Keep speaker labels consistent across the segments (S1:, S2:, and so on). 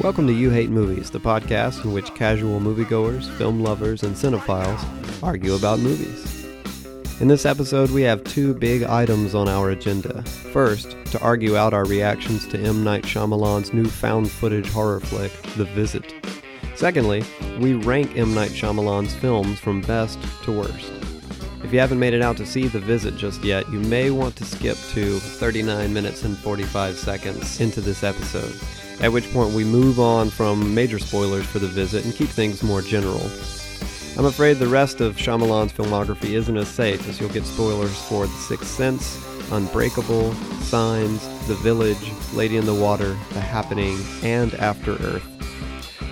S1: Welcome to You Hate Movies, the podcast in which casual moviegoers, film lovers, and cinephiles argue about movies. In this episode, we have two big items on our agenda. First, to argue out our reactions to M. Night Shyamalan's new found footage horror flick, The Visit. Secondly, we rank M. Night Shyamalan's films from best to worst. If you haven't made it out to see The Visit just yet, you may want to skip to 39 minutes and 45 seconds into this episode, at which point we move on from major spoilers for The Visit and keep things more general. I'm afraid the rest of Shyamalan's filmography isn't as safe, as you'll get spoilers for The Sixth Sense, Unbreakable, Signs, The Village, Lady in the Water, The Happening, and After Earth.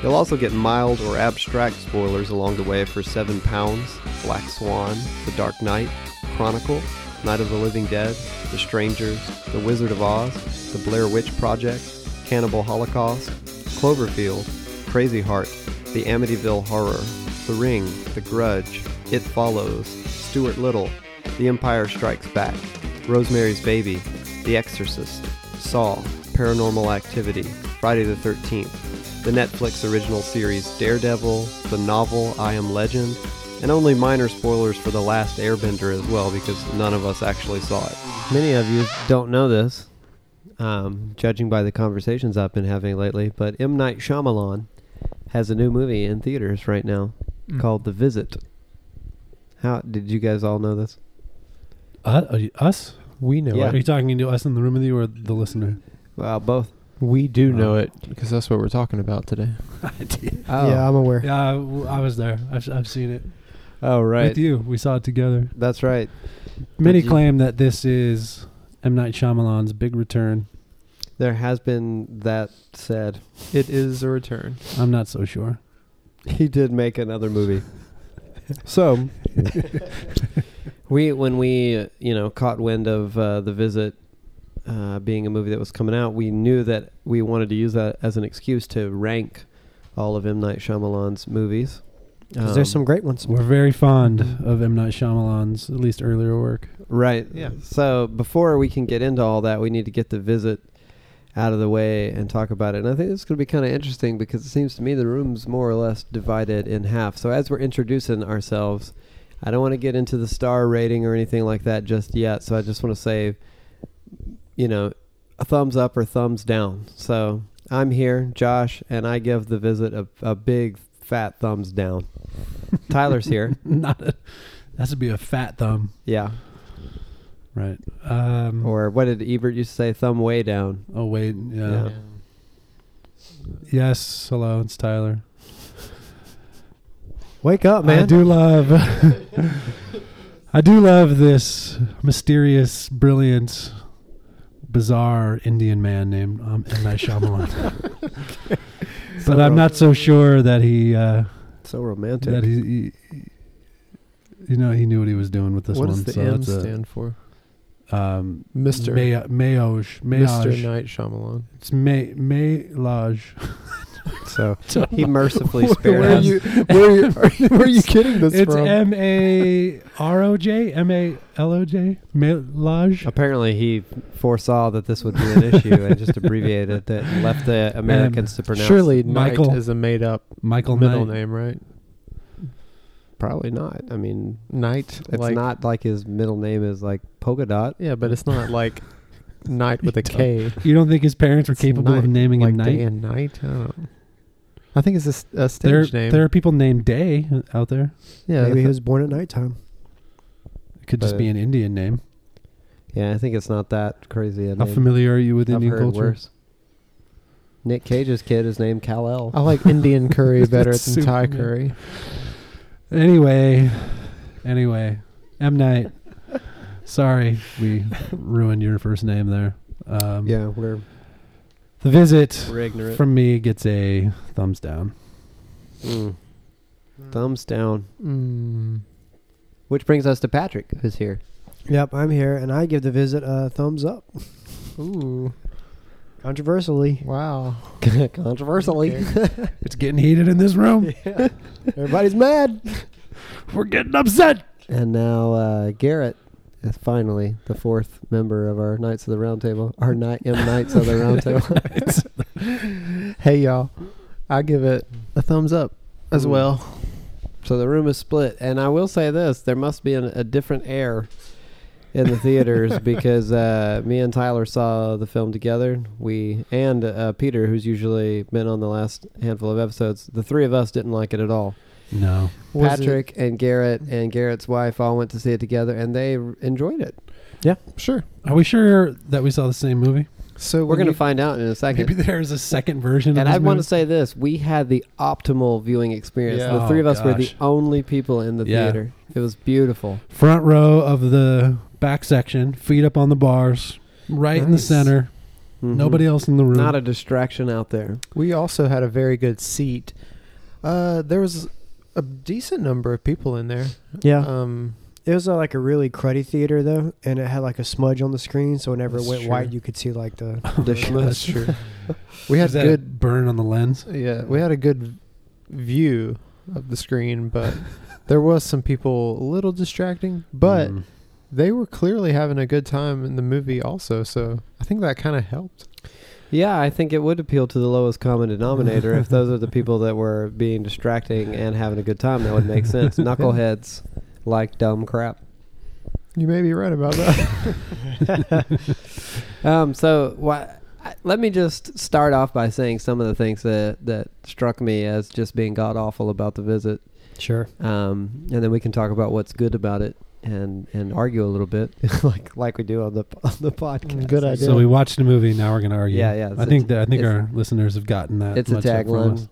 S1: You'll also get mild or abstract spoilers along the way for Seven Pounds, Black Swan, The Dark Knight, Chronicle, Night of the Living Dead, The Strangers, The Wizard of Oz, The Blair Witch Project, Cannibal Holocaust, Cloverfield, Crazy Heart, The Amityville Horror, The Ring, The Grudge, It Follows, Stuart Little, The Empire Strikes Back, Rosemary's Baby, The Exorcist, Saw, Paranormal Activity, Friday the 13th, the Netflix original series Daredevil, the novel I Am Legend, and only minor spoilers for The Last Airbender as well, because none of us actually saw it. Many of you don't know this, um, judging by the conversations I've been having lately, but M. Night Shyamalan has a new movie in theaters right now
S2: Hmm.
S3: Mm.
S1: called The Visit. How did you guys all know this?
S4: Uh, are you- us?
S3: We know
S1: Yeah.
S4: Are
S3: it.
S4: you talking to us in the room with you or the listener?
S1: Well, both.
S3: We do know
S4: Oh.
S3: it
S2: Because that's what we're talking about today.
S3: Yeah, I'm aware.
S4: Yeah, I, w- I was there. I've, I've seen it
S1: oh, right.
S4: with you. We saw it together.
S1: That's right.
S4: Many
S1: you-
S4: claim that this is M Night Shyamalan's big return.
S1: There has been that said.
S2: It is a return.
S4: I'm not so sure.
S1: He did make another movie. So, we when we uh, you know caught wind of uh, the visit uh, being a movie that was coming out, we knew that we wanted to use that as an excuse to rank all of M Night Shyamalan's movies.
S3: 'Cause
S1: Um,
S3: there's some great ones.
S4: We're very fond of M Night Shyamalan's at least earlier work.
S1: Right.
S2: Yeah.
S1: So before we can get into all that, we need to get the visit out of the way and talk about it. And I think this is going to be kind of interesting because it seems to me the room's more or less divided in half. So as we're introducing ourselves, I don't want to get into the star rating or anything like that just yet. So I just want to say, you know, a thumbs up or thumbs down. So I'm here, Josh, and I give the visit a, a big fat thumbs down. Tyler's here.
S4: not a, that would be a fat thumb,
S1: Yeah.
S4: right? Um,
S1: Or what did Ebert used to say? Thumb way down.
S4: oh wait, yeah.
S1: Yeah.
S4: Yes, hello, it's Tyler.
S1: Wake up,
S4: I do love. I do love this mysterious, brilliant, bizarre Indian man named um, M. Night Shyamalan. but I'm not so sure that he uh,
S1: So romantic.
S4: that he, he- you know, he knew what he was doing with this
S2: what
S4: one.
S2: does the
S4: so
S2: M
S4: that's a-
S2: stand for?
S4: um,
S2: Mister.
S4: May- Mayoj,
S2: Mr.
S4: Mayoj.
S2: Night Shyamalan.
S4: It's May Mayoj.
S1: so he mercifully spared
S2: Where are
S1: us.
S2: you? Where are you, are you- where are you getting this
S4: It's
S2: from?
S4: M A R O J, M A L O J, Mayoj.
S1: Apparently, he foresaw that this would be an issue and just abbreviated it and left the Americans to pronounce.
S2: Surely
S4: it. Michael.
S2: Knight is a made-up
S4: Michael
S2: middle
S4: Knight.
S2: name, right?
S1: probably not. I mean,
S2: Knight.
S1: it's
S2: like,
S1: not like his middle name is like polka dot.
S2: Yeah, but it's not like Knight with a K.
S4: You don't think his parents were
S2: It's
S4: capable of
S2: Knight,
S4: naming
S2: Like
S4: him Knight?
S2: day and night. I don't know. I think it's a, s- a
S4: There,
S2: stage name.
S4: there are people named Day out there.
S2: yeah,
S3: Maybe
S2: th-
S3: he was born at nighttime.
S4: It could just
S1: But-
S4: be an Indian name.
S1: Yeah, I think it's not that crazy. A
S4: How
S1: name.
S4: familiar are you with
S1: I've
S4: Indian
S1: heard
S4: culture?
S1: worse. Nick Cage's kid is named Kal El.
S2: I like Indian curry better
S4: It's
S2: than Thai
S4: super-
S2: curry.
S4: Anyway, anyway, M Night. Sorry, we ruined your first name there. Um,
S1: Yeah, we're
S4: The visit
S1: we're ignorant.
S4: from me gets a thumbs down.
S1: Mm. Thumbs down.
S2: Mm.
S1: Which brings us to Patrick, who's here.
S3: Yep, I'm here, and I give the visit a thumbs up.
S2: Ooh.
S3: Controversially,
S2: Wow.
S1: Controversially.
S4: It's getting heated in this room.
S3: everybody's mad.
S4: We're getting upset.
S1: And now uh, Garrett is finally the fourth member of our Knights of the Round Table. Our night M Knights of the Round Table.
S2: hey y'all, I give it a thumbs up as
S1: Mm.
S2: well.
S1: So the room is split, and I will say this: there must be an, a different air in the theaters because uh, me and Tyler saw the film together. We and uh, Peter, who's usually been on the last handful of episodes, the three of us didn't like it at all.
S4: No.
S2: Was
S1: Patrick and Garrett and Garrett's wife all went to see it together, and they r- enjoyed it.
S2: it- sure.
S4: Are we sure that we saw the same movie?
S2: So
S1: We're
S2: when
S1: gonna
S2: you-
S1: find out in a second.
S4: Maybe there is a second version.
S1: And
S4: of
S1: I
S4: this
S1: want to
S4: movie.
S1: say this: we had the optimal viewing experience.
S2: Yeah.
S1: The three of
S4: Oh,
S1: us were the
S4: gosh.
S1: only people in the
S4: Yeah.
S1: theater. It was beautiful.
S4: front row of the back section, feet up on the bars, right in the
S2: Nice.
S4: center.
S1: Mhm.
S4: Nobody else in the room.
S1: not a distraction out there.
S2: we also had a very good seat. Uh, there was a decent number of people in there.
S3: Yeah.
S2: Um,
S3: It was uh, like a really cruddy theater though, and it had like a smudge on the screen, so whenever
S2: That's
S3: it went
S2: true.
S3: white, you could see like the.
S1: The
S2: that's true. we had
S4: Is that
S2: good.
S4: burn on the lens.
S2: Yeah, we had a good view of the screen, but there was some people a little distracting. But
S4: Mm.
S2: they were clearly having a good time in the movie, also. So I think that kind of helped.
S1: Yeah, I think it would appeal to the lowest common denominator if those are the people that were being distracting and having a good time. That would make sense. Knuckleheads like dumb crap.
S2: You may be right about that.
S1: Um, so why? I- Let me just start off by saying some of the things that that struck me as just being god awful about the visit,
S3: Sure.
S1: um, and then we can talk about what's good about it and and argue a little bit, like like we do on the on the podcast.
S2: Good idea.
S4: So we watched the movie. Now we're going to argue.
S1: Yeah, yeah,
S4: I
S1: it's-
S4: think that I think
S1: it's-
S4: our listeners have gotten that.
S1: It's a
S4: much up from us.
S1: tagline.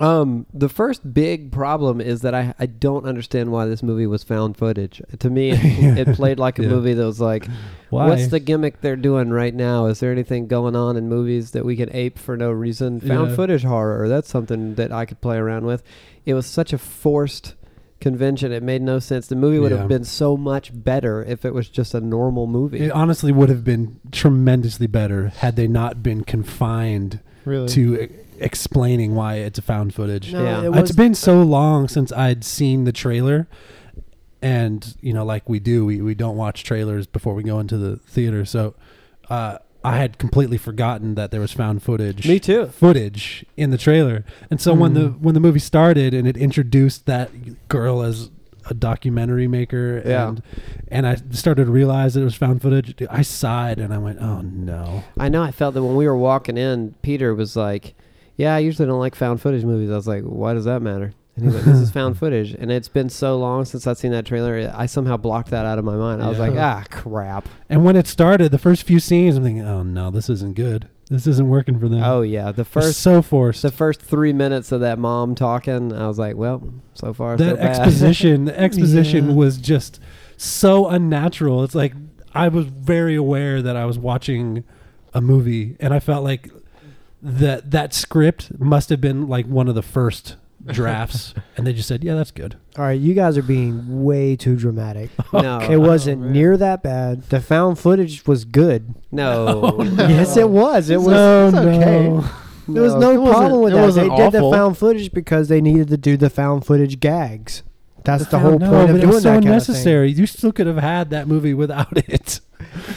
S1: Um, the first big problem is that I, I don't understand why this movie was found footage. To me, it, it played like a
S4: Yeah.
S1: movie that was like,
S4: Why?
S1: what's the gimmick they're doing right now? Is there anything going on in movies that we can ape for no reason? Found
S4: Yeah.
S1: footage horror. That's something that I could play around with. It was such a forced convention. It made no sense. The movie would
S4: Yeah.
S1: have been so much better if it was just a normal movie.
S4: it honestly would have been tremendously better had they not been confined
S2: really.
S4: to e- explaining why it's a found footage.
S3: No,
S1: Yeah.
S3: it
S4: It's
S3: was.
S4: been so long since I'd seen the trailer, and you know, like we do, we, we don't watch trailers before we go into the theater. So, uh, I had completely forgotten that there was found footage
S1: me too. Mm-hmm.
S4: footage in the trailer. And so when the when the movie started and it introduced that girl as a documentary maker
S1: Yeah.
S4: and and I started to realize that it was found footage, dude, I sighed and I went, "Oh no."
S1: I know. I felt that when we were walking in, Peter was like, "Yeah, I usually don't like found footage movies." I was like, "Why does that matter?" And he's like, "This is found footage," and it's been so long since I've seen that trailer. I somehow blocked that out of my mind. I was
S4: Yeah.
S1: like, "Ah, crap."
S4: And when it started, the first few scenes, I'm thinking, "Oh no, this isn't good. This isn't working for them."
S1: Oh yeah, the
S4: They're
S1: first
S4: so forced.
S1: the first three minutes of that mom talking, I was like, "Well, so far so
S4: that
S1: bad."
S4: exposition, the exposition
S2: Yeah.
S4: was just so unnatural. It's like I was very aware that I was watching a movie, and I felt like that that script must have been like one of the first drafts, and they just said, "Yeah, that's good."
S3: All right, you guys are being way too dramatic.
S1: no,
S3: it wasn't
S2: man.
S3: near that bad. The found footage was good.
S4: Oh,
S1: no.
S3: yes, it was. It was.
S4: no,
S2: it's okay.
S4: no.
S3: There was no,
S2: it wasn't-
S3: problem with
S2: it
S3: that. They
S2: wasn't
S3: did the
S2: awful.
S3: found footage because they needed to do the found footage gags. That's the, whole
S4: No,
S3: point
S4: but
S3: of
S4: it
S3: doing
S4: was so
S3: that kind of thing.
S4: unnecessary. You still could have had that movie without it.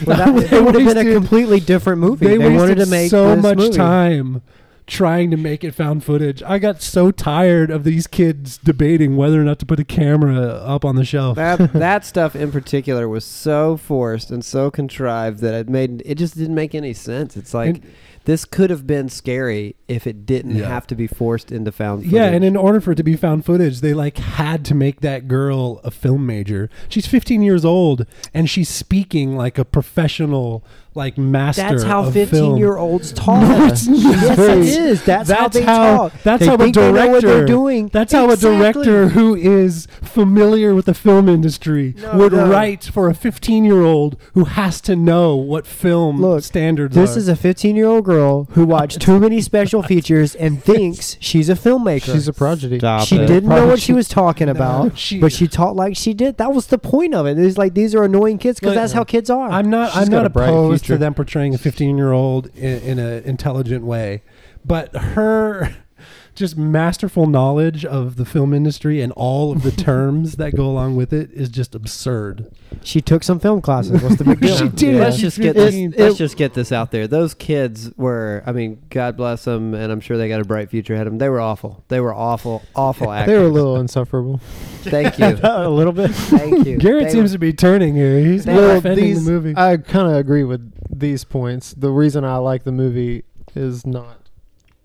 S3: Well, that would,
S4: They
S3: it would have been a
S4: wasted-
S3: completely different movie.
S4: They,
S3: They,
S4: wasted
S3: wanted to make
S4: so
S3: this
S4: much
S3: movie.
S4: time trying to make it found footage. I got so tired of these kids debating whether or not to put a camera up on the shelf.
S1: that that stuff in particular was so forced and so contrived that it made it just didn't make any sense. It's like
S4: And-
S1: this could have been scary if it didn't
S4: Yeah.
S1: have to be forced into found footage.
S4: Yeah, and in order for it to be found footage, they like had to make that girl a film major. She's 15 years old and she's speaking like a professional, like master.
S3: That's how
S4: of
S3: 15
S4: film.
S3: year olds talk.
S4: it's not.
S3: yes, it is. That's, how
S4: That's
S3: they
S4: how-
S3: talk.
S4: that's
S3: They
S4: how a
S3: think they know what
S4: director-
S3: they're doing.
S4: That's how a
S3: Exactly.
S4: director who is familiar with the film industry
S3: No,
S4: would
S3: no.
S4: write for a 15 year old who has to know what film
S3: Look,
S4: standards
S3: This
S4: are.
S3: is a 15 year old girl who watched too many special features and thinks she's a filmmaker.
S2: She's a prodigy.
S3: she
S2: it.
S3: didn't know what
S2: Prodigy.
S3: she was talking about,
S4: she-
S3: but she taught like she did. That was the point of it. It's like these are annoying kids because
S4: Look,
S3: that's how kids are.
S4: I'm not.
S2: She's
S4: I'm
S2: got
S4: not
S2: a bright
S4: opposed to
S2: future.
S4: them portraying a 15 year old in, in an intelligent way, but her just masterful knowledge of the film industry and all of the terms that go along with it is just absurd.
S3: She took some film classes. What's the big deal?
S4: She did.
S1: Let's
S4: Yeah.
S1: just get
S4: It-
S1: this,
S4: it-
S1: let's just get this out there. Those kids were, I mean, God bless them, and I'm sure they got a bright future ahead of them. They were awful. They were awful, awful actors.
S2: They were a little insufferable.
S1: Thank you,
S3: a little bit.
S1: thank you.
S4: Garrett
S1: They
S4: seems to be turning here. He's
S1: They
S4: not
S1: were-
S4: offending
S2: these-
S4: the movie.
S2: I kind of agree with these points. The reason I like the movie is not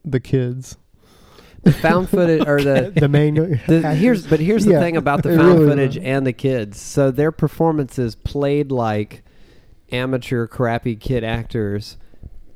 S2: the kids.
S1: were found footage or the.
S3: The main.
S1: The, here's but here's the
S2: Yeah,
S1: thing about the
S2: it
S1: found
S2: really
S1: footage
S2: was.
S1: and the kids. So their performances played like amateur crappy kid actors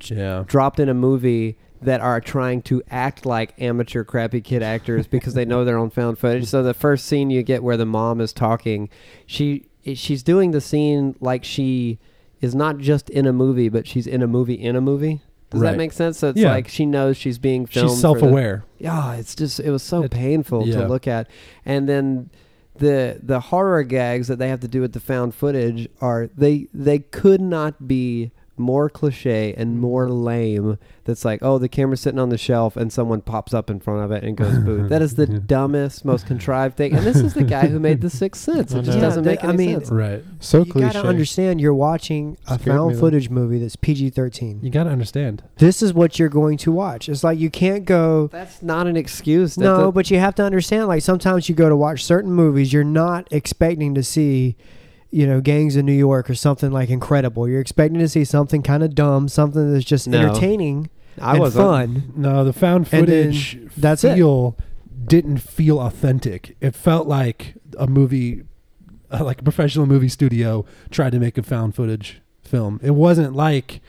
S4: yeah.
S1: dropped in a movie that are trying to act like amateur crappy kid actors because they know their own found footage. So the first scene you get where the mom is talking, she eh, she's doing the scene like she is not just in a movie, but she's in a movie in a movie. Does
S4: Right.
S1: that make sense? So it's
S4: Yeah.
S1: like she knows she's being filmed.
S4: She's
S1: for the-
S4: self-aware.
S1: yeah, it's just it was so
S4: It-
S1: painful
S4: yeah.
S1: to look at. And then the the horror gags that they have to do with the found footage are they they could not be more cliche
S3: Mm-hmm.
S1: and more lame. That's like, oh, the camera's sitting on the shelf and someone pops up in front of it and goes boo. That is the
S4: Yeah.
S1: dumbest, most contrived thing. And this is the guy who made The Sixth Sense.
S2: I
S1: It just
S2: know.
S1: doesn't
S3: Yeah,
S1: make
S3: that- I
S1: any
S3: mean,
S1: sense.
S4: Right.
S2: So
S3: you
S2: cliche.
S3: gotta understand you're watching a
S2: Scared me,
S3: found
S2: though.
S3: footage movie that's PG 13.
S4: You got to understand.
S3: This is what you're going to watch. It's like you can't go.
S1: That's not an excuse. That
S3: No,
S1: the-
S3: but you have to understand. Like sometimes you go to watch certain movies, you're not expecting to see, you know, gangs in New York or something like incredible. You're expecting to see something kind of dumb, something that's just
S1: No.
S3: entertaining
S1: I
S3: and
S1: wasn't.
S3: fun.
S4: No, the found
S3: And then
S4: footage
S3: that's it.
S4: feel didn't feel authentic. It felt like a movie, uh, like a professional movie studio tried to make a found footage film. It wasn't like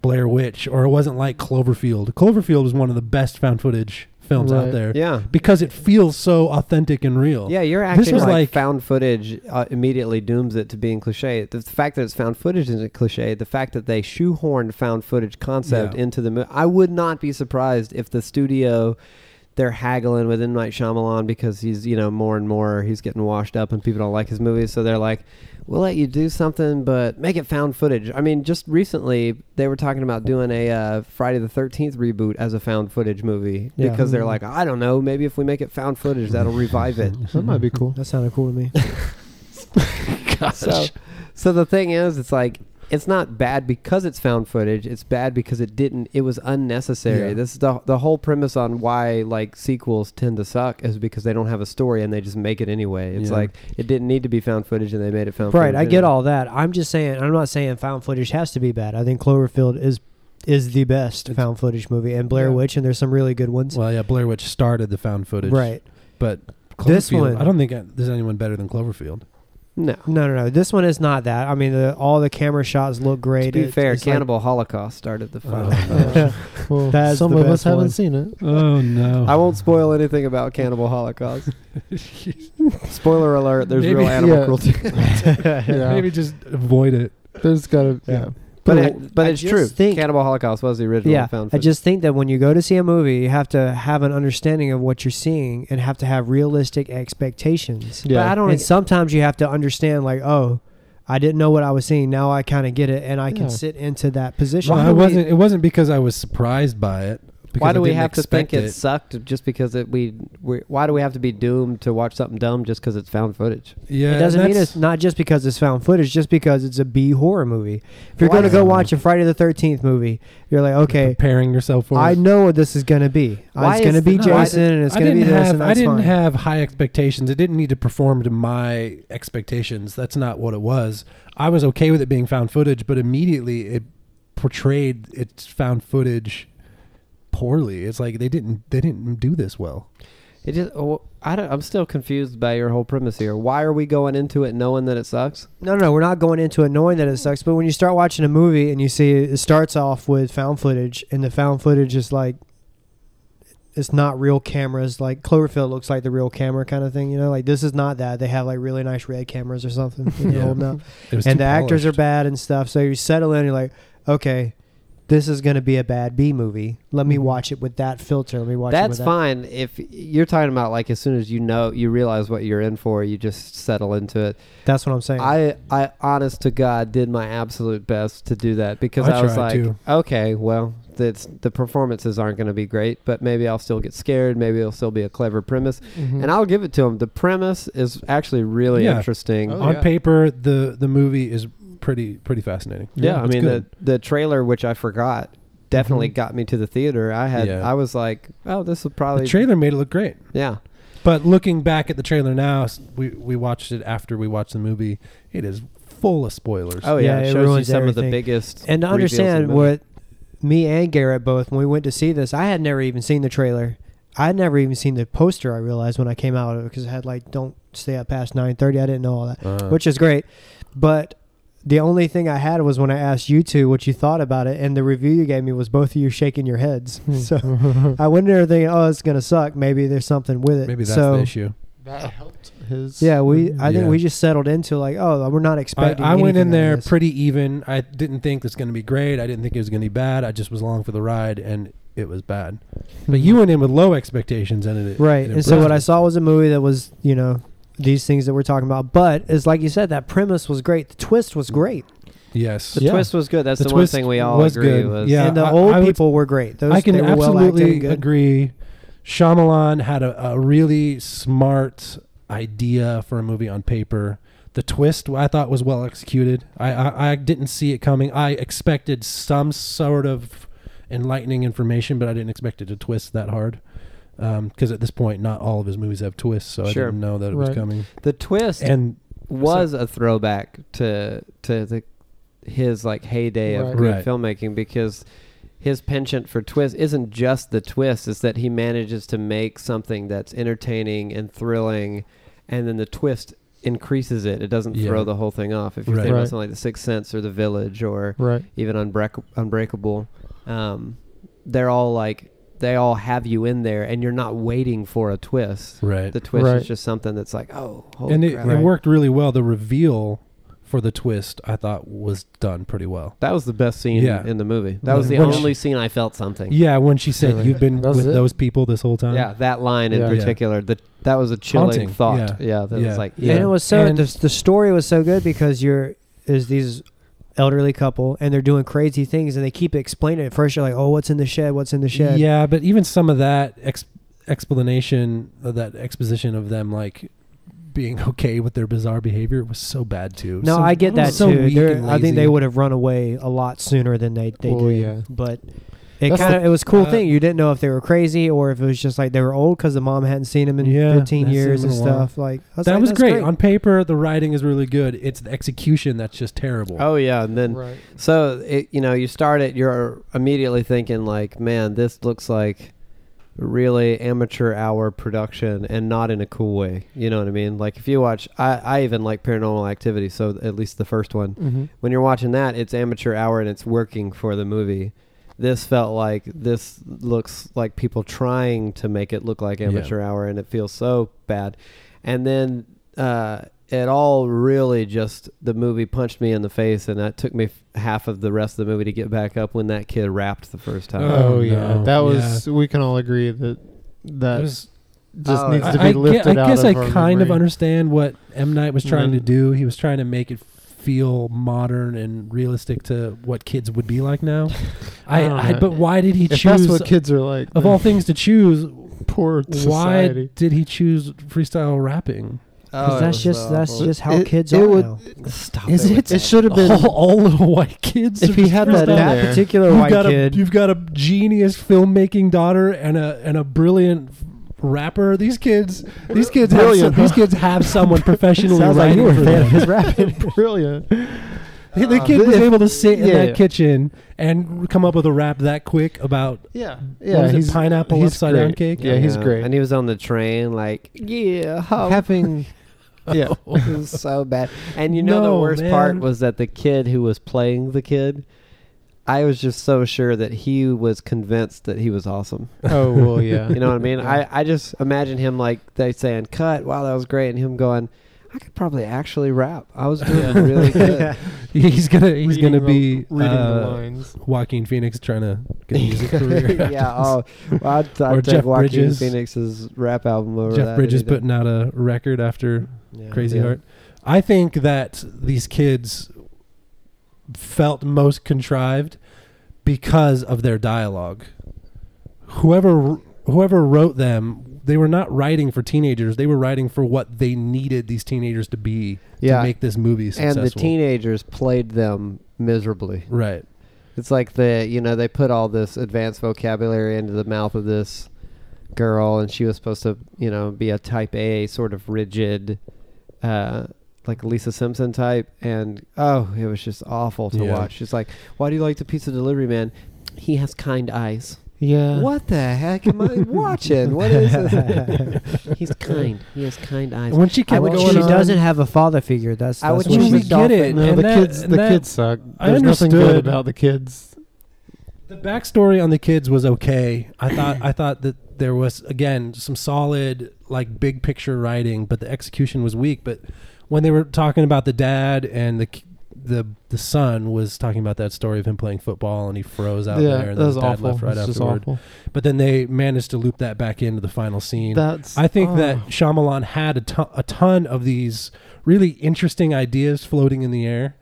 S4: Blair Witch or it wasn't like Cloverfield. Cloverfield is one of the best found footage films out
S2: Right.
S4: there
S1: yeah.
S4: because it feels so authentic and real.
S1: Yeah, you're acting
S4: was
S1: like,
S4: like-
S1: found footage uh, immediately dooms it to being cliche. The, the fact that it's found footage isn't cliche. The fact that they shoehorned found footage concept
S4: Yeah.
S1: into the movie, I would not be surprised if the studio they're haggling with M Night Shyamalan because he's you know more and more he's getting washed up and people don't like his movies, so they're like. We'll let you do something, but make it found footage. I mean, just recently they were talking about doing a uh, Friday the Thirteenth reboot as a found footage movie
S3: Yeah.
S1: because they're
S4: Mm-hmm.
S1: like, I don't know, maybe if we make it found footage, that'll revive it.
S2: That might
S4: Mm-hmm.
S2: be cool.
S3: That sounded cool to me.
S1: So, so the thing is, it's like it's not bad because it's found footage. It's bad because it didn't. It was unnecessary.
S4: Yeah.
S1: This is the the whole premise on why like sequels tend to suck is because they don't have a story and they just make it anyway. It's
S4: Yeah.
S1: like it didn't need to be found footage and they made it found.
S3: right,
S1: footage
S3: I get
S1: anyway.
S3: all that. I'm just saying. I'm not saying found footage has to be bad. I think Cloverfield is is the best
S4: It's-
S3: found footage movie, and Blair
S4: Yeah.
S3: Witch, and there's some really good ones.
S4: Well, yeah, Blair Witch started the found footage.
S3: right.
S4: But Cloverfield,
S3: This one-
S4: I don't think uh, there's anyone better than Cloverfield.
S1: No.
S3: No, no, no. This one is not that. I mean, the, all the camera shots look
S1: To
S3: great.
S1: be
S3: It-
S1: fair,
S3: it's like- Oh.
S1: Cannibal Holocaust started the found.
S2: Uh, Well,
S3: That's
S2: some
S3: the
S2: of us
S3: best one.
S2: haven't seen it.
S4: oh no!
S1: I won't spoil anything about Cannibal Holocaust. Spoiler alert: There's
S4: Maybe-
S1: real animal
S2: yeah.
S1: cruelty,
S2: Yeah.
S4: Maybe just avoid it.
S2: There's got to yeah.
S1: but
S3: Well,
S1: it, but
S3: I
S1: it's
S3: just
S1: true.
S3: think-
S1: Cannibal Holocaust was the original
S3: yeah,
S1: found
S3: I
S1: footage.
S3: just think that when you go to see a movie, you have to have an understanding of what you're seeing and have to have realistic expectations.
S1: but I
S2: Yeah.
S1: don't. e-
S3: And sometimes you have to understand, like, oh, I didn't know what I was seeing. Now I kind of get it, and I
S2: Yeah.
S3: can sit into that position.
S4: Well,
S1: Why
S4: I
S1: do we-
S4: wasn't. it wasn't because I was surprised by it. because
S1: why
S4: I
S1: do we
S4: didn't
S1: have to think
S4: expect
S1: it, sucked just because it we, we why do we have to be doomed to watch something dumb just because it's found footage
S4: Yeah,
S3: It doesn't mean
S4: that's-
S3: it's not just because it's found footage, just because it's a B horror movie. If you're
S1: Why
S3: going to
S1: is
S3: go
S4: it-
S3: watch a Friday the 13th movie, you're like, okay,
S4: preparing yourself for.
S3: I
S4: it.
S3: know what this is going to be. Uh,
S1: Why
S3: it's going to
S1: is-
S3: be
S1: no, I-
S3: Jason, and it's
S4: I
S3: going to
S4: didn't
S3: be this,
S4: have.
S3: and that's
S4: I didn't
S3: fine.
S4: have high expectations. It didn't need to perform to my expectations. That's not what it was. I was okay with it being found footage, but immediately it portrayed its found footage poorly. It's like they didn't. They didn't do this well.
S1: it just oh, i don't i'm still confused by your whole premise here why are we going into it knowing that it sucks
S3: No, no, no, we're not going into it knowing that it sucks. But when you start watching a movie and you see it starts off with found footage, and the found footage is like, it's not real cameras. Like Cloverfield looks like the real camera kind of thing, you know. Like this is not that. They have like really nice red cameras or something. You know,
S4: Yeah.
S3: holding up.
S4: It was
S3: and
S4: too
S3: the actors are
S4: polished.
S3: bad and stuff. So you settle in, you're like, okay, this is going to be a bad B movie. Let me
S4: Mhm.
S3: watch it with that filter. Let me watch it.
S1: that's
S3: with that.
S1: fine if you're talking about like as soon as you know you realize what you're in for you just settle into it
S3: That's what I'm saying.
S1: i i honest to god did my absolute best to do that because
S4: I
S1: i, was
S4: tried
S1: like
S4: to.
S1: okay well that's the performances aren't going to be great, but maybe I'll still get scared. Maybe it'll still be a clever premise,
S4: Mm-hmm.
S1: and I'll give it to him. The premise is actually really
S4: Hmm. Yeah.
S1: interesting.
S2: Oh,
S4: on
S2: yeah.
S4: paper, the the movie is pretty pretty fascinating.
S1: yeah, I
S4: it's
S1: mean
S4: good.
S1: the the trailer, which I forgot, definitely
S4: Mhm.
S1: got me to the theater. I had
S4: Yeah.
S1: I was like, oh, this will
S4: the,
S1: probably
S4: trailer made it look great.
S1: yeah.
S4: But looking back at the trailer now, s- we we watched it after we watched the movie. It is full of spoilers.
S1: Oh
S3: Yeah,
S1: yeah,
S3: it
S1: it, shows you
S3: ruins
S1: some of the
S3: everything.
S1: biggest
S3: And
S1: reveals in
S3: to
S1: the
S3: understand
S1: movie.
S3: what me and Garrett both, when we went to see this, I had never even seen the trailer. I had never even seen the poster. I realized when I came out of it because it had like "Don't stay up past 9.30. I didn't know all that,
S4: Uh,
S3: which is great. But the only thing I had was when I asked you two what you thought about it, and the review you gave me was both of you shaking your heads.
S4: Hmm.
S3: so I went in there thinking, "Oh, it's gonna suck. Maybe there's something with it."
S4: maybe that's
S3: so,
S4: the issue.
S2: That helped his.
S3: Yeah, we. I think
S4: Yeah.
S3: we just settled into like, "Oh, we're not
S4: I,
S3: expecting."
S4: I went in
S3: anything out of
S4: there
S3: this.
S4: pretty even. I didn't think it's going to be great. I didn't think it was going to be bad. I just was along for the ride, and it was bad. But you went in with low expectations, and it
S3: Hmm.
S4: it
S3: right and so what i
S4: impressed
S3: saw was a movie that was you know these things that we're talking about but it's like you said that premise was great the twist was great
S4: me. yes,
S1: the
S4: Yeah.
S1: twist was good. That's
S4: The
S1: the, one
S4: twist
S1: thing we all
S4: was
S1: agree
S4: good.
S1: was
S4: Yeah,
S3: and the
S4: I-
S3: old
S4: I would-
S3: people were great those
S4: I can
S3: they were well acted
S4: absolutely
S3: and good.
S4: agree. Shyamalan had a, a really smart idea for a movie on paper. The twist I thought was well executed. I, I, I didn't see it coming. I expected some sort of enlightening information, but I didn't expect it to twist that hard. Because at this point, not all of his movies have twists, so
S1: Sure.
S4: I didn't know that it was
S2: Right.
S4: coming.
S1: the twist
S4: And
S1: was a throwback to to the his like heyday of
S2: Right.
S1: good
S4: Right.
S1: filmmaking because his penchant for twist isn't just the twist; it's that he manages to make something that's entertaining and thrilling, and then the twist increases it. It doesn't
S4: Yeah.
S1: throw the whole thing off. If you
S4: Right.
S1: think about
S2: Right.
S1: something like The Sixth Sense or The Village or
S2: Right.
S1: even Unbreak- Unbreakable, um, they're all like they all have you in there, and you're not waiting for a twist.
S4: right,
S1: The twist
S2: Right.
S1: is just something that's like, oh, holy
S4: and it,
S1: crap.
S4: it
S3: Right.
S4: worked really well. The reveal for the twist I thought was done pretty well.
S1: That was the best scene
S4: Yeah.
S1: in the movie. That was the
S4: When she-
S1: only scene I felt something.
S4: Yeah, when she said
S2: Really?
S4: you've been
S2: That's
S4: with
S2: it?
S4: those people this whole time.
S1: Yeah, that line in
S2: Yeah.
S1: particular. The, that was a chilling
S4: Haunting,
S1: thought.
S4: yeah.
S1: Yeah, that
S4: Yeah.
S1: was like
S4: Yeah.
S3: and it was so
S4: And-
S3: the, the story was so good because you're is these elderly couple and they're doing crazy things and they keep explaining it at first you're like oh what's in the shed what's in the shed
S4: Yeah, but even some of that ex- explanation, uh, that exposition of them like being okay with their bizarre behavior was so bad too.
S3: no
S4: So-
S3: i get that
S4: so
S3: too
S4: weak
S3: They're-
S4: and
S3: i think
S4: lazy.
S3: they would have run away a lot sooner than they, they
S2: Well,
S3: did
S2: yeah.
S3: but it
S2: That's
S3: kind of it was a cool
S4: uh,
S3: thing. You didn't know if they were crazy or if it was just like they were old because the mom hadn't seen them in
S4: Yeah,
S3: 15
S4: hadn't seen
S3: years
S4: them
S3: and
S4: in a while.
S3: stuff. Like I
S4: That
S3: like,
S4: was
S3: that's
S4: great. on paper. The writing is really good. It's the execution that's just terrible.
S1: Oh yeah, and then
S2: right.
S1: so it, you know you start it. You're immediately thinking like, man, this looks like a really amateur hour production, and not in a cool way. You know what I mean? Like if you watch, I, I even like Paranormal Activity. So at least the first one.
S2: Mm-hmm.
S1: when you're watching that, it's amateur hour and it's working for the movie. This felt like this looks like people trying to make it look like
S4: Yeah.
S1: amateur hour, and it feels so bad. And then uh, it all really just the movie punched me in the face, and that took me f- half of the rest of the movie to get back up when that kid rapped the first time.
S4: Oh,
S2: Oh, yeah,
S4: no.
S2: that was. We can all agree that
S4: It
S2: that
S4: was-
S2: just
S1: Oh,
S2: needs
S4: I,
S2: to be
S4: I ge-
S2: lifted
S4: I
S2: out
S4: guess
S2: of
S4: I
S2: our
S4: kind of
S2: memory.
S4: understand what M Night was trying to
S2: Mhm.
S4: do. He was trying to make it feel modern and realistic to what kids would be like now. I,
S2: don't
S4: I,
S2: know.
S4: but why did he
S2: If
S4: choose
S2: that's what kids are like,
S4: of
S2: then
S4: all things to choose?
S2: poor
S4: Why
S2: society.
S4: did he choose freestyle rapping?
S3: 'Cause that's just that's just how
S2: It-
S3: kids
S2: it
S3: are
S2: would-
S3: now.
S1: stop.
S2: Is
S1: it?
S2: it? It should have been.
S4: all, all little white kids.
S1: If
S4: are
S1: he
S4: just
S1: had that
S4: freestyling.
S2: in
S3: That
S2: there.
S3: particular
S4: you've
S3: white
S4: got
S3: kid,
S4: a you've got a genius filmmaking daughter and a and a brilliant rapper. These kids, these kids, have
S2: Brilliant,
S4: some, these kids have someone professionally
S3: Sounds like
S4: writing
S3: you were a
S4: for
S3: fan
S4: them.
S3: of his rapping.
S2: Brilliant. Uh,
S4: He- the kid was
S2: if-
S4: able to sit in
S2: yeah,
S4: that
S2: yeah.
S4: kitchen and come up with a rap that quick about
S2: Yeah.
S4: what
S2: Yeah.
S4: is it,
S2: He's
S4: pineapple
S2: he's
S4: upside down
S2: great.
S4: cake.
S2: Yeah, he's great.
S1: And he was on the train, like, yeah, how
S2: having. Yeah.
S1: it was so bad. And you know
S4: No,
S1: the worst part
S4: man.
S1: was that the kid who was playing the kid, I was just so sure that he was convinced that he was awesome.
S2: Oh well. Yeah.
S1: You know what I mean? I, I just imagine him like they saying cut, wow that was great, and him going, I could probably actually rap. I was doing
S2: Yeah.
S1: really good.
S4: He's gonna he's
S2: Reading
S4: gonna
S2: the-
S4: be
S2: reading the
S4: uh,
S2: lines.
S4: Joaquin Phoenix trying to get a music career.
S1: yeah. Oh, well, I'd, I'd
S4: Or
S1: take
S4: Jeff
S1: Joaquin
S4: Bridges.
S1: Phoenix's rap album over that
S4: Jeff Bridges
S1: any day.
S4: putting out a record after
S1: Yeah.
S4: Crazy
S1: Yeah.
S4: Heart. I think that these kids felt most contrived because of their dialogue. Whoever whoever wrote them, they were not writing for teenagers. They were writing for what they needed these teenagers to be
S1: Yeah.
S4: to make this movie
S1: and
S4: successful.
S1: the teenagers played them miserably.
S4: right?
S1: It's like the you know they put all this advanced vocabulary into the mouth of this girl, and she was supposed to you know be a type A sort of rigid, uh, like Lisa Simpson type, and oh, it was just awful to
S4: Yeah.
S1: watch. She's like, "Why do you like the pizza delivery man? He has kind eyes."
S4: Uh.
S3: Yeah.
S1: What the heck am I watching? What is this? He's kind. He has kind eyes.
S4: When she
S3: I
S4: kept
S1: would
S3: would,
S1: going
S3: she
S1: on-
S3: doesn't have a father figure. That's,
S1: I
S3: that's
S1: would
S3: what
S1: choose
S3: she's
S1: a
S4: get it.
S2: No,
S4: and
S2: the
S4: that-
S2: kids,
S4: and
S2: the
S4: that-
S2: kids suck.
S4: I
S2: There's nothing good
S4: understood.
S2: about the kids.
S4: The backstory on the kids was okay. I thought I thought that there was again some solid like big picture writing, but the execution was weak. But when they were talking about the dad and the k- the the son was talking about that story of him playing football and he froze out
S2: yeah,
S4: there
S2: that
S4: and then his
S2: was
S4: dad
S2: awful.
S4: left right
S2: It's just
S4: afterward.
S2: awful.
S4: But then they managed to loop that back into the final scene.
S2: That's
S4: I think
S2: oh.
S4: that Shyamalan had a ton, a ton of these really interesting ideas floating in the air,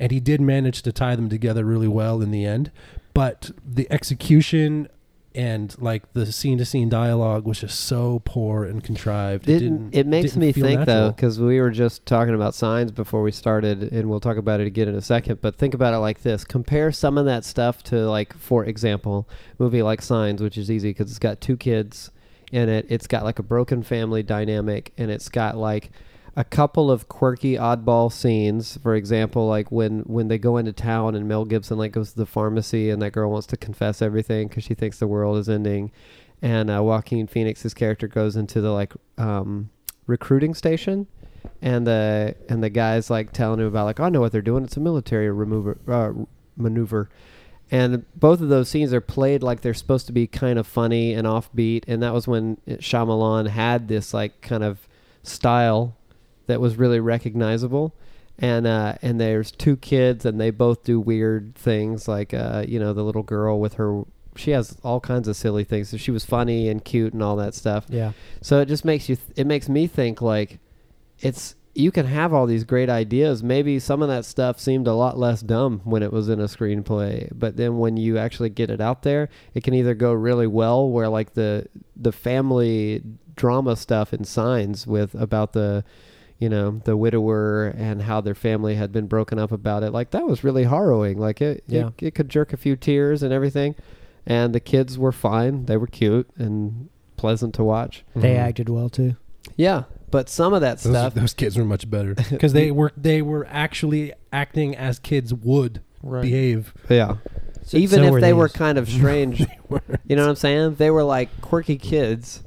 S4: and he did manage to tie them together really well in the end. But the execution and like the scene to scene dialogue was just so poor and contrived. It,
S1: Didn't-
S4: didn't,
S1: it makes
S4: didn't
S1: me
S4: feel
S1: think though,
S4: natural.
S1: because we were just talking about signs before we started, and we'll talk about it again in a second. But think about it like this: compare some of that stuff to, like, for example, a movie like Signs, which is easy because it's got two kids in it. It's got like a broken family dynamic, and it's got like a couple of quirky oddball scenes for example like when when they go into town and mel gibson like goes to the pharmacy and that girl wants to confess everything because she thinks the world is ending and uh, joaquin phoenix's character goes into the like um, recruiting station and the and the guy's like telling him about like i know what they're doing it's a military remover uh, maneuver and both of those scenes are played like they're supposed to be kind of funny and offbeat and that was when Shyamalan had this like kind of style that was really recognizable and uh, and there's two kids and they both do weird things like uh, you know the little girl with her she has all kinds of silly things so she was funny and cute and all that stuff
S3: Yeah.
S1: so it just makes you. Th- it makes me think like, it's you can have all these great ideas. Maybe some of that stuff seemed a lot less dumb when it was in a screenplay, but then when you actually get it out there, it can either go really well, where like the the family drama stuff in Signs with about the you know the widower and how their family had been broken up about it like that was really harrowing like it
S3: Yeah.
S1: it, it could jerk a few tears and everything and the kids were fine they were cute and pleasant to watch
S3: They
S4: Mhm.
S3: acted well too.
S1: yeah, but some of that
S4: Those,
S1: stuff.
S4: those kids were much better because they were they were actually acting as kids would
S2: Right.
S4: behave.
S1: yeah. Even
S3: so
S1: if
S3: were
S1: they were
S3: these.
S1: kind of strange, you know what I'm saying? They were like quirky kids,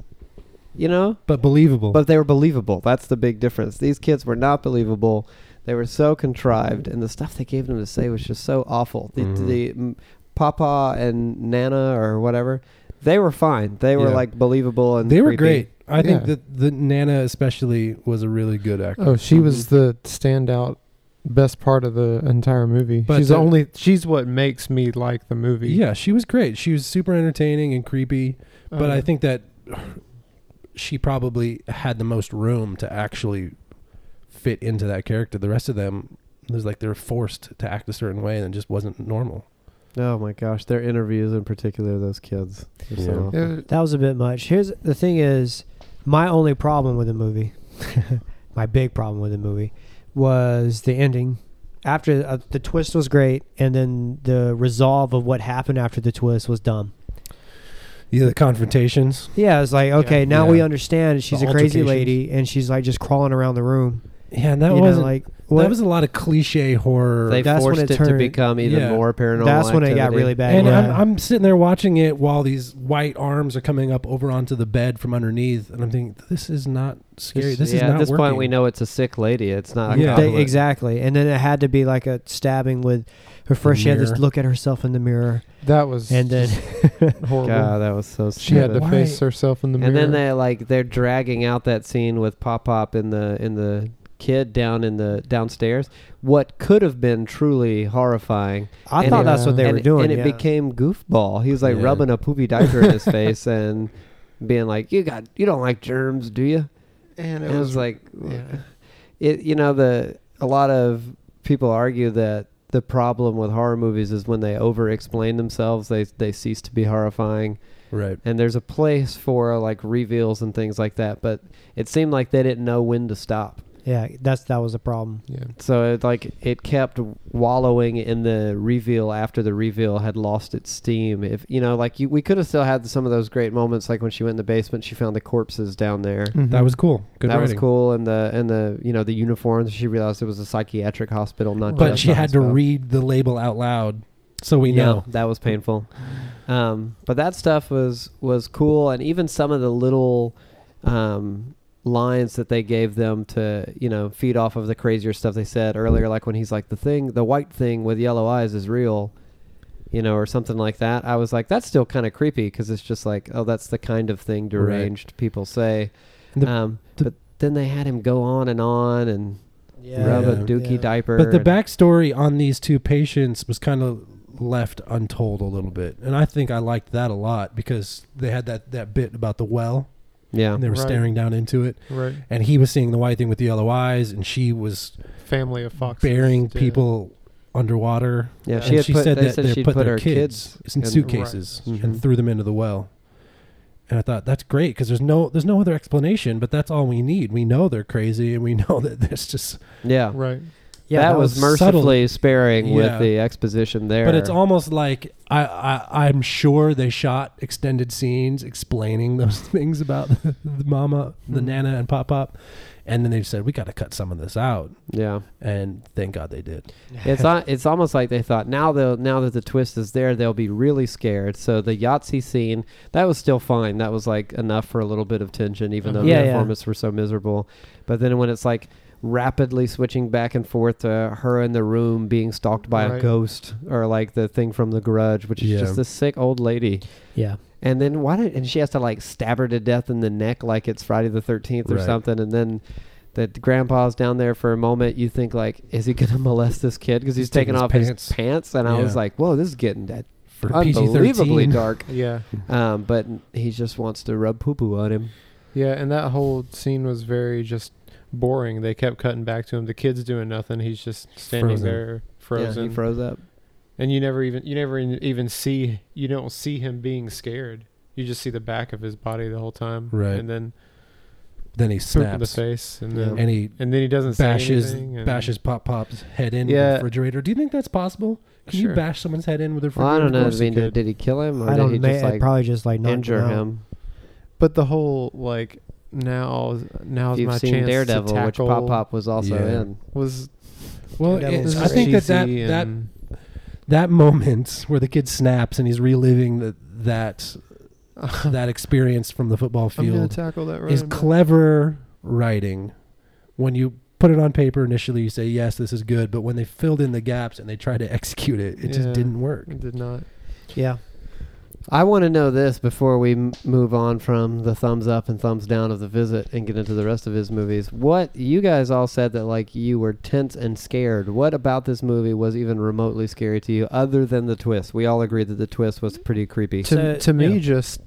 S1: you know?
S4: But believable.
S1: But they were believable. That's the big difference. These kids were not believable. They were so contrived, and the stuff they gave them to say was just so awful. The,
S3: Mm-hmm.
S4: Mhm.
S1: the mm, Papa and Nana or whatever, they were fine. They were
S4: Yeah.
S1: like believable and
S4: they were
S1: creepy.
S4: great. I think
S2: Yeah.
S4: that the Nana especially was a really good actor.
S2: Oh, she was the standout best part of the entire movie.
S4: But
S2: she's
S4: the-
S2: the only she's what makes me like the movie.
S4: Yeah, she was great. She was super entertaining and creepy, but
S2: Uh,
S4: I think that she probably had the most room to actually fit into that character. The rest of them, it was like they're forced to act a certain way and it just wasn't normal.
S1: Oh my gosh, their interviews in particular, those kids. were so
S4: Yeah.
S1: awful.
S2: it-
S3: That was a bit much. Here's the thing: is my only problem with the movie, my big problem with the movie, was the ending. After uh, the twist was great, and then the resolve of what happened after the twist was dumb.
S4: Yeah, the confrontations.
S3: Yeah, it's like okay,
S2: Yeah.
S3: now we
S4: Yeah.
S3: understand. She's
S4: The
S3: a crazy
S4: altercations.
S3: lady, and she's like just crawling around the room.
S4: Yeah, and that
S3: you
S4: was
S3: know,
S4: like
S3: like what?
S4: that was a lot of cliche horror.
S1: They
S3: That's when
S1: forced
S3: it
S1: it, to
S3: turned-
S1: become even
S4: yeah.
S1: more paranormal.
S3: That's when it got
S1: activity.
S3: really bad.
S4: and
S3: yeah.
S4: I'm, I'm sitting there watching it while these white arms are coming up over onto the bed from underneath, and I'm thinking, this is not scary. This, is
S1: yeah,
S4: not
S1: at this
S4: working.
S1: point we know it's a sick lady. It's not. A
S4: Yeah.
S3: They-
S1: couple of-
S3: exactly. And then it had to be like a stabbing with her first. She had to
S4: mirror.
S3: look at herself in the mirror,
S2: that was
S3: and then
S2: horrible.
S1: God, that was so.
S2: she had to
S1: stupid.
S4: Why-
S2: face herself in the
S1: And
S2: mirror.
S1: then they like they're dragging out that scene with Pop Pop in the in the kid down in the downstairs. What could have been truly horrifying.
S3: I
S1: And
S3: thought
S1: it-
S3: that's what they
S1: and,
S3: were doing.
S1: and it
S3: yeah.
S1: became goofball. He was like
S4: Yeah.
S1: rubbing a poopy diaper in his face and being like, "You got you don't like germs, do you?"
S2: and
S1: it was like
S2: yeah.
S1: it you know the a lot of people argue that the problem with horror movies is when they over explain themselves, they they cease to be horrifying.
S4: Right.
S1: And there's a place for like reveals and things like that, but it seemed like they didn't know when to stop.
S3: Yeah, that's that was a problem.
S2: Yeah.
S1: So it like it kept wallowing in the reveal after the reveal had lost its steam. If you know, like you, we could have still had some of those great moments, like when she went in the basement, she found the corpses down there.
S4: That was cool. Good
S1: that
S4: writing.
S1: was cool, and the and the you know the uniforms. She realized it was a psychiatric hospital, not.
S4: But
S1: just
S4: she
S1: a
S4: had to
S1: hospital.
S4: read the label out loud, so we
S1: Yeah,
S4: know.
S1: that was painful. Um, but that stuff was was cool, and even some of the little um, lines that they gave them to you know feed off of the crazier stuff they said earlier, like when he's like the thing, the white thing with yellow eyes is real, you know, or something like that. I was like, that's still kind of creepy because it's just like, oh, that's the kind of thing deranged people say.
S4: The-
S1: um,
S4: the-
S1: but then they had him go on and on and
S3: Yeah.
S1: rub a
S4: Yeah.
S1: dookie
S3: Yeah.
S1: diaper.
S4: But the
S1: and-
S4: backstory on these two patients was kind of left untold a little bit, and I think I liked that a lot because they had that that bit about the well,
S1: yeah,
S4: and they were
S2: Right.
S4: staring down into it,
S2: Right.
S4: and he was seeing the white thing with the yellow eyes, and she was
S2: Family of foxes.
S4: burying
S2: yeah.
S4: people underwater.
S1: yeah.
S2: And
S1: She
S4: and
S1: had
S4: she
S1: put,
S4: said
S1: they
S4: that
S1: said
S4: they
S1: she'd
S4: put, their,
S1: kids
S4: kids, in
S1: in-
S4: suitcases
S1: Right. Mhm.
S4: and threw them into the well. And I thought that's great because there's no there's no other explanation, but that's all we need. We know they're crazy, and we know that there's just
S1: Yeah,
S2: Right.
S3: Yeah,
S1: that,
S3: that
S1: was,
S4: was subtle.
S1: mercifully sparing
S4: Yeah.
S1: with the exposition there.
S4: But it's almost like I, I I'm sure they shot extended scenes explaining those things about the, mama, the
S1: Mm-hmm.
S2: Mhm.
S4: nana, and pop pop, and then they said we got to cut some of this out,
S1: yeah.
S4: and thank God they did.
S1: It's not, it's almost like they thought now they'll now that the twist is there they'll be really scared. So the Yahtzee scene that was still fine. That was like enough for a little bit of tension, even
S4: Uh-huh.
S1: though
S3: Yeah,
S1: the
S3: yeah.
S1: performance were so miserable. But then when it's like rapidly switching back and forth to her in the room being stalked by a
S2: Right.
S1: ghost or like the thing from The Grudge, which is
S4: Yeah.
S1: just this sick old lady.
S3: yeah.
S1: And then why did and she has to like stab her to death in the neck like it's Friday the thirteenth or
S4: Right.
S1: something, and then the grandpa's down there for a moment. You think like, is he gonna molest this kid because he's,
S4: He's
S1: taking
S4: taking his
S1: off
S4: pants.
S1: his pants? And I was
S4: Yeah.
S1: like, whoa, this is getting that
S4: For
S1: unbelievably
S4: PG-13.
S1: dark.
S2: Yeah.
S1: Um, but he just wants to rub poo poo on him.
S2: Yeah. And that whole scene was very just boring. They kept cutting back to him. The kid's doing nothing. He's just standing
S4: Frozen.
S2: there
S1: Yeah,
S2: frozen.
S1: he froze up.
S2: and you never even you never in- even see you don't see him being scared. You just see the back of his body the whole time.
S4: Right.
S2: And then
S4: Then he
S2: poop in the
S4: snaps
S2: face and
S1: Yeah.
S2: then
S4: and he
S2: and then he doesn't
S4: bashes
S2: say anything. and-
S4: bashes pop pop's head in with
S2: Yeah.
S4: the refrigerator. Do you think that's possible? Can you
S2: Sure.
S4: bash someone's head in with a
S1: Well, I don't
S4: refrigerator?
S1: know.
S4: Of
S1: I
S4: course
S1: mean,
S4: you
S1: did,
S4: could.
S1: did he kill him or
S3: I
S1: did
S3: don't.
S1: he
S3: May,
S1: just like
S3: probably just like knocked
S1: injure
S3: out.
S1: him?
S2: But the whole like now now's
S1: If you've
S2: my
S1: seen
S2: chance to
S1: Daredevil, which
S2: tackle
S1: Pop Pop was also
S4: Yeah.
S1: in.
S2: was
S4: Well,
S3: That
S4: it-
S3: was
S4: I think that that,
S2: cheesy
S4: that
S2: and-
S4: that moment where the kid snaps and he's reliving the, that that experience from the football
S2: I'm gonna
S4: field
S2: tackle that right
S4: is clever writing. When you put it on paper initially, you say yes, this is good, but when they filled in the gaps and they tried to execute it, it just
S2: Yeah.
S4: didn't work.
S2: did not
S3: Yeah.
S1: I want to know this before we m- move on from the thumbs up and thumbs down of the visit and get into the rest of his movies. What you guys all said that like you were tense and scared. What about this movie was even remotely scary to you, other than the twist? We all agreed that the twist was pretty creepy.
S2: to,
S3: So-
S2: to me
S4: yeah.
S2: just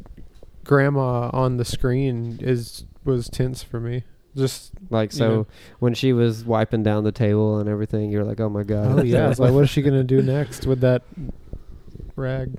S2: grandma on the screen is was tense for me just
S1: Like so,
S2: Yeah.
S1: when she was wiping down the table and everything, you're like, oh my god.
S2: oh yeah it's like what is she gonna do next with that rag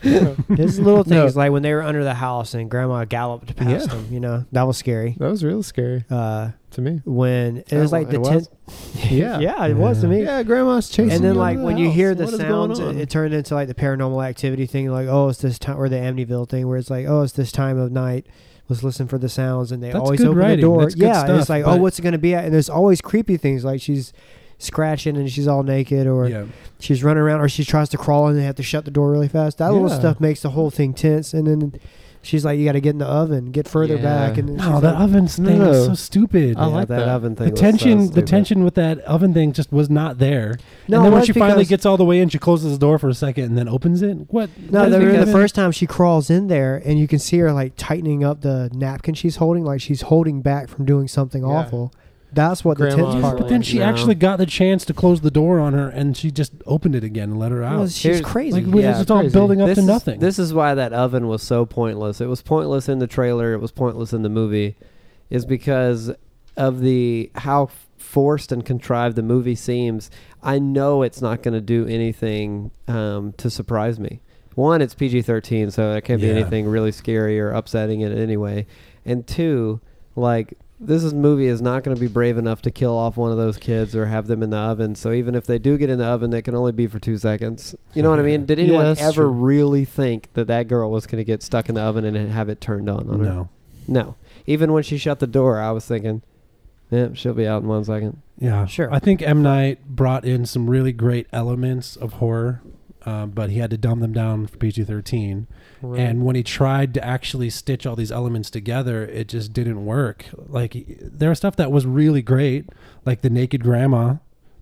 S3: There's little
S2: No.
S3: things like when they were under the house and Grandma galloped past
S2: Yeah.
S3: them. You know that was scary.
S2: that was real scary
S3: Uh,
S2: to me
S3: when it
S1: Oh,
S2: That
S3: was
S2: wa-
S3: like the
S2: it was?
S3: tenth.
S2: yeah
S3: yeah, it was to me.
S2: yeah grandma's chasing
S3: And
S2: me
S3: then
S2: under
S3: like
S2: the
S3: when you
S2: house.
S3: hear the
S2: What is
S3: sounds,
S2: going
S3: it,
S2: on?
S3: it turned into like the paranormal activity thing. Like oh, it's this time or the Amityville thing where it's like oh, it's this time of night. Let's listen for the sounds, and they
S4: That's
S3: always
S4: good
S3: open
S4: writing.
S3: the door.
S4: That's good
S3: yeah, and
S4: stuff,
S3: it's like oh,
S4: but-
S3: what's it gonna be at? And there's always creepy things like she's scratching and she's all naked, or
S4: yeah.
S3: she's running around, or she tries to crawl and they have to shut the door really fast. That little
S2: Yeah.
S3: stuff makes the whole thing tense, and then. She's like, you got to get in the oven, get further
S2: Yeah.
S3: back, and then she's
S4: No, that
S3: like-
S4: oven thing is
S1: no.
S4: so stupid.
S1: I
S2: Yeah,
S1: like
S2: like
S1: that,
S2: that.
S1: oven thing.
S4: The
S1: was so
S4: tension, the
S1: stupid.
S4: tension with that oven thing just was not there. and then
S3: No, it
S4: when
S3: was
S4: she finally
S3: because-
S4: gets all the way in, she closes the door for a second and then opens it. What?
S3: No,
S4: what
S3: the,
S4: is
S3: the
S4: that?
S3: first time she crawls in there, and you can see her like tightening up the napkin she's holding, like she's holding back from doing something
S2: Yeah.
S3: awful. That's what the
S2: Grandma.
S3: tense part
S4: But then she
S1: No.
S4: actually got the chance to close the door on her, and she just opened it again and let her out.
S3: was. She's
S1: Here's-
S3: crazy.
S4: like when
S1: Yeah,
S4: it's all
S2: crazy.
S4: building up
S1: this
S4: to
S1: is,
S4: nothing.
S1: This is why that oven was so pointless. It was pointless in the trailer. It was pointless in the movie. Is because of the how forced and contrived the movie seems, I know it's not going to do anything um, to surprise me. One, it's PG thirteen, so it can't
S4: Yeah.
S1: be anything really scary or upsetting in any way. And two, like this is, movie is not going to be brave enough to kill off one of those kids or have them in the oven. So even if they do get in the oven, they can only be for two seconds. You know what I mean? Did
S3: Yeah,
S1: anyone
S3: that's
S1: ever
S3: true.
S1: really think that that girl was going to get stuck in the oven and have it turned on on her?
S4: No.
S1: No. Even when she shut the door, I was thinking, yeah, she'll be out in one second.
S4: Yeah,
S3: Sure.
S4: I think M Night brought in some really great elements of horror, um, but he had to dumb them down for PG thirteen.
S2: Right.
S4: And when he tried to actually stitch all these elements together, it just didn't work. Like he- there was stuff that was really great, like the naked grandma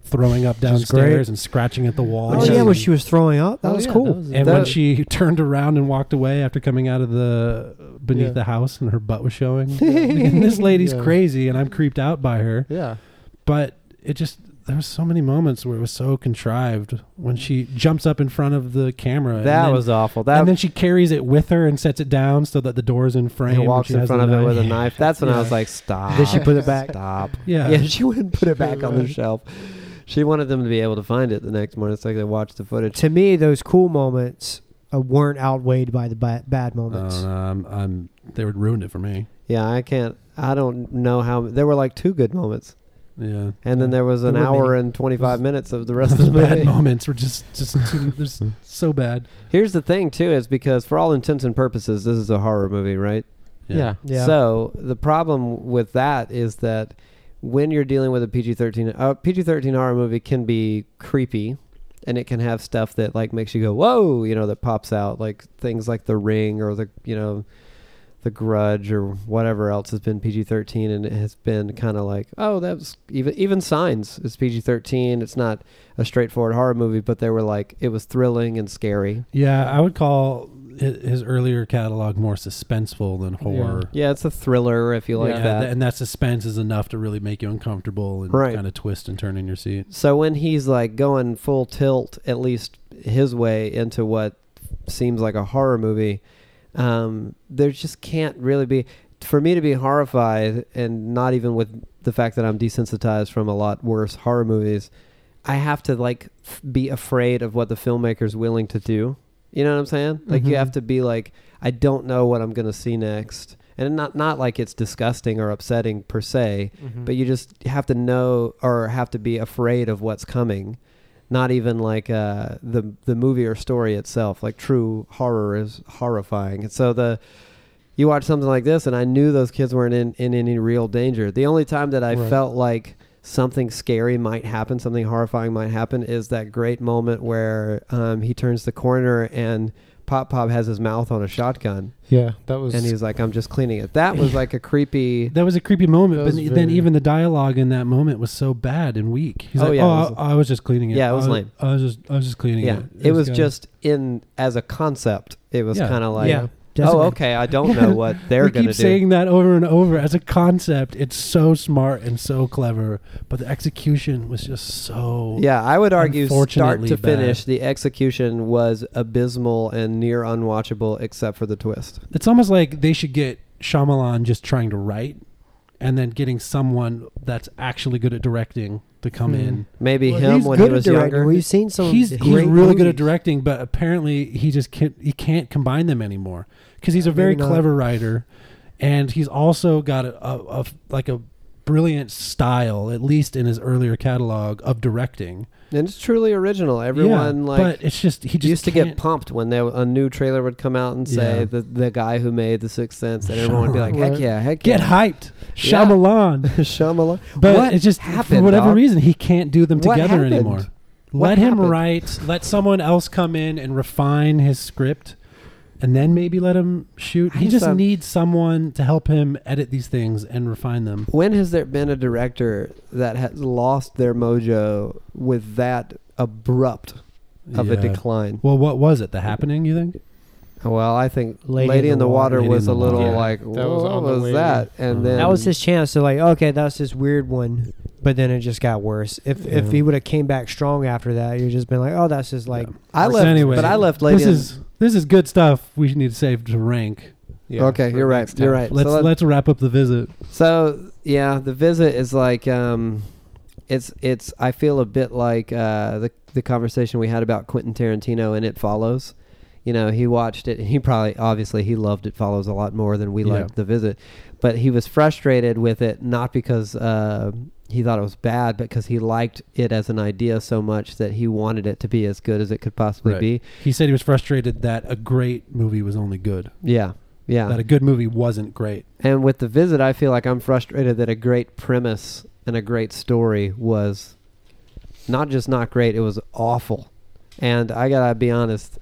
S4: throwing up
S3: Which is
S4: downstairs
S3: great.
S4: and scratching at the wall.
S3: Oh
S1: Which
S3: yeah,
S1: is-
S3: when she was throwing up, that
S2: Oh,
S3: was
S2: yeah,
S3: cool.
S2: that was a-
S4: and
S1: That-
S4: when she turned around and walked away after coming out of the beneath
S2: Yeah.
S4: the house and her butt was showing, And this lady's
S2: Yeah.
S4: crazy, and I'm creeped out by her
S2: yeah.
S4: but it just there was so many moments where it was so contrived when she jumps up in front of the camera and
S1: that
S4: then-
S1: was awful. That
S4: and then she carries it with her and sets it down so that the door's in frame
S1: and
S4: when
S1: walks
S4: she
S1: in
S4: has the
S1: front of it
S4: knife.
S1: with a knife. That's when I
S4: Yeah.
S1: was like, stop.
S3: Then she put it back.
S1: Stop.
S4: yeah,
S1: Yeah, she wouldn't put it back on the
S2: Right.
S1: shelf. She wanted them to be able to find it the next morning. It's like they watched the footage.
S3: To me, those cool moments uh, weren't outweighed by the ba- bad
S4: I
S3: moments.
S4: don't know, Oh, I'm, I'm, they would ruined it for me.
S1: Yeah, I can't. I don't know how. There were like two good moments,
S4: Yeah,
S1: and then there was an
S3: There were
S1: hour
S3: many.
S1: and twenty five minutes of the rest of
S4: those
S1: the
S4: bad
S1: movie.
S4: moments were just just too, they're s- so bad.
S1: Here's the thing, too, is because for all intents and purposes, this is a horror movie, right?
S2: Yeah.
S3: Yeah.
S1: So oh, the problem with that is that when you're dealing with a PG-13, a PG-13 horror movie can be creepy, and it can have stuff that like makes you go whoa, you know, that pops out like things like The Ring or the you know, The Grudge or whatever else has been PG-13 and it has been kind of like oh that's even even Signs is PG-13. It's not a straightforward horror movie, but they were like it was thrilling and scary.
S4: Yeah, I would call hi- his earlier catalog more suspenseful than horror.
S1: Yeah, it's a thriller if you like
S4: Yeah,
S1: that.
S4: th- and that suspense is enough to really make you uncomfortable and
S1: Right.
S4: kind of twist and turn in your seat.
S1: So when he's like going full tilt, at least his way into what seems like a horror movie, um, there just can't really be. For me to be horrified, and not even with the fact that I'm desensitized from a lot worse horror movies, I have to like f- be afraid of what the filmmaker's willing to do. You know what I'm saying? Like you
S3: Mhm.
S1: have to be like, I don't know what I'm gonna see next, and not not like it's disgusting or upsetting per se,
S3: Mm-hmm.
S1: but you just have to know or have to be afraid of what's coming not even like uh, the the movie or story itself like true horror is horrifying and so the you watch something like this and i knew those kids weren't in, in any real danger the only time that i
S2: Right.
S1: felt like something scary might happen something horrifying might happen is that great moment where um, he turns the corner and pop pop has his mouth on a shotgun
S2: yeah, that was.
S1: and he's like i'm just cleaning it that was like a creepy
S4: That was a creepy moment,
S2: That
S4: but
S2: was
S4: then
S2: very-
S4: even the dialogue in that moment was so bad and weak. He's
S1: Oh,
S4: like,
S1: yeah,
S4: "Oh,
S1: it was-
S4: I, I was just cleaning it.
S1: Yeah, it was
S4: I
S1: lame.
S4: I was just, I was just cleaning
S1: yeah
S4: it.
S1: it, was
S4: kinda-
S1: just in as a concept it was
S4: Yeah.
S1: kind of like
S3: yeah.
S1: oh
S3: definitely.
S1: okay i don't know what they're
S4: we
S1: gonna
S4: keep
S1: do
S4: saying that over and over as a concept. It's so smart and so clever, but the execution was just so.
S1: yeah i would argue start
S4: Unfortunately
S1: to
S4: bad.
S1: finish the execution was abysmal and near unwatchable except for the twist
S4: It's almost like they should get Shyamalan just trying to write, and then getting someone that's actually good at directing to come
S1: Hmm.
S3: Mhm.
S4: in.
S1: maybe
S3: Well,
S1: him
S3: he's
S1: when
S3: good
S1: he
S3: at
S1: was
S3: directing.
S1: younger
S3: We've seen some.
S4: he's he's
S3: great
S4: really good at
S3: movies.
S4: directing, but apparently he just can't he can't combine them anymore because he's a
S3: Yeah,
S4: very
S3: maybe not.
S4: clever writer, and he's also got a, a, a like a brilliant style, at least in his earlier catalog of directing.
S1: and it's truly original everyone
S4: Yeah,
S1: like
S4: but it's just he just
S1: used to get
S4: can't-
S1: pumped when there, a new trailer would come out and say
S4: Yeah.
S1: the, the guy who made the sixth sense and everyone would be like heck
S2: Right.
S1: yeah heck
S4: get
S1: yeah.
S4: hyped,
S1: Yeah.
S4: Shyamalan.
S1: Shyamalan.
S4: But
S1: What
S4: it just for
S1: happened,
S4: whatever
S1: dog?
S4: reason he can't do them
S1: What
S4: together
S1: happened?
S4: anymore.
S1: What
S4: let him
S1: happened?
S4: write. Let someone else come in and refine his script, and then maybe let him shoot.
S1: I
S4: He
S1: just,
S4: just
S1: um,
S4: needs someone to help him edit these things and refine them.
S1: When has there been a director that has lost their mojo with that abrupt of a
S4: Yeah.
S1: decline?
S4: Well, what was it? The happening? You think?
S1: Well, I think Lady,
S3: Lady
S1: in the, Water
S4: Lady
S1: was
S4: in
S1: a
S4: the
S1: little
S4: Water.
S1: like,
S2: That was
S1: what
S2: on the
S1: was
S2: way.
S1: that? And
S4: Mhm.
S1: then
S3: That was his chance to like, okay, that's this weird one, but then it just got worse. If if
S1: Yeah.
S3: he would have came back strong after that, you'd just been like, oh, that's just like
S4: Yeah.
S1: I
S4: So
S1: left,
S4: anyway,
S1: but I left Lady.
S4: this
S1: in,
S4: is this is good stuff. We need to save to rank.
S2: Yeah,
S1: okay,
S2: for
S1: you're right.
S2: next
S1: You're
S2: time.
S1: right.
S4: Let's
S1: so, let-
S4: let's wrap up the visit.
S1: so yeah, the visit is like um, it's it's. I feel a bit like uh, the the conversation we had about Quentin Tarantino and It Follows. You know, he watched it. and He probably obviously he loved It Follows a lot more than we
S4: Yeah.
S1: loved the visit, but he was frustrated with it not because. Uh, he thought it was bad because he liked it as an idea so much that he wanted it to be as good as it could possibly
S4: Right.
S1: be.
S4: He said he was frustrated that a great movie was only good.
S1: Yeah. Yeah.
S4: That a good movie wasn't great.
S1: And with the visit, I feel like I'm frustrated that a great premise and a great story was not just not great; it was awful. And I gotta be honest,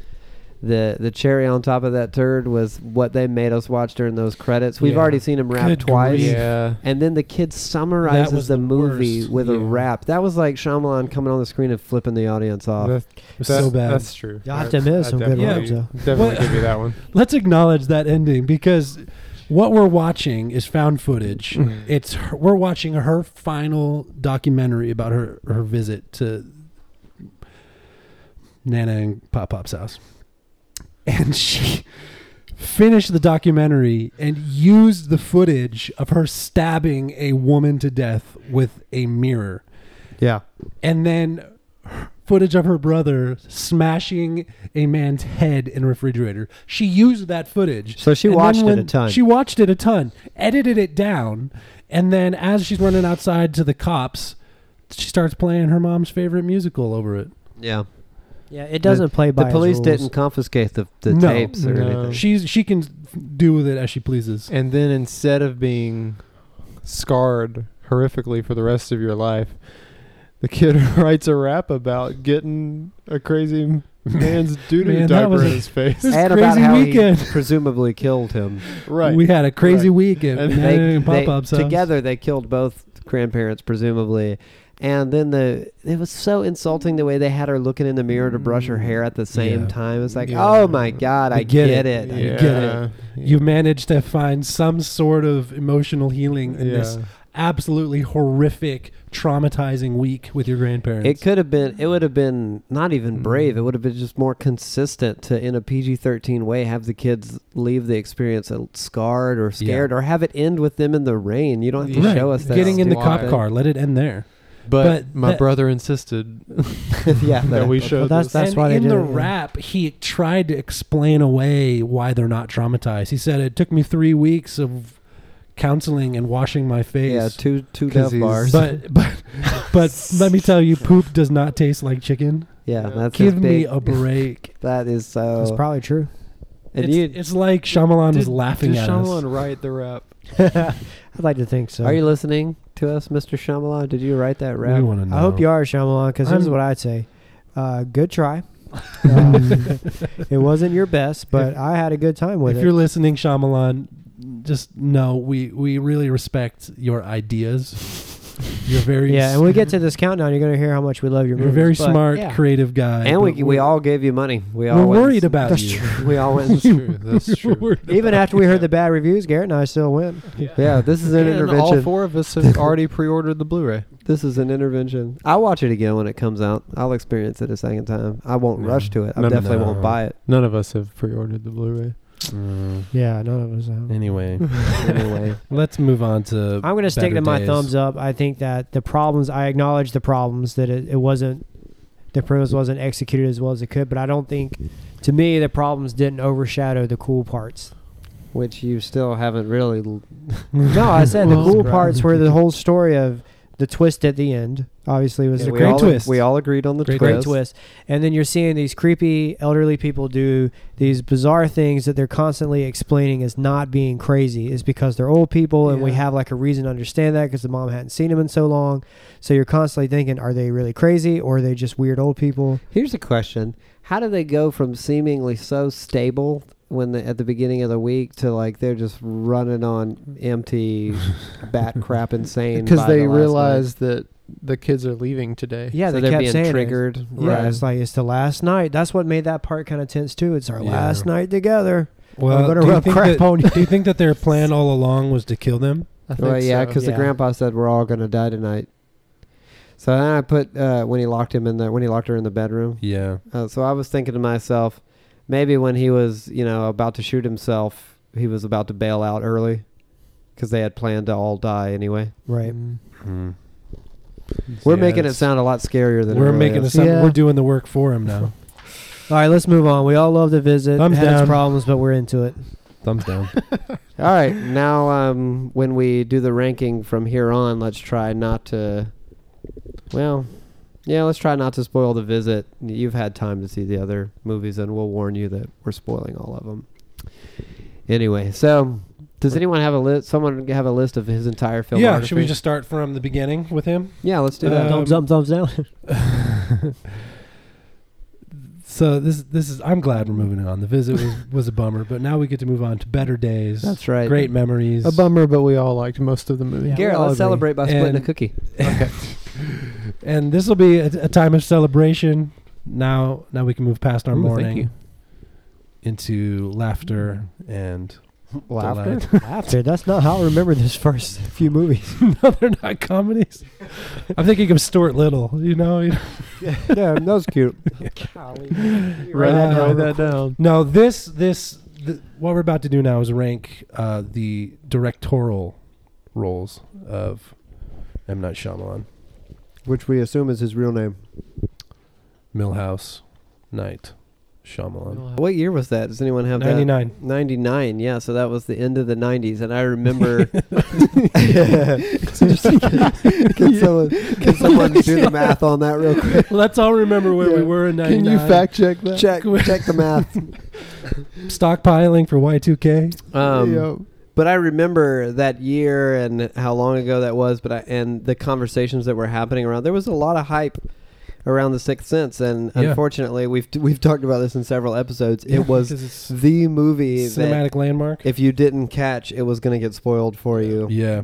S1: the the cherry on top of that turd was what they made us watch during those credits. We've
S4: Yeah.
S1: already seen him rap
S4: Good
S1: twice.
S4: grief.
S2: Yeah.
S1: And then the kid summarizes
S4: was
S1: the,
S4: the
S1: movie
S4: worst,
S1: with a
S2: yeah.
S1: rap. That was like Shyamalan coming on the screen and flipping the audience off.
S2: That-
S4: It was
S2: that-
S4: so bad.
S2: That's true.
S3: Uh, Y'all have
S2: I-
S3: to admit,
S2: I
S3: some good
S2: definitely-
S3: ones, though.
S2: Definitely
S4: What-
S2: give you that one.
S4: Let's acknowledge that ending because what we're watching is found footage.
S2: Mm.
S3: Mm-hmm.
S4: it's her, we're watching her final documentary about her her visit to Nana and Pop Pop's house, and she finished the documentary and used the footage of her stabbing a woman to death with a mirror
S2: Yeah.
S4: and then footage of her brother smashing a man's head in a refrigerator. She used that footage.
S3: So she
S4: And then
S3: watched it
S4: when-
S3: a ton.
S4: She watched it a ton, edited it down, and then as she's running outside to the cops, she starts playing her mom's favorite musical over it.
S1: yeah,
S3: Yeah, it doesn't play by
S1: the police
S3: his rules.
S1: didn't confiscate the, the
S4: No.
S1: tapes or
S2: No.
S1: anything.
S4: She's she can do with it as she pleases.
S2: And then instead of being scarred horrifically for the rest of your life, the kid writes a rap about getting a crazy man's doo-doo
S4: Man, that
S2: diaper
S4: was-
S2: in his face.
S4: This is
S1: and
S4: crazy
S1: about how
S4: weekend.
S1: he presumably killed him.
S2: right.
S4: We had a crazy
S2: Right.
S4: weekend.
S2: And
S4: Nana
S1: they,
S4: and
S1: they-
S4: Pop-Pop's house.
S1: together they killed both grandparents presumably and then the it was so insulting the way they had her looking in the mirror to brush her hair at the same
S4: Yeah.
S1: time it's like
S2: Yeah.
S1: oh my god i get, it, I
S4: You
S1: get
S4: get it. You managed to find some sort of emotional healing in this absolutely horrific, traumatizing week with your grandparents.
S1: It could have been. It would have been not
S4: Mm.
S1: even brave. It would have been just more consistent to, in a PG thirteen way, have the kids leave the experience uh, scarred or scared, or have it end with them in the rain. You don't have to
S2: Right.
S1: show us that.
S4: Getting in the cop
S1: stupid-
S4: car. Let it end there.
S2: But,
S4: But
S2: my
S4: that-
S2: brother insisted
S1: yeah,
S2: that we showed
S3: that's-
S2: this.
S3: that's-
S4: and
S3: why they
S4: in
S3: did
S4: the
S3: it, yeah.
S4: rap, he tried to explain away why they're not traumatized. He said it took me three weeks of counseling and washing my face.
S1: yeah, two two
S2: 'Cause
S1: death
S2: he's-
S1: bars.
S4: but but but let me tell you, poop does not taste like chicken.
S1: yeah,
S2: Yeah.
S1: that's his
S4: Give me
S1: big-
S4: a break.
S1: That is so.
S3: That's probably true.
S1: and
S4: it's,
S1: you,
S4: it's like Shyamalan was
S2: Did-
S4: laughing
S2: did
S4: at
S2: Shyamalan
S4: us.
S2: write the rap?
S3: I'd like to think so.
S1: are you listening to us, Mr. Shyamalan? Did you write that
S4: We
S1: rap?
S4: wanna know.
S3: I hope you are Shyamalan, because here's
S4: I'm-
S3: what I'd say: uh, good try. Um, it wasn't your best, but I had a good time with
S4: if
S3: it.
S4: you're listening, Shyamalan, just know we we really respect your ideas. You're very
S3: yeah, and when we get to this countdown, you're going to hear how much we love your
S4: you're a
S3: movies.
S4: very
S3: but,
S4: smart,
S3: yeah.
S4: creative guy.
S1: and we,
S4: but
S1: we all gave you money. We
S4: we're
S1: all went-
S4: worried about
S3: That's
S4: you.
S1: We all
S2: That's
S1: went.
S2: true. That's
S4: We're
S2: true.
S4: worried
S3: Even after we heard the bad reviews, Garrett and I still went.
S1: yeah, this is an
S2: And all
S1: intervention.
S2: four of us have already pre-ordered the Blu-ray.
S1: This is an intervention. I'll watch it again when it comes out. I'll experience it a second time. I won't
S4: Yeah.
S1: rush to it. I
S2: No, no,
S1: definitely
S4: no.
S1: won't buy it
S2: None of us have pre-ordered the Blu-ray. Mm.
S4: about
S3: Yeah, none of us.
S2: um,
S3: have.
S4: Anyway,
S1: anyway.
S4: let's move on to.
S3: I'm going to stick
S4: better
S3: to my
S4: days.
S3: thumbs up. I think that the problems, I acknowledge the problems that it, it wasn't, the premise wasn't executed as well as it could, but I don't think, to me, the problems didn't overshadow the cool parts.
S1: Which you still haven't really. l-
S3: No, I said the
S2: Well,
S3: cool
S2: right.
S3: parts were the whole story of the twist at the end. Obviously, was
S1: Yeah,
S3: the
S1: we
S3: great,
S1: all,
S4: twist.
S1: We all agreed on the
S4: Great
S3: great
S1: twist.
S3: twist, and then you're seeing these creepy elderly people do these bizarre things that they're constantly explaining as not being crazy is because they're old people, and we
S2: Yeah.
S3: have like a reason to understand that because the mom hadn't seen them in so long. So you're constantly thinking, are they really crazy or are they just weird old people?
S1: Here's a question: How do they go from seemingly so stable when the, at the beginning of the week to like they're just running on empty bat crap insane?
S2: Because
S1: by
S2: they
S1: the last night?
S2: realized that the kids are leaving today.
S3: Yeah,
S1: so
S3: they
S1: are
S3: kept
S1: being
S3: saying it.
S1: triggered.
S3: Yeah,
S1: right.
S3: it's like it's the last night. That's what made that part kind of tense too. It's our
S4: Yeah.
S3: last night together. I'm
S4: Well,
S3: gonna
S4: do you,
S3: rub
S4: think
S3: crap
S4: that,
S3: on
S4: do you think that their plan all along was to kill them?
S2: I think
S1: Well, yeah, because
S3: Yeah.
S1: the grandpa said we're all gonna die tonight. So then I put uh, when he locked him in the when he locked her in the bedroom.
S4: Yeah.
S1: Uh, so I was thinking to myself, maybe when he was, you know, about to shoot himself, he was about to bail out early because they had planned to all die anyway.
S3: Right.
S1: We're
S4: Yeah,
S1: making it
S4: it's-
S1: sound a lot scarier than it
S4: We're
S1: really
S4: making
S1: is.
S4: this. up-
S3: Yeah.
S4: We're doing the work for him now.
S3: All right, let's move on. We all love to visit.
S4: Thumbs
S3: had
S4: down.
S3: its problems, but we're into it.
S4: Thumbs down.
S1: All right, now um, when we do the ranking from here on, let's try not to. Well, yeah, let's try not to spoil the visit. You've had time to see the other movies, and we'll warn you that we're spoiling all of them. Anyway, so does anyone have a list? Someone have a list of his entire film?
S4: yeah. Should we just start from the beginning with him?
S1: Yeah, let's do that.
S4: Uh,
S3: thumbs up, thumbs down.
S4: So this this is. I'm glad we're moving on. The visit was was a bummer, but now we get to move on to better days.
S1: That's right.
S4: Great memories.
S2: A bummer, but we all liked most of the movie.
S3: Yeah.
S1: Garrett,
S3: I'll
S1: let's
S3: agree.
S1: celebrate by splitting
S4: And-
S1: a cookie.
S4: And this will be a, a time of celebration. Now, now we can move past our
S2: Ooh, thank
S4: mourning
S2: you.
S4: into laughter and
S1: Laughter.
S4: delight.
S3: After that's not how I remember this first few movies.
S4: no, they're not comedies. I'm thinking of Stuart Little. You know, you know.
S1: yeah, that was cute.
S2: Write,
S4: Right.
S2: that,
S4: Uh,
S2: write that down.
S4: No, this this th- what we're about to do now is rank uh, the directorial roles of M Night Shyamalan,
S1: Which we assume is his real name.
S4: Millhouse, Night, Shyamalan.
S1: What year was that? Does anyone have that?
S4: Ninety nine.
S1: 99 yeah so that was the end of the 90s and i remember can, someone, can someone do the math on that real quick
S4: Let's all remember where we
S2: Yeah.
S4: were in ninety
S2: Can
S4: nine.
S2: you fact check that?
S1: check check the math
S4: stockpiling for Y two K?
S1: um,
S2: Yeah.
S1: but i remember that year and how long ago that was but I, and the conversations that were happening around there was a lot of hype around the sixth sense and
S4: Yeah.
S1: unfortunately we've we've talked about this in several episodes it was
S4: it's
S1: the movie that
S4: cinematic landmark.
S1: if you didn't catch it was going to get spoiled for you
S4: Yeah,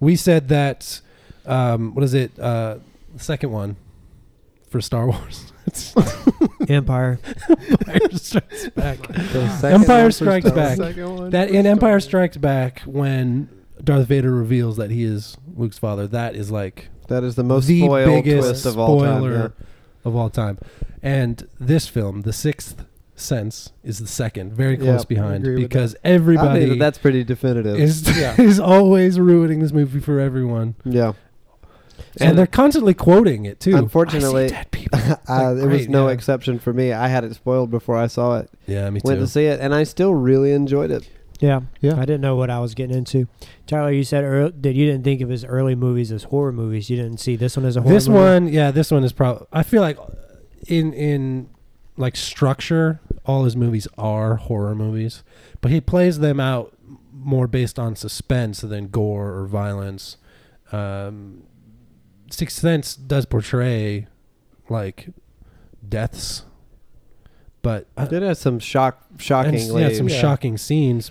S4: we said that. Um, what is it? Uh, the second one for Star Wars. It's
S3: Empire.
S4: Empire Strikes Back.
S1: The second
S4: Empire
S1: one for
S4: Strikes
S1: Star Wars.
S4: Back. That in Empire Strikes Back, when Darth Vader reveals that he is Luke's father, that is like
S1: That is the most
S4: the
S1: spoiled
S4: biggest
S1: twist of all time.
S4: spoiler
S1: yeah.
S4: of all time. And this film, The Sixth Sense, is the second, very
S1: Yeah,
S4: close
S1: I
S4: behind,
S2: agree with that.
S4: because
S1: I
S4: everybody
S1: mean, that's pretty definitive.
S4: is
S2: Yeah.
S4: is always ruining this movie for everyone,
S1: yeah.
S4: and, they're constantly quoting it too.
S1: Unfortunately-
S4: I see dead people.
S1: uh,
S4: like,
S1: it was
S4: great,
S1: no
S4: yeah.
S1: exception for me. I had it spoiled before I saw it.
S4: yeah, me
S1: Went
S4: too.
S1: to see it, and I still really enjoyed it.
S3: Yeah.
S2: Yeah.
S3: I didn't know what I was getting into. Tyler, you said earl that you didn't think of his early movies as horror movies. You didn't see this one as a horror
S4: This
S3: movie.
S4: one, yeah, this one is probably. I feel like uh, in in like structure, all his movies are horror movies, but he plays them out more based on suspense than gore or violence. Um, Sixth Sense does portray like deaths, but uh,
S1: It has some shock,
S4: and
S1: shockingly.
S4: s- yeah, some shocking scenes.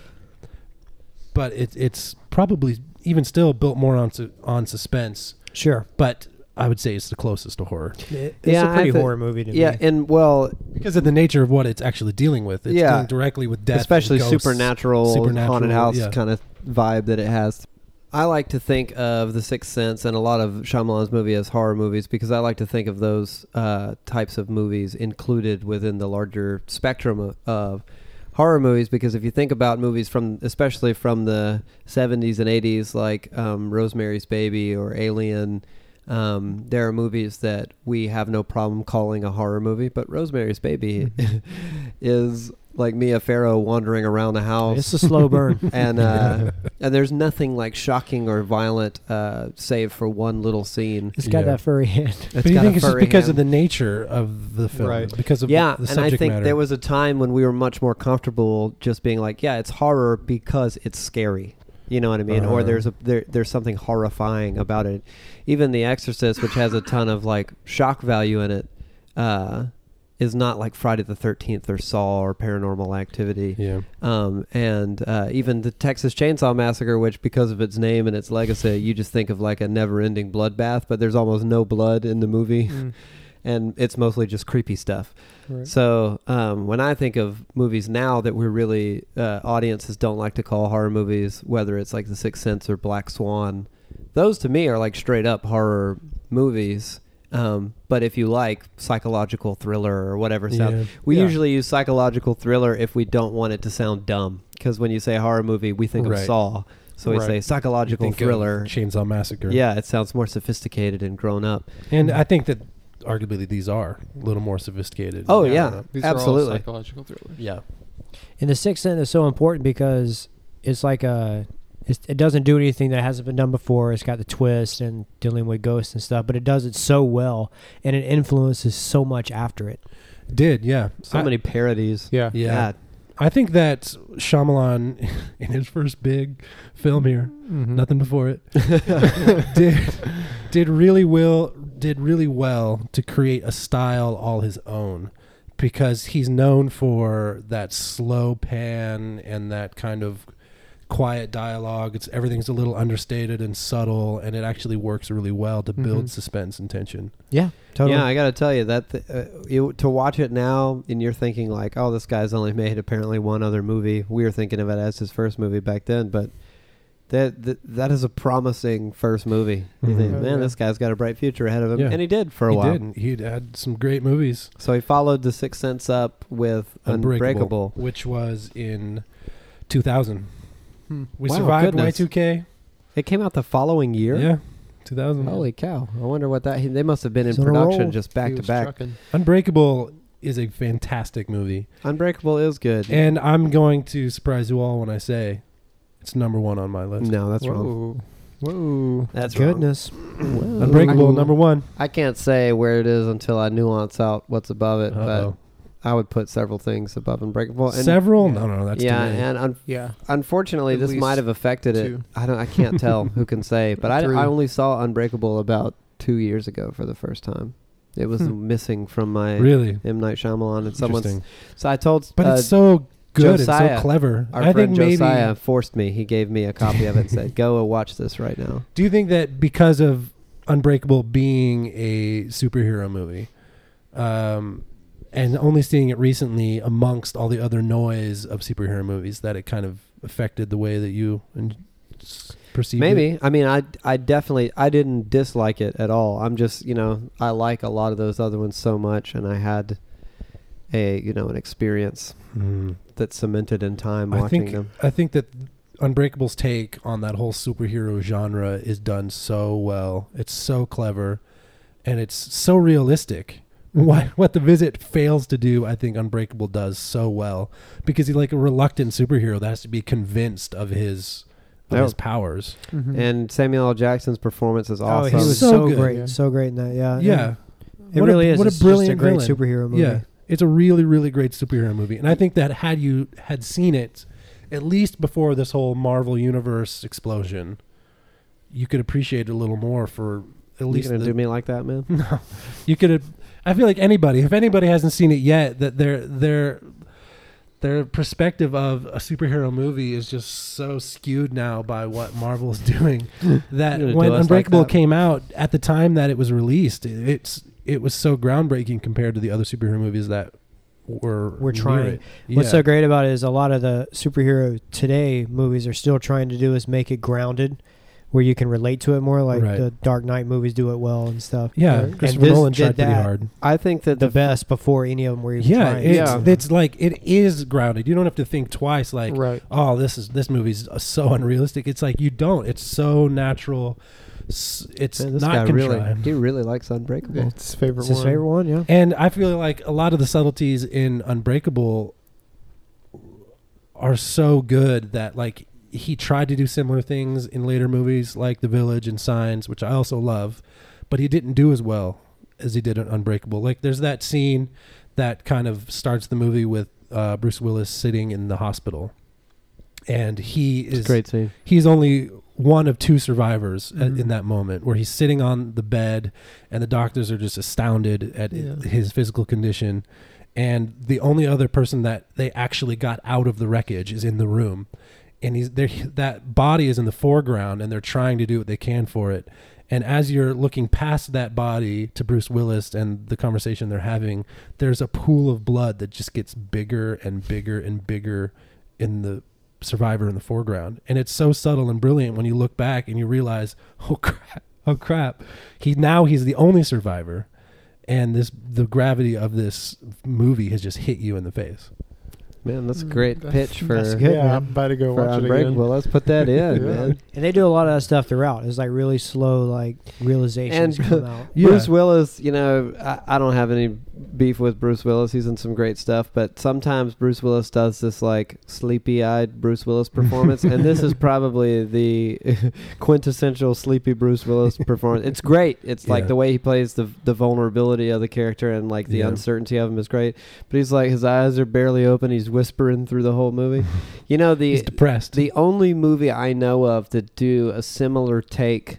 S4: But it, it's probably even still built more on su- on suspense.
S3: Sure.
S4: But I would say it's the closest to horror.
S3: It- It's
S1: Yeah,
S3: a
S1: I
S3: pretty
S1: thi-
S3: horror movie to
S1: Yeah,
S3: me.
S1: and well,
S4: because of the nature of what it's actually dealing with. It's
S1: Yeah.
S4: dealing directly with death,
S1: especially
S4: and ghosts.
S1: supernatural,
S4: supernatural,
S1: haunted house
S4: yeah.
S1: kind of vibe that it has. I like to think of The Sixth Sense and a lot of Shyamalan's movie as horror movies because I like to think of those uh, types of movies included within the larger spectrum of, of horror movies. Because if you think about movies from, especially from the '70s and '80s, like um, Rosemary's Baby or Alien, um, there are movies that we have no problem calling a horror movie, but Rosemary's Baby
S4: Mm-hmm.
S1: is like Mia Farrow wandering around the house,
S3: It's a slow burn.
S1: and uh, and there's nothing like shocking or violent, uh, save for one little scene.
S3: It's got
S4: Yeah.
S3: that furry hand.
S1: It's
S4: But you
S1: got
S4: think
S1: a
S4: it's just
S1: furry
S4: because of
S1: hand.
S4: the nature of the film,
S2: Right.
S4: because of
S1: yeah,
S4: the, the
S1: and I
S4: subject
S1: think
S4: matter.
S1: there was a time when we were much more comfortable just being like, yeah, it's horror because it's scary. You know what I mean? Or
S4: Uh-huh.
S1: there's a there, there's something horrifying about it. Even The Exorcist, which has a ton of like shock value in it, uh, is not like Friday the Thirteenth or Saw or Paranormal Activity.
S4: yeah,
S1: Um, and uh, even the Texas Chainsaw Massacre, which because of its name and its legacy, you just think of like a never-ending bloodbath, but there's almost no blood in the movie,
S2: Mm.
S1: and it's mostly just creepy stuff.
S2: Right.
S1: So um, when I think of movies now that we're really uh, audiences don't like to call horror movies, whether it's like The Sixth Sense or Black Swan, those to me are like straight up horror movies. Um, but if you like psychological thriller or whatever sound,
S4: Yeah.
S1: we
S4: Yeah.
S1: usually use psychological thriller if we don't want it to sound dumb. because when you say horror movie, we think of
S4: Right.
S1: Saw. So we
S2: Right.
S1: say
S4: You
S1: psychological
S4: think of
S1: thriller.
S4: Chainsaw Massacre.
S1: Yeah, it sounds more sophisticated and grown up.
S4: And I think that arguably these are a little more sophisticated.
S1: Oh
S2: Yeah,
S1: yeah,
S2: These are all
S1: absolutely.
S2: psychological thrillers.
S4: Yeah.
S3: And the sixth sense is so important because it's like a it's, it doesn't do anything that hasn't been done before. It's got the twist and dealing with ghosts and stuff, but it does it so well and it influences so much after it.
S4: Did, yeah.
S1: So
S4: I-
S1: many parodies.
S2: Yeah.
S4: Yeah.
S1: God.
S4: I think that Shyamalan, in his first big film here,
S2: Mhm.
S4: nothing before it, did did really will did really well to create a style all his own because he's known for that slow pan and that kind of quiet dialogue it's everything's a little understated and subtle and it actually works really well to build
S1: Mm-hmm.
S2: Mhm.
S4: suspense and tension
S3: Yeah, totally.
S1: Yeah, I gotta tell you that th- uh, you, to watch it now, and you're thinking like, "Oh, this guy's only made apparently one other movie." We were thinking of it as his first movie back then, but that that, that is a promising first movie. You
S4: Mhm.
S1: think,
S2: Oh,
S1: man,
S2: yeah.
S1: this guy's got a bright future ahead of him,
S4: Yeah.
S1: and he did for a
S4: he
S1: while.
S4: did he had some great movies
S1: So he followed The Sixth Sense up with Unbreakable.
S4: which was in 2000
S2: Hmm.
S4: we
S1: Wow,
S4: survived
S1: goodness.
S4: y2k
S1: It came out the following year.
S4: yeah 2000
S1: Holy cow! I wonder what that. He, they must have been in
S3: He's on a
S1: production
S3: roll.
S1: just
S2: He
S1: back to
S2: was
S1: back.
S2: trucking.
S4: unbreakable is a fantastic movie
S1: Unbreakable is good.
S4: And I'm going to surprise you all when I say it's number one on my list.
S1: no, that's
S2: Whoa.
S1: wrong.
S2: Whoa.
S1: That's wrong.
S3: Goodness.
S4: Unbreakable,
S2: Ooh.
S4: number one.
S1: I can't say where it is until I nuance out what's above it,
S4: Uh-oh.
S1: but I would put several things above Unbreakable. And
S4: Several?
S2: yeah.
S4: No, no, no. That's
S1: yeah,
S4: too many.
S1: and un-
S2: Yeah.
S1: unfortunately,
S2: At
S1: this
S2: least
S1: might have affected it.
S2: two.
S1: I don't. I can't tell. Who can say? But I,
S2: Three.
S1: I only saw Unbreakable about two years ago for the first time. It was
S2: Hmm.
S1: missing from my
S4: really.
S1: M Night Shyamalan and someone's.
S4: Interesting.
S1: So I told.
S4: But
S1: uh,
S4: it's so good. it's
S1: Josiah,
S4: so clever.
S1: our
S4: I
S1: friend
S4: think maybe.
S1: Josiah forced me. He gave me a copy of it and said, "Go and watch this right now."
S4: Do you think that because of Unbreakable being a superhero movie, um, and only seeing it recently amongst all the other noise of superhero movies, that it kind of affected the way that you and perceived it?
S1: Maybe. I mean, I I definitely I didn't dislike it at all. I'm just you know I like a lot of those other ones so much, and I had a you know an experience
S4: Hmm.
S1: that cemented in time
S4: I
S1: Mm-hmm. watching
S4: think-
S1: them.
S4: I think that Unbreakable's take on that whole superhero genre is done so well. It's so clever, and it's so realistic.
S1: Mm-hmm.
S4: What what the visit fails to do, I think Unbreakable does so well because he's like a reluctant superhero that has to be convinced of his of
S1: Yeah.
S4: his powers.
S2: Mm-hmm.
S1: And Samuel L. Jackson's performance is
S3: Oh, he
S1: awesome.
S3: was
S4: So
S3: so,
S4: good.
S3: great,
S2: Yeah.
S3: so great in that.
S1: Uh,
S3: Yeah,
S4: yeah,
S3: And it
S4: What a-
S3: really is.
S4: What
S3: it's
S4: a
S3: just
S4: brilliant
S3: great
S4: villain.
S3: superhero movie.
S4: Yeah, it's a really, really great superhero movie, and I think that had you had seen it at least before this whole Marvel universe explosion, you could appreciate it a little more. For at
S1: you
S4: least
S1: gonna
S4: the-
S1: do me like that, man?
S4: no, you could have. I feel like anybody, if anybody hasn't seen it yet, that their their their perspective of a superhero movie is just so skewed now by what Marvel's doing that
S1: You're gonna
S4: when
S1: do us like
S4: Unbreakable
S1: that?
S4: came out at the time that it was released, it, it's it was so groundbreaking compared to the other superhero movies that were
S3: We're
S4: near
S3: trying.
S4: it.
S3: What's
S4: Yeah.
S3: so great about it is a lot of the superhero today movies are still trying to do is make it grounded, where you can relate to it more. Like
S4: Right.
S3: the Dark Knight movies do it well and stuff.
S4: Yeah,
S1: And
S4: Christopher
S3: this
S4: Nolan
S3: did
S4: tried pretty
S3: that.
S4: hard.
S1: I think that
S3: The best before any of them were even
S4: Yeah,
S3: trying.
S4: it's,
S1: Yeah.
S4: it's like it is grounded. You don't have to think twice. Like
S2: right.
S4: oh this is this movie's uh, so unrealistic it's like you don't it's so natural S- it's
S1: man, this guy
S4: not
S1: really
S4: contrived
S1: he really likes Unbreakable.
S2: It's his favorite
S3: It's
S2: one.
S3: his favorite one. Yeah,
S4: and i feel like a lot of the subtleties in unbreakable are so good that like he tried to do similar things in later movies like the village and signs which i also love but he didn't do as well as he did in unbreakable like there's that scene that kind of starts the movie with uh, bruce willis sitting in the hospital and he
S1: It's
S4: is
S1: a great scene.
S4: he's only one of two survivors at-
S2: Mhm.
S4: in that moment where he's sitting on the bed and the doctors are just astounded at
S2: Yeah.
S4: his physical condition and the only other person that they actually got out of the wreckage is in the room and he's there that body is in the foreground and they're trying to do what they can for it and as you're looking past that body to Bruce Willis and the conversation they're having there's a pool of blood that just gets bigger and bigger and bigger in the survivor in the foreground and it's so subtle and brilliant when you look back and you realize oh crap oh crap he now he's the only survivor and this the gravity of this movie has just hit you in the face
S1: Man, that's a great
S2: Mm. That's-
S1: pitch for,
S3: that's
S1: for
S3: good,
S2: yeah,
S3: man.
S2: I'm about to go watch it again.
S1: Unbreakable. Let's put that in,
S2: Yeah.
S1: man.
S3: And they do a lot of that stuff throughout. It's like really slow, like realizations
S1: And-
S3: come out.
S4: Yeah.
S1: Bruce Willis, you know, I, I don't have any beef with Bruce Willis. He's in some great stuff, but sometimes Bruce Willis does this like sleepy-eyed Bruce Willis performance, and this is probably the quintessential sleepy Bruce Willis performance. It's great. It's like
S4: Yeah.
S1: the way he plays the the vulnerability of the character and like the
S4: Yeah.
S1: uncertainty of him is great. But he's like his eyes are barely open. He's whispering through the whole movie. You know the
S4: He's depressed.
S1: the only movie I know of to do a similar take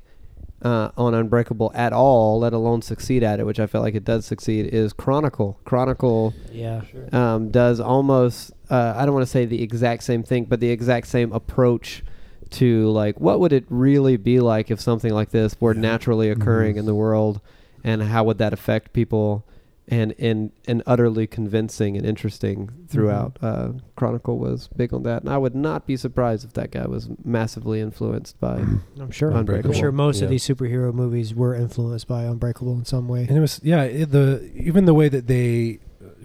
S1: uh, on Unbreakable at all, let alone succeed at it, which I felt like it does succeed, is Chronicle. Chronicle
S3: Yeah.
S1: um, does almost, uh, I don't want to say the exact same thing, but the exact same approach to like what would it really be like if something like this were
S4: Yeah.
S1: naturally occurring
S4: Mhm.
S1: in the world and how would that affect people and in and utterly convincing and interesting throughout uh, chronicle was big on that and i would not be surprised if that guy was massively influenced by
S3: I'm sure. I'm
S1: Unbreakable.
S3: sure most
S4: Yeah.
S3: of these superhero movies were influenced by Unbreakable in some way.
S4: and it was yeah it, the even the way that they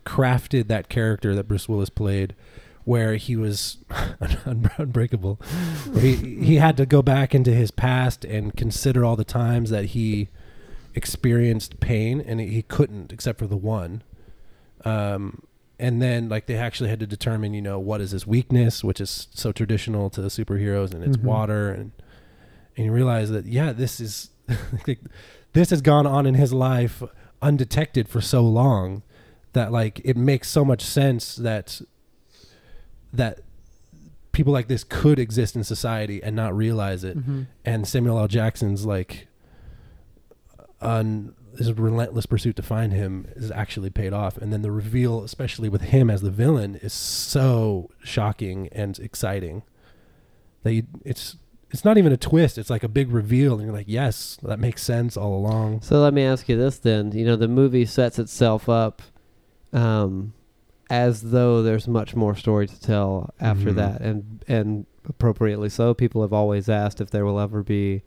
S4: crafted that character that Bruce Willis played where he was un- unbreakable where he, he had to go back into his past and consider all the times that he experienced pain and he couldn't except for the one um and then like they actually had to determine you know what is his weakness which is so traditional to superheroes and it's
S3: Mhm.
S4: water and and you realize that yeah this is like, this has gone on in his life undetected for so long that like it makes so much sense that that people like this could exist in society and not realize it and Samuel L. Jackson's like un his relentless pursuit to find him is actually paid off and then the reveal especially with him as the villain is so shocking and exciting that you, it's it's not even a twist it's like a big reveal and you're like yes that makes sense all along
S1: So let me ask you this then. You know, the movie sets itself up um, as though there's much more story to tell after
S4: Mhm.
S1: that. And, and appropriately so, people have always asked if there will ever be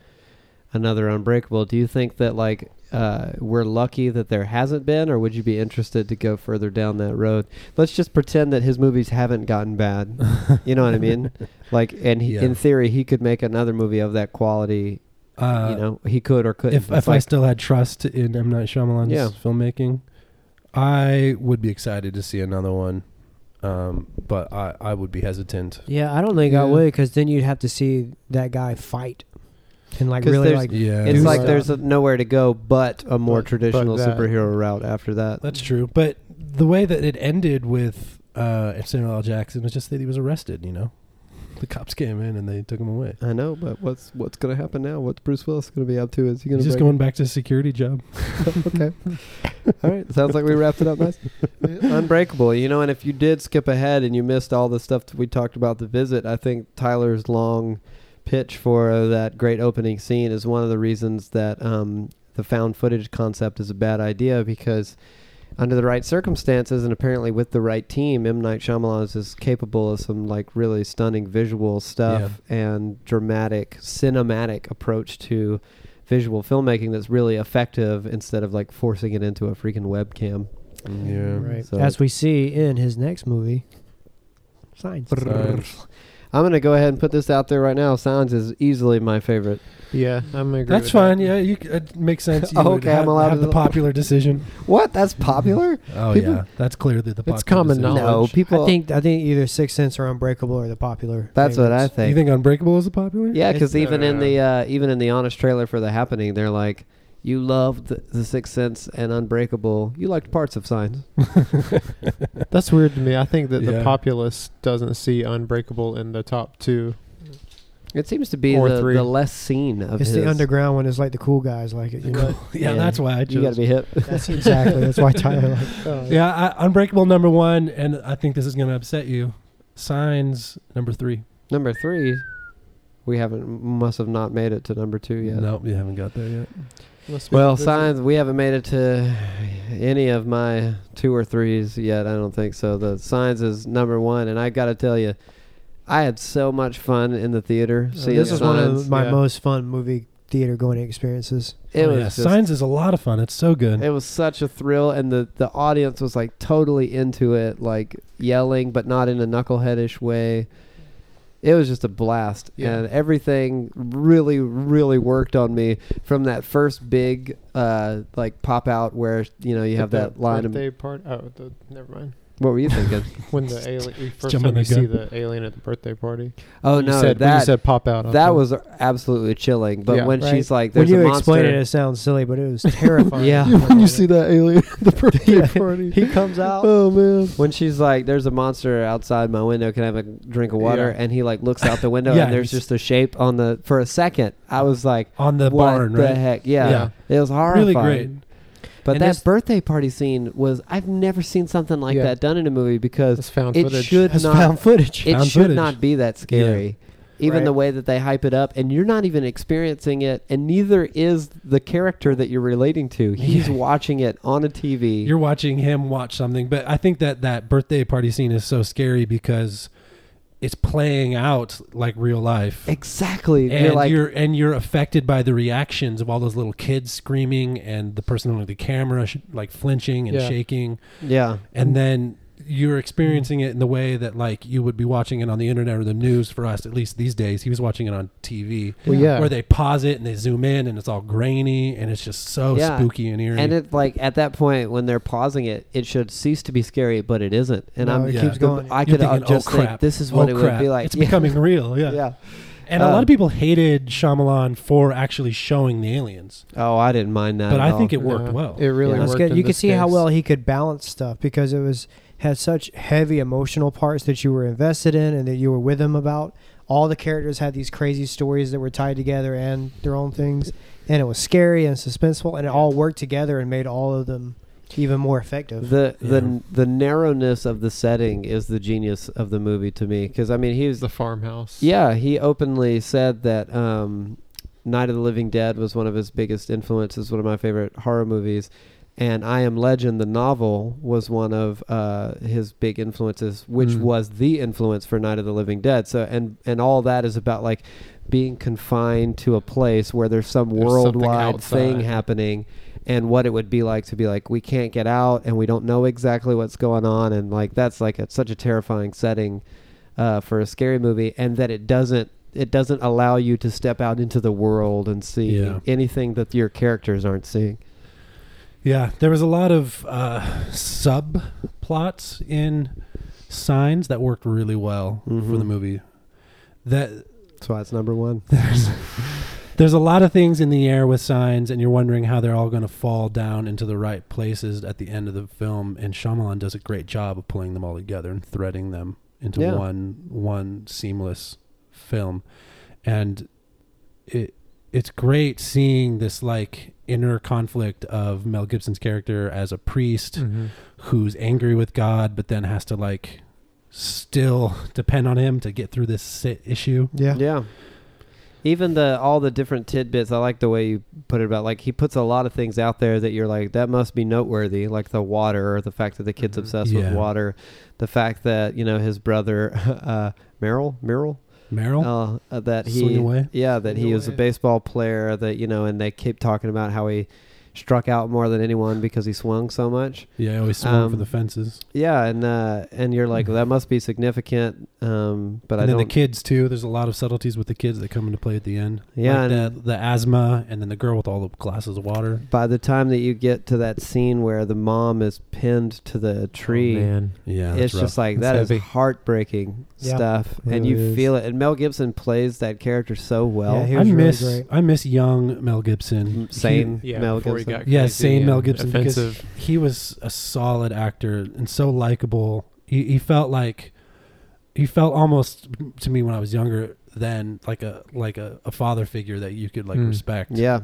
S1: another Unbreakable. Do you think that, like, uh, we're lucky that there hasn't been, or would you be interested to go further down that road? Let's just pretend that his movies haven't gotten bad. You know what I mean? Like, and he,
S4: Yeah.
S1: in theory, he could make another movie of that quality.
S4: uh,
S1: you know, he could or couldn't.
S4: if,
S1: It's
S4: if I
S1: like-
S4: still had trust in M Night Shyamalan's
S1: Yeah.
S4: filmmaking, I would be excited to see another one. Um, but I, I would be hesitant.
S3: Yeah, I don't think I
S2: Yeah.
S3: would because then you'd have to see that guy fight and like
S1: 'Cause
S3: really
S1: there's-
S3: like
S4: Yeah,
S1: It's
S2: do
S1: like
S2: stuff.
S1: there's a, nowhere to go but a more
S2: But- but
S1: traditional
S2: that.
S1: superhero route after that.
S4: that's true. But the way that it ended with uh, Samuel L. Jackson was just that he was arrested. You know, the cops came in and they took him away.
S1: I know, but what's what's gonna happen now? What's Bruce Willis gonna be up to? Is he gonna
S4: He's just
S1: break
S4: going back to his security job.
S1: okay. all right. Sounds like we wrapped it up nice. Unbreakable, you know. And if you did skip ahead and you missed all the stuff that we talked about the visit, I think Tyler's long pitch for that great opening scene is one of the reasons that um, the found footage concept is a bad idea because. Under the right circumstances, and apparently with the right team, M. Night Shyamalan is as capable of some like really stunning visual stuff and dramatic, cinematic approach to visual filmmaking that's really effective instead of like forcing it into a freaking webcam.
S4: Yeah.
S3: right,
S1: So-
S3: as we see in his next movie, Signs.
S1: I'm gonna go ahead and put this out there right now. Sounds is easily my favorite.
S2: Yeah, I'm agree.
S4: That's
S2: with
S4: fine.
S2: That.
S4: Yeah, you, c- it makes sense. You
S1: Okay,
S4: would have,
S1: I'm allowed
S4: have
S1: to-
S4: the popular decision.
S1: What? That's popular?
S4: Oh
S1: People-
S4: yeah, that's clearly the. Popular
S2: It's common
S4: decision.
S2: knowledge.
S1: No, people.
S3: I think I think either Sixth Sense or Unbreakable are the popular.
S1: that's what I
S3: favorites.
S1: think.
S4: You think Unbreakable is the popular?
S1: yeah, because
S2: It's-
S1: even in the uh, even in the honest trailer for The Happening, they're like, "You loved The Sixth Sense and Unbreakable. You liked parts of Signs."
S2: That's weird to me. I think that
S4: Yeah.
S2: the populace doesn't see Unbreakable in the top two.
S1: It seems to be
S2: Or
S1: the,
S2: three.
S1: the less seen of
S3: It's
S1: his.
S3: the underground one. It's like the cool guys like it. You know?
S4: yeah,
S1: Yeah.
S4: that's why I
S1: You
S4: chose.
S1: gotta be hip.
S3: that's exactly. That's why Tyler. Like,
S4: yeah, I, Unbreakable number one, and I think this is going to upset you. Signs number three.
S1: Number three, we haven't must have not made it to number two yet.
S4: No, you haven't got there yet.
S1: Well, signs. We haven't made it to any of my two or threes yet. I don't think so. The signs is number one, and I got to tell you, I had so much fun in the theater.
S3: so
S1: seeing
S3: this is one
S1: Signs.
S3: of my
S2: yeah.
S3: most fun movie theater going experiences.
S1: It
S4: Oh,
S1: was
S4: yeah.
S1: just-
S4: Signs is a lot of fun. It's so good.
S1: it was such a thrill, and the the audience was like totally into it, like yelling, but not in a knuckleheadish way. It was just a blast,
S2: Yeah.
S1: and everything really, really worked on me from that first big uh, like pop out where you know you have that, line. Of,
S2: birthday part. Oh, the, never mind.
S1: what were you thinking?
S2: When the alien you first
S4: jumping
S2: time you
S4: the
S2: see
S4: gun.
S2: the alien at the birthday party.
S1: oh
S2: you
S1: no,
S2: said, when you
S1: that
S2: said pop out. I
S1: that
S2: thought-
S1: was absolutely chilling. But
S2: Yeah.
S1: when
S3: Right.
S1: she's like,
S3: When
S1: "There's
S3: you
S1: a monster,"
S3: explain it, it sounds silly, but it was terrifying.
S1: Yeah.
S2: when you see that alien at the birthday party.
S1: he comes out.
S2: Oh man.
S1: When she's like, "There's a monster outside my window. Can I have a drink of water?"
S2: Yeah.
S1: and he like looks out the window,
S4: Yeah,
S1: and there's
S4: he's-
S1: just a shape on the. For a second, I was like,
S4: on the
S1: "What
S4: barn,
S1: the
S4: right?
S1: heck?" Yeah,
S4: Yeah.
S1: it was horrifying.
S4: Really great.
S1: But
S3: And
S1: that
S3: this-
S1: birthday party scene was. I've never seen something like
S2: Yeah.
S1: that done in a movie because
S2: That's found
S1: it
S2: footage.
S1: should
S3: That's
S1: not.
S3: found footage.
S1: it
S4: found
S1: should
S4: footage.
S1: not be that scary. Even
S3: Right.
S1: the way that they hype it up, and you're not even experiencing it, and neither is the character that you're relating to. He's
S4: Yeah.
S1: watching it on a TV.
S4: You're watching him watch something, but I think that that birthday party scene is so scary because it's playing out like real life.
S1: exactly.
S4: and
S1: you're like,
S4: you're and you're affected by the reactions of all those little kids screaming and the person with the camera sh- like flinching and
S2: Yeah.
S4: shaking
S1: yeah.
S4: and then you're experiencing it in the way that like you would be watching it on the internet or the news for us at least these days he was watching it on TV
S2: Well, yeah.
S4: where they pause it and they zoom in and it's all grainy and it's just so
S1: Yeah.
S4: spooky and eerie
S1: And it like at that point when they're pausing it, it should cease to be scary, but it isn't. And
S3: No,
S1: I'm
S3: it
S4: Yeah.
S3: keeps going.
S1: I
S4: You're
S1: could uh,
S4: thinking,
S1: just
S4: oh,
S1: think
S4: crap.
S1: this is
S4: Oh,
S1: what it would
S4: crap.
S1: be like.
S4: it's
S1: Yeah.
S4: becoming real yeah,
S1: yeah.
S4: and a
S1: Um,
S4: lot of people hated Shyamalan for actually showing the aliens
S1: Oh, I didn't mind that.
S4: but
S1: at
S4: I
S1: all.
S4: think it worked
S2: No,
S4: well
S2: It really
S1: Yeah.
S3: That's
S2: worked.
S3: good.
S2: in
S3: You could
S2: this
S3: see how
S2: case.
S3: well he could balance stuff because it was had such heavy emotional parts that you were invested in and that you were with him about. All the characters had these crazy stories that were tied together and their own things, and it was scary and suspenseful, and it all worked together and made all of them even more effective.
S1: the
S4: Yeah.
S1: the the narrowness of the setting is the genius of the movie to me because I mean he was
S2: the farmhouse.
S1: yeah he openly said that um, Night of the Living Dead was one of his biggest influences, one of my favorite horror movies. And I Am Legend, the novel, was one of uh, his big influences, which
S2: Mm.
S1: was the influence for Night of the Living Dead. So, and and all that is about like being confined to a place where there's some
S2: There's something
S1: worldwide thing
S2: outside.
S1: happening, and what it would be like to be like we can't get out, and we don't know exactly what's going on, and like that's like a, such a terrifying setting uh, for a scary movie, and that it doesn't it doesn't allow you to step out into the world and see
S4: Yeah.
S1: anything that your characters aren't seeing.
S4: Yeah, there was a lot of uh, subplots in Signs that worked really well for
S1: Mhm.
S4: the movie. That
S1: That's why it's number one.
S4: there's there's a lot of things in the air with Signs, and you're wondering how they're all going to fall down into the right places at the end of the film. And Shyamalan does a great job of pulling them all together and threading them into
S1: Yeah.
S4: one one seamless film. And it it's great seeing this like inner conflict of Mel Gibson's character as a priest
S1: Mm.
S2: Mhm.
S4: who's angry with God, but then has to like still depend on Him to get through this si- issue.
S3: Yeah.
S1: Yeah. Even the all the different tidbits, I like the way you put it about like he puts a lot of things out there that you're like, that must be noteworthy, like the water or the fact that the kid's
S2: Mhm.
S1: obsessed with
S4: Yeah.
S1: water, the fact that, you know, his brother uh Merrill Merrill
S4: Meryl,
S1: uh, uh, that he
S4: Oh, Swing away.
S1: yeah that he
S2: Swing
S1: was a
S2: away.
S1: baseball player that you know and they keep talking about how he struck out more than anyone because he swung so much
S4: yeah, I always swung for
S1: um,
S4: the fences.
S1: yeah and uh, and you're like that must be significant um, but I
S4: and then the
S1: don't
S4: kids too. There's a lot of subtleties with the kids that come into play at the end.
S1: Yeah,
S4: like
S1: and-
S4: the, the asthma, and then the girl with all the glasses of water.
S1: by the time that you get to that scene where the mom is pinned to the tree
S2: Oh, man.
S4: Yeah,
S1: it's
S4: that's rough.
S1: just like
S2: It's
S1: that is
S2: heavy.
S1: heartbreaking
S3: Yeah.
S1: stuff and
S2: Really
S1: you
S2: is.
S1: feel it and Mel Gibson plays that character so well
S3: Yeah, he
S4: I
S3: was really
S4: miss
S3: great.
S4: I miss young Mel
S1: M-
S4: Gibson.
S1: Mm, same
S2: Yeah,
S1: Mel
S2: before he
S1: Gibson
S2: got
S4: Yeah,
S2: crazy
S4: same Mel
S2: and
S4: Gibson
S2: Offensive.
S4: because he was a solid actor and so likable. He, he felt like he felt almost to me when I was younger than like a like a, a father figure that you could like
S2: Mm.
S4: respect.
S1: yeah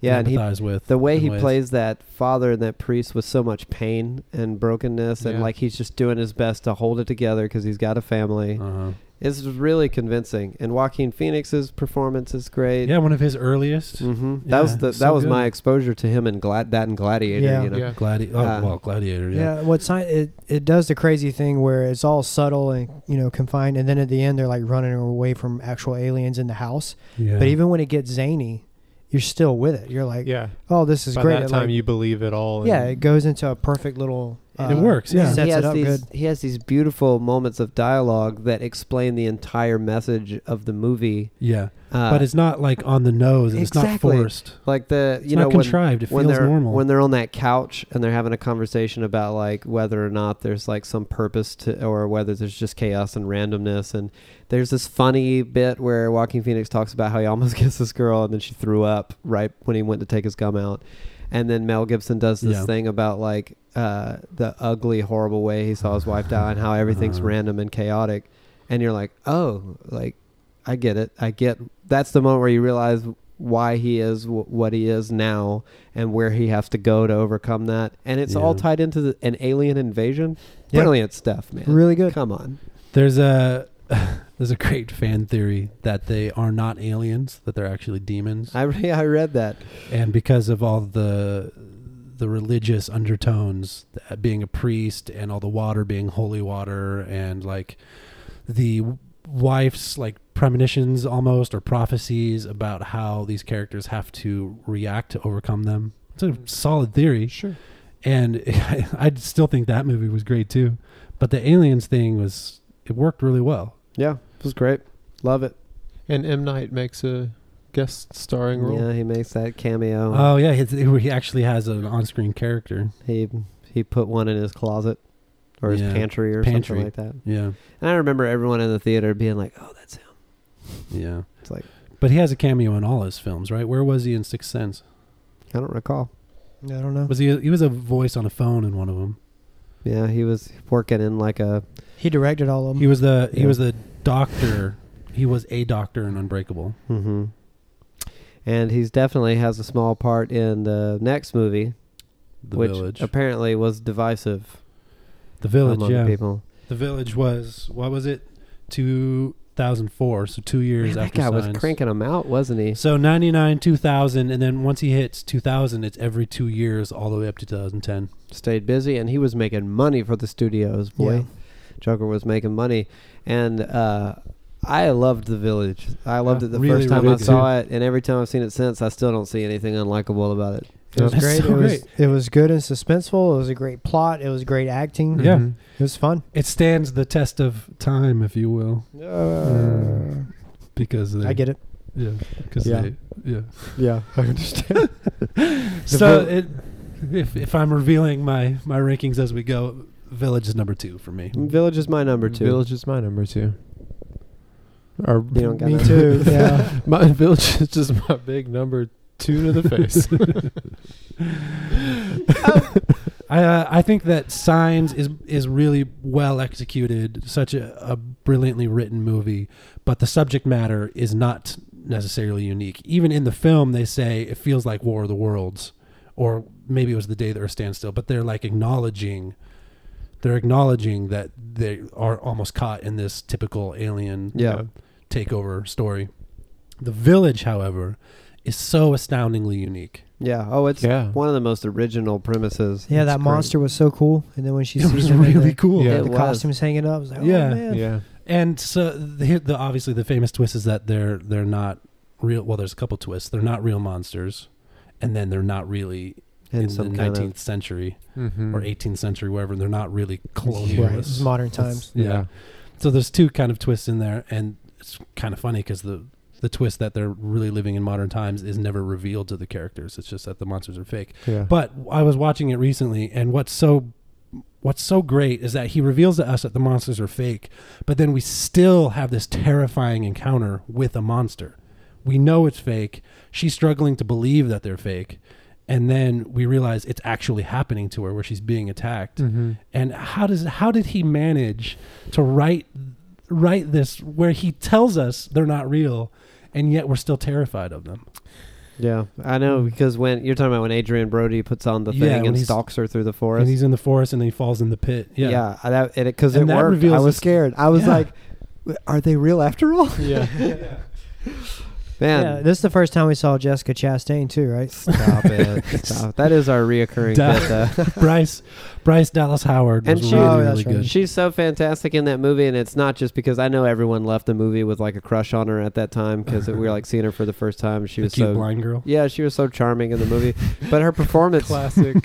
S1: yeah and he
S4: empathize with
S1: the way
S4: in
S1: he
S4: ways.
S1: plays that father and that priest with so much pain and brokenness and
S2: Yeah.
S1: like he's just doing his best to hold it together because he's got a family
S4: Uh-huh.
S1: It's really convincing and joaquin phoenix's performance is great
S4: Yeah, one of his earliest.
S1: hmm
S4: Yeah,
S1: that was the,
S4: so
S1: that was
S4: good.
S1: my exposure to him in glad that and gladiator
S3: Yeah.
S1: you know
S2: Yeah.
S4: Gladi- oh,
S1: Uh,
S4: well, Gladiator. Yeah.
S3: Yeah, what's not- it it does the crazy thing where it's all subtle and you know confined, and then at the end they're like running away from actual aliens in the house.
S4: Yeah.
S3: But even when it gets zany, you're still with it. You're like,
S2: yeah.
S3: oh, this is
S2: By
S3: great.
S2: that
S3: It,
S2: time,
S3: like-
S2: you believe it all.
S3: yeah,
S2: and-
S3: it goes into a perfect little.
S1: It
S3: uh,
S4: works, yeah.
S3: sets
S1: he has
S3: it up
S1: these
S3: good.
S1: he has these beautiful moments of dialogue that explain the entire message of the movie.
S4: Yeah,
S1: Uh,
S4: but it's not like on the nose. and It's not
S1: exactly.
S4: forced.
S1: like the
S4: It's
S1: you know
S4: not
S1: when,
S4: contrived. It
S1: when
S4: feels
S1: they're
S4: normal.
S1: when they're on that couch and they're having a conversation about like whether or not there's like some purpose to or whether there's just chaos and randomness and there's this funny bit where Joaquin Phoenix talks about how he almost kissed this girl and then she threw up right when he went to take his gum out and then Mel Gibson does this
S4: Yeah.
S1: thing about like uh, the ugly horrible way he saw his wife die and how everything's
S4: Uh-huh.
S1: random and chaotic and you're like oh like I get it I get that's the moment where you realize why he is w- what he is now and where he has to go to overcome that and it's all
S4: Yeah.
S1: tied into the, an alien invasion
S3: Yeah.
S1: brilliant stuff man
S3: Really good.
S1: come on
S4: There's a there's a great fan theory that they are not aliens, that they're actually demons,
S1: i, re- I read that
S4: and because of all the the religious undertones, that being a priest and all the water being holy water, and like the wife's like premonitions almost or prophecies about how these characters have to react to overcome them. It's a solid theory.
S2: Sure.
S4: and I, I still think that movie was great too. But the aliens thing was it worked really well.
S1: yeah it was great love it
S2: And M. Night makes a guest starring role.
S1: yeah he makes that cameo
S4: Oh yeah, he, he actually has an on-screen character.
S1: he he put one in his closet or his
S4: Yeah,
S1: pantry or
S4: pantry.
S1: something like that
S4: Yeah,
S1: and i remember everyone in the theater being like oh that's him
S4: yeah.
S1: it's like
S4: But he has a cameo in all his films, right? Where was he in Sixth Sense?
S1: i don't recall
S3: I don't know.
S4: Was he? He was a voice on a phone in one of them.
S1: yeah he was working in like a
S3: He directed all of them.
S4: He was the he
S1: Yeah.
S4: was the doctor. he was a doctor in Unbreakable.
S1: Mm-hmm. And he's definitely has a small part in the next movie,
S4: The
S1: which
S4: village.
S1: apparently was divisive
S4: The village.
S1: among
S4: Yeah.
S1: people.
S4: The village was what was it? Two thousand four. So two years
S1: Man, that
S4: after
S1: guy was
S4: Signs.
S1: cranking them out, wasn't he?
S4: So 99, 2000, and then once he hits 2000, it's every two years all the way up to 2010.
S1: Stayed busy, and he was making money for the studios. Boy,
S3: Yeah.
S1: Joker was making money, and uh, I loved the village. I loved it the
S4: Really,
S1: first time
S4: really
S1: I saw it, and every time I've seen it since, I still don't see anything unlikable about it.
S3: It was
S4: That's
S3: great.
S4: so
S3: it was
S4: great.
S3: it was good and suspenseful. It was a great plot. It was great
S1: Mm-hmm.
S3: acting.
S4: Yeah.
S2: Mhm.
S3: It was fun.
S4: It stands the test of time, if you will,
S1: Uh,
S4: because they,
S3: I get it.
S4: Yeah, because
S2: Yeah.
S4: they, yeah.
S2: Yeah, I understand.
S4: so it, if if I'm revealing my my rankings as we go, Village is number two for me.
S1: Village is my number two.
S2: Village is my number two. Or
S1: You don't got
S3: Me
S1: it.
S3: too. yeah.
S2: my Village is just my big number two to the face.
S4: I uh, I think that Signs is is really well executed, such a, a brilliantly written movie, but the subject matter is not necessarily unique. Even in the film, they say it feels like War of the Worlds, or maybe it was the Day the Earth Stands Still, but they're like acknowledging, they're acknowledging that they are almost caught in this typical alien
S1: Yeah.
S4: takeover story. The Village, however, is so astoundingly unique.
S1: Yeah. Oh, it's
S2: Yeah.
S1: one of the most original premises.
S3: Yeah,
S1: It's
S3: that
S1: great.
S3: monster was so cool. And then when she sees him, in
S4: really
S3: the,
S4: cool.
S2: Yeah.
S3: the
S1: It was.
S3: costumes hanging up, I was like, oh,
S4: Yeah.
S3: man.
S2: yeah.
S4: And so the, the obviously the famous twist is that they're they're not real. Well, there's a couple twists. They're not real monsters, and then they're not really
S1: And
S4: in the
S1: some kind of Hmm.
S4: 19th century
S2: Mm-hmm.
S4: or 18th century, wherever. They're not really
S3: Right. This
S4: colonialists.
S3: is modern times.
S4: Yeah. So there's two kind of twists in there, and it's kind of funny because the the twist that they're really living in modern times is never revealed to the characters. It's just that the monsters are fake.
S2: Yeah.
S4: But I was watching it recently, and what's so what's so great is that he reveals to us that the monsters are fake, but then we still have this terrifying encounter with a monster. We know it's fake. She's struggling to believe that they're fake, and then we realize it's actually happening to her, where she's being attacked.
S2: mm-hmm.
S4: And how does how did he manage to write write this where he tells us they're not real, and yet we're still terrified of them?
S1: Yeah, I know because when you're talking about when Adrian Brody puts on the thing
S4: Mm. Yeah, when
S1: and
S4: he's-
S1: stalks her through the
S4: and
S1: forest.
S4: he's in the forest, and then he falls in the pit.
S1: yeah,
S4: yeah.
S1: I- that it because it,
S4: And that
S1: worked. I
S4: reveals
S1: was
S4: this-
S1: scared. I was
S4: yeah.
S1: like, "W- "Are they real after all?"
S2: Yeah.
S1: Man,
S3: yeah, this is the first time we saw Jessica Chastain too, right?
S1: stop it. Stop. That is our reoccurring
S4: Duh.
S1: bit, though.
S4: Bryce Bryce Dallas Howard was
S1: And she-
S4: really,
S3: Oh,
S4: really
S3: that's right.
S4: good.
S1: She's so fantastic in that movie, and it's not just because I know everyone left the movie with like a crush on her at that time because we were like seeing her for the first time. She
S4: the
S1: was
S4: cute
S1: so
S4: blind girl.
S1: yeah, she was so charming in the movie, but her performance,
S2: Classic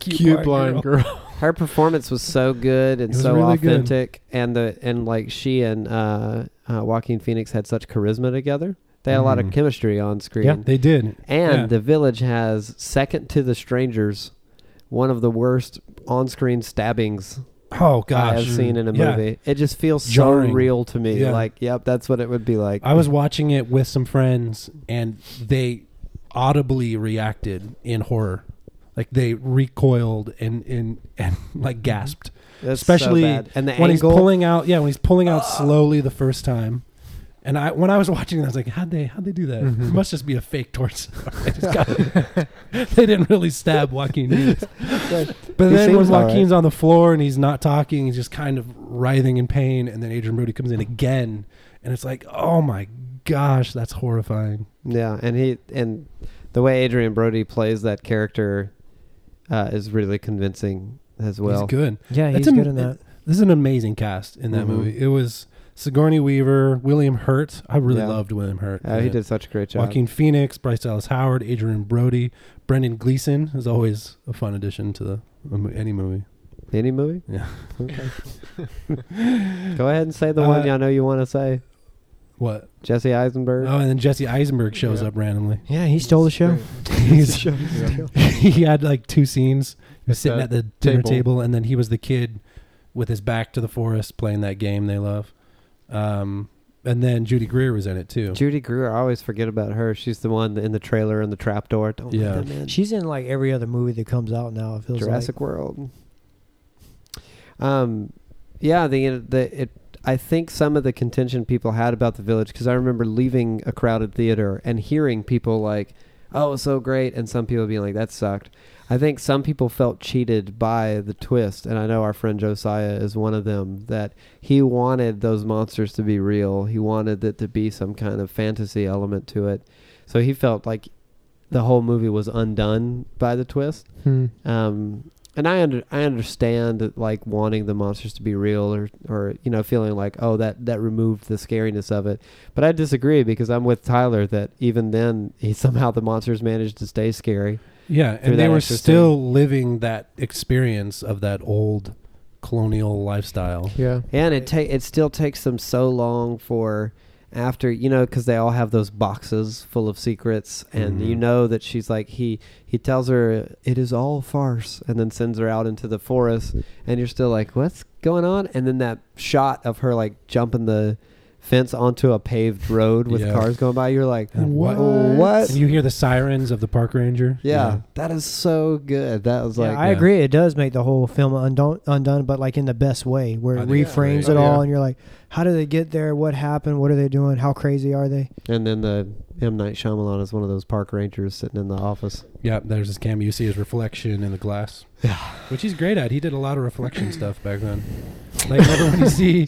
S4: Cute
S2: cute
S4: blind
S2: blind girl.
S1: her performance was so good and
S4: It was
S1: so
S4: really good.
S1: authentic, and the and like she and uh, uh, Joaquin Phoenix had such charisma together. They had a lot of
S4: Mhm.
S1: chemistry on screen.
S4: Yeah, they did.
S1: And
S4: Yeah.
S1: the village has second to the strangers, one of the worst on-screen stabbings
S4: Oh gosh,
S1: I have seen in a
S4: Yeah.
S1: movie. It just feels
S4: Jarring.
S1: so real to me.
S4: Yeah.
S1: Like, yep, that's what it would be like.
S4: I was watching it with some friends, and they audibly reacted in horror. Like they recoiled and and, and like gasped
S1: That's
S4: especially
S1: so bad. and the
S4: when he's
S1: angle. Ah.
S4: pulling out. Yeah, when he's pulling out slowly the first time. And I when I was watching, it, I was like, "How'd they how'd they do that?
S1: Mm-hmm.
S2: Mhm.
S4: It must just be a fake torso. they, just got- they didn't really stab Joaquin. Phoenix. But
S1: He
S4: then when
S1: seems all right.
S4: Joaquin's on the floor and he's not talking, he's just kind of writhing in pain. And then Adrian Brody comes in again, and it's like, "Oh my gosh, that's horrifying."
S1: yeah, and he and the way Adrian Brody plays that character uh, is really convincing as well.
S4: he's good.
S3: Yeah,
S4: That's
S3: he's
S4: am-
S3: good in that.
S4: This is an amazing cast in that
S1: Mhm.
S4: movie. It was Sigourney Weaver, William Hurt. I really
S1: Yeah.
S4: loved William Hurt.
S1: Uh,
S4: in
S1: he
S4: it.
S1: did such a great job.
S4: Joaquin Phoenix, Bryce Dallas Howard, Adrian Brody, Brendan Gleeson is always a fun addition to the a mo- any movie.
S1: Any movie?
S4: Yeah.
S1: Okay. Go ahead and say the one
S4: Uh,
S1: I know you want to say.
S4: What?
S1: Jesse Eisenberg.
S4: Oh, and then Jesse Eisenberg shows
S2: Yeah.
S4: up randomly.
S3: Yeah, he stole the show.
S4: He's, he had like two scenes. He was
S2: At
S4: sitting
S2: the
S4: at the dinner
S2: table.
S4: table, and then he was the kid with his back to the forest playing that game they love. Um, and then Judy Greer was in it too.
S1: Judy Greer, I always forget about her. She's the one in the trailer and the trapdoor. Don't
S4: Yeah.
S1: yeah. let them in.
S3: She's in like every other movie that comes out now. It feels
S1: Jurassic World. Um, yeah, the the it. I think some of the contention people had about the village because I remember leaving a crowded theater and hearing people like, "Oh, it was so great," and some people being like, "That sucked." I think some people felt cheated by the twist, and I know our friend Josiah is one of them. That he wanted those monsters to be real. He wanted it to be some kind of fantasy element to it, so he felt like the whole movie was undone by the twist.
S2: Hmm.
S1: Um, and I under, I understand that, like wanting the monsters to be real or or you know feeling like oh that that removed the scariness of it. But I disagree because I'm with Tyler that even then he somehow the monsters managed to stay scary.
S4: Yeah,
S1: through
S4: and they
S1: that
S4: were
S1: extra
S4: still living that experience of that old colonial lifestyle.
S2: Yeah.
S1: And it ta- it still takes them so long for after you know because they all have those boxes full of secrets and
S4: Mhm.
S1: you know that she's like he he tells her it is all farce and then sends her out into the forest and you're still like what's going on and then that shot of her like jumping the fence onto a paved road with
S4: Yeah.
S1: cars going by you're like
S4: And what-
S1: what
S4: And you hear the sirens of the park ranger.
S1: yeah, that is so good that was
S3: like.
S1: like
S3: yeah, I
S4: yeah.
S3: agree. It does make the whole film undone, undone, but like in the best way, where
S4: I
S3: it
S4: think it's
S3: reframes
S4: great.
S3: it all,
S2: Yeah.
S3: and you're like, how do they get there? What happened? What are they doing? How crazy are they?
S1: and then the M Night Shyamalan is one of those park rangers sitting in the office
S4: Yeah, there's his camera. You see his reflection in the glass.
S1: Yeah.
S4: Which he's great at. He did a lot of reflection stuff back then. Like remember when you see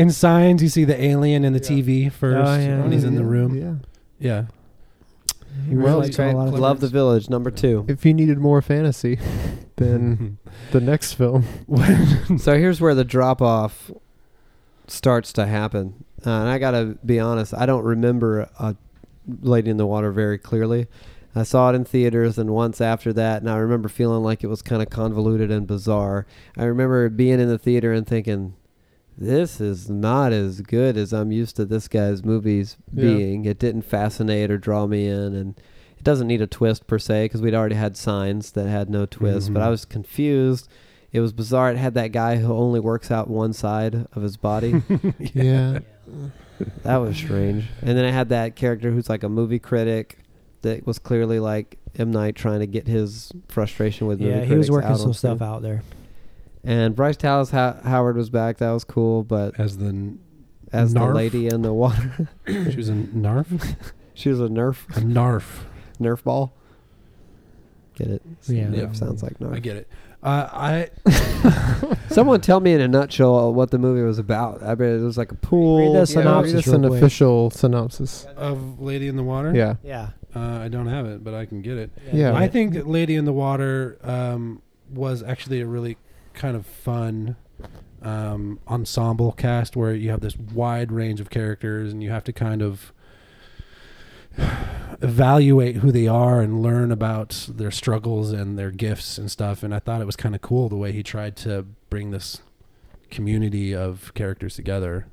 S4: in signs you see the alien in the
S2: Yeah.
S4: TV first
S3: Oh, yeah.
S4: when he's in the room. Yeah.
S2: Yeah.
S3: He
S2: Well,
S3: reflects on a
S4: great.
S3: lot of
S1: Love the
S3: things.
S1: Village number two.
S2: If you needed more fantasy, then
S4: Mm-hmm.
S2: the next film.
S1: so here's where the drop off starts to happen. Uh, and I got to be honest, I don't remember a Lady in the Water very clearly. I saw it in theaters and once after that, and I remember feeling like it was kind of convoluted and bizarre. I remember being in the theater and thinking, this is not as good as I'm used to this guy's movies
S2: Yeah.
S1: being. It didn't fascinate or draw me in, and it doesn't need a twist per se because we'd already had signs that had no twist. But
S4: Mhm.
S1: I
S3: Mm-hmm.
S1: was confused. It was bizarre. It had that guy who only works out one side of his body.
S2: Yeah.
S1: that was strange. And then it had that character who's like a movie critic that was clearly like M Night trying to get his frustration with movie
S3: Yeah, he was
S1: critics
S3: working
S1: out
S3: some
S1: on
S3: stuff
S1: screen.
S3: out there.
S1: And Bryce Dallas Ho- Howard was back. That was cool. But
S4: As the n-
S1: as the
S4: Narf?
S1: lady in the water,
S4: she was a narf?
S1: she was a Nerf
S4: A narf.
S1: Nerf ball. Get it?
S2: Yeah.
S1: Nerf
S4: Yeah.
S1: sounds like Nerf.
S4: I get it. Uh, I
S1: Someone tell me in a nutshell what the movie was about. I mean, it was like a pool.
S3: us
S1: yeah,
S3: synopsis.
S2: read us
S3: real
S2: an
S3: quick.
S2: official synopsis.
S4: of Lady in the Water.
S2: Yeah.
S3: Yeah.
S4: Uh, I don't have it, but I can get it.
S2: Yeah.
S4: I think that Lady in the Water um, was actually a really kind of fun um, ensemble cast where you have this wide range of characters and you have to kind of evaluate who they are and learn about their struggles and their gifts and stuff. And I thought it was kind of cool the way he tried to bring this community of characters together.